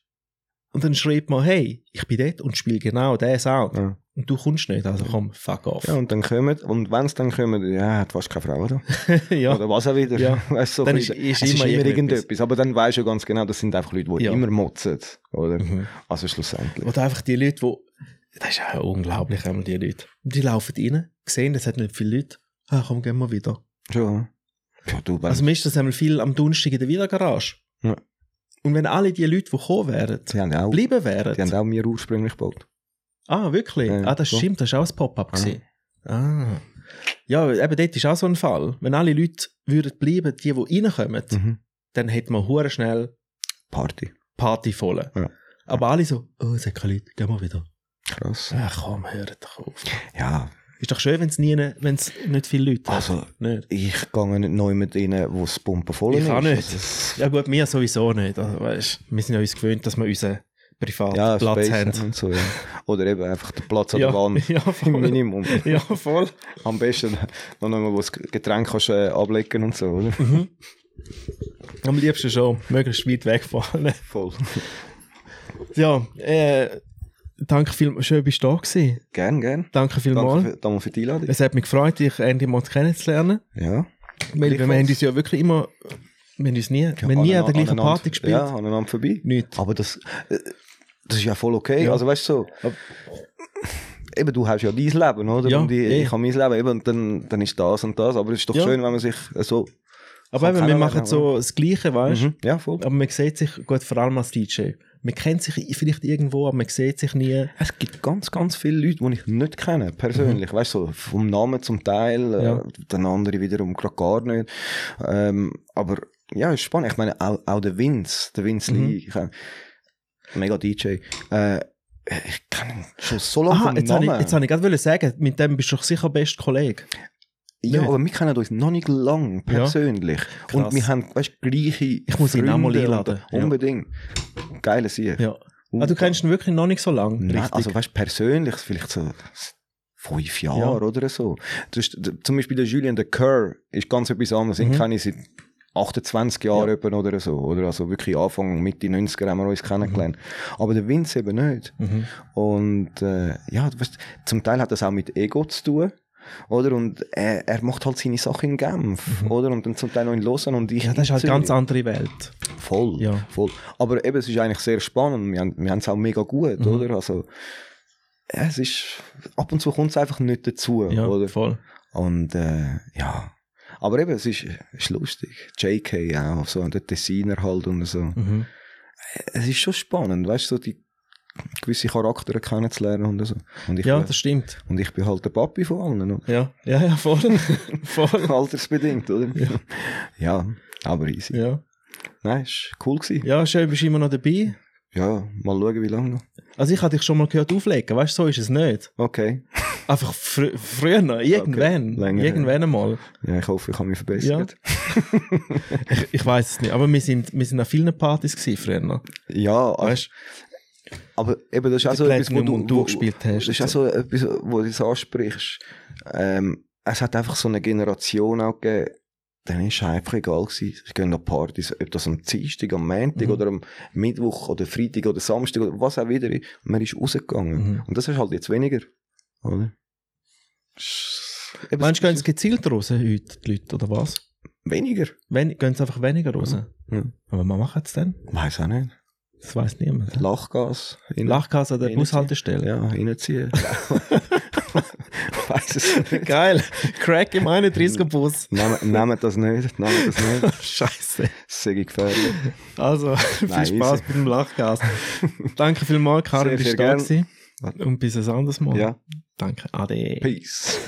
A: und dann schreibt man, hey, ich bin dort und spiele genau diesen Sound.
D: Ja.
A: Und du kommst nicht, also komm, fuck off.
D: ja, und dann kommen, und wenn es dann kommen, ja, hat fast keine Frau da.
A: Ja.
D: Oder was auch wieder.
A: Ja.
D: Weißt, du, so
A: Dann
D: ein bisschen-
A: ist- ist
D: es
A: immer
D: ist immer
A: irgendetwas.
D: irgendetwas. Aber dann weißt du ja ganz genau, das sind einfach Leute, die
A: Ja.
D: immer motzen. Oder?
A: Mhm.
D: Also schlussendlich.
A: Oder einfach die Leute, die. Das ist ja unglaublich, einmal die Leute. Die laufen rein, sehen, es hat nicht viele Leute. Ah, komm, gehen wir wieder.
D: Schon. Ja, du, wenn,
A: Also, mir ist das einmal viel am Donnerstag in der Wiedergarage.
D: Ja.
A: Und wenn alle die Leute, die gekommen wären,
D: die haben auch, die
A: bleiben wären.
D: haben auch mir ursprünglich gebaut.
A: Ah, wirklich?
D: Ja,
A: ah, das
D: so.
A: stimmt, das war auch ein Pop-up. gewesen. Ah. Ja, eben dort ist auch so ein Fall. Wenn alle Leute würden bleiben, die, die reinkommen,
D: Mhm.
A: dann hätte man hure schnell
D: Party.
A: Party voll.
D: Ja.
A: Aber alle so, oh, es hat keine Leute, gehen wir wieder.
D: Krass.
A: Ja, komm, hör doch auf.
D: Ja,
A: Ist doch schön, wenn es nie, ne, wenn's nicht viele Leute
D: Also-
A: hat. Nicht.
D: ich gehe nicht neu mit ihnen, wo es Pumpen voll
A: Ich
D: ist.
A: kann
D: Also
A: nicht. Ja gut, wir sowieso nicht. Also, weißt, wir sind ja uns gewöhnt, dass wir unseren privaten
D: ja,
A: Platz
D: Space
A: haben.
D: und so, ja. Oder eben einfach den Platz an
A: Ja,
D: der Wand.
A: ja, voll.
D: Im Minimum.
A: Ja, voll.
D: Am besten noch einmal, wo das Getränk kannst, äh, ablegen und so, oder?
A: Am liebsten schon, möglichst weit weg von allen.
D: Voll.
A: Ja, äh, danke viel, schön bist du da gewesen.
D: Gern, gern.
A: Danke vielmals.
D: Danke für, danke für die Einladung.
A: Es hat mich gefreut, dich endlich mal kennenzulernen.
D: Ja.
A: Weil wir
D: Gleichfalls.
A: haben uns ja wirklich immer, wir haben uns nie, wir haben nie an der gleichen
D: Aneinander-
A: Party gespielt.
D: Ja, aneinander vorbei.
A: Nicht.
D: Aber das, äh, das ist ja voll okay.
A: Ja.
D: Also weißt du so. Eben, du hast ja dein Leben, oder?
A: Ja,
D: und ich,
A: eh.
D: ich habe mein Leben, eben, und dann, dann ist das und das. Aber es ist doch
A: Ja.
D: schön, wenn man sich äh, so.
A: Aber
D: kann
A: eben, wir
D: kennenlernen,
A: machen so das Gleiche, weißt du?
D: Mhm. Ja, voll.
A: Aber man sieht sich, gut, vor allem als DJ. Man kennt sich vielleicht irgendwo, aber man sieht sich nie.
D: Es gibt ganz, ganz viele Leute, die ich nicht kenne, persönlich. Weißt du, so vom Namen zum Teil, äh,
A: Mhm. Ja.
D: den anderen wiederum gerade gar nicht. Ähm, aber ja, ist spannend. Ich meine, auch, auch der Vince, der Vince
A: Mhm.
D: Lee, ich, äh, mega DJ. Äh, ich kenne ihn schon so lange
A: Aha,
D: vom
A: jetzt habe
D: Namen.
A: ich, jetzt hab ich gerade wollen sagen, mit dem bist du doch sicher best Kollege.
D: ja,
A: nicht.
D: aber wir kennen uns noch nicht lang persönlich.
A: Krass.
D: Und wir haben, weißt du, gleiche Ich
A: muss ihn auch mal einladen. Ja.
D: Unbedingt. Geiler Sieg.
A: Ja. Ah, du kennst ihn wirklich noch nicht so lange.
D: Nein,
A: richtig.
D: also weißt du, persönlich vielleicht so fünf Jahre oder so. Das ist, d- zum Beispiel der Julian de Kerr ist ganz etwas anderes. Den kenne ich seit 28 Jahren
A: Mhm. Ja.
D: etwa oder so. Oder also wirklich Anfang, Mitte 90er haben wir uns kennengelernt. Aber der Vince eben nicht.
A: Mhm.
D: Und äh, ja, du weißt, zum Teil hat das auch mit Ego zu tun. Oder? Und er, er macht halt seine Sache in Genf, oder? Und dann zum Teil noch in Lausanne und ich
A: Mhm. ja, das ist
D: in
A: halt eine ganz
D: Zürich.
A: andere Welt.
D: Voll,
A: Ja.
D: voll. Aber eben, es ist eigentlich sehr spannend. Wir haben, wir haben es auch mega
A: Mhm.
D: gut, oder? Also, ja, es ist, ab und zu kommt es einfach nicht dazu,
A: Ja,
D: oder?
A: voll.
D: Und, äh, ja. Aber eben, es ist, ist lustig. JK auch, so, und der Designer halt und so.
A: Mhm.
D: Es ist schon spannend, weißt du, so die gewisse Charaktere kennenzulernen und so. Und ich,
A: Ja,
D: bin,
A: das stimmt.
D: und ich bin halt der Papi von allen, oder?
A: Ja, ja, ja voll. voll.
D: Altersbedingt, oder? Ja. aber easy.
A: Ja.
D: Nein, ist cool gewesen.
A: ja, schön, bist du immer noch dabei.
D: Ja, mal schauen, wie lange noch.
A: Also ich hatte dich schon mal gehört auflegen, weißt du, so ist es nicht.
D: Okay.
A: Einfach frü früher, noch, irgendwann,
D: länger her.
A: irgendwann einmal.
D: Ja, ich hoffe, ich habe mich verbessert.
A: Ich weiß es nicht, aber wir sind, wir sind an vielen Partys gewesen früher. noch.
D: Ja, aber,
A: Weißt
D: aber eben, das ist auch so
A: Die
D: etwas, wo
A: Platinum
D: du,
A: und
D: wo-
A: du gespielt hast
D: Das ist
A: und
D: auch so etwas, wo du es ansprichst. Ähm, es hat einfach so eine Generation auch gegeben, dann ist es einfach egal gewesen. Es gehen noch Partys, ob das am Dienstag, am Montag oder am Mittwoch oder Freitag oder Samstag oder was auch wieder ist. Man ist rausgegangen.
A: Mhm.
D: Und das ist halt jetzt weniger. Oder?
A: du?
D: Eben,
A: Meinst du,
D: es
A: gehen sie gezielt raus heute, die Leute, oder was?
D: weniger?
A: Wen gehen sie einfach weniger raus?
D: Ja.
A: Aber was machen sie denn?
D: Weiß auch nicht.
A: Das weiß niemand. hä?
D: Lachgas. in-
A: Lachgas an der
D: Reinziehen.
A: Bushaltestelle.
D: Ja, reinziehen. Weiß es nicht.
A: Geil. Crack im 31er
D: Mhm.
A: Bus.
D: Nehmt, nehmt das nicht, nehmt das nicht.
A: Scheiße.
D: Das ist gefährlich.
A: Also, viel
D: Nein,
A: Spaß
D: easy.
A: mit dem Lachgas. Danke vielmals, Karin,
D: Sehr,
A: bist du
D: sehr Oh.
A: da gewesen. Und bis ein anderes Mal.
D: Ja.
A: Danke. Ade.
D: Peace.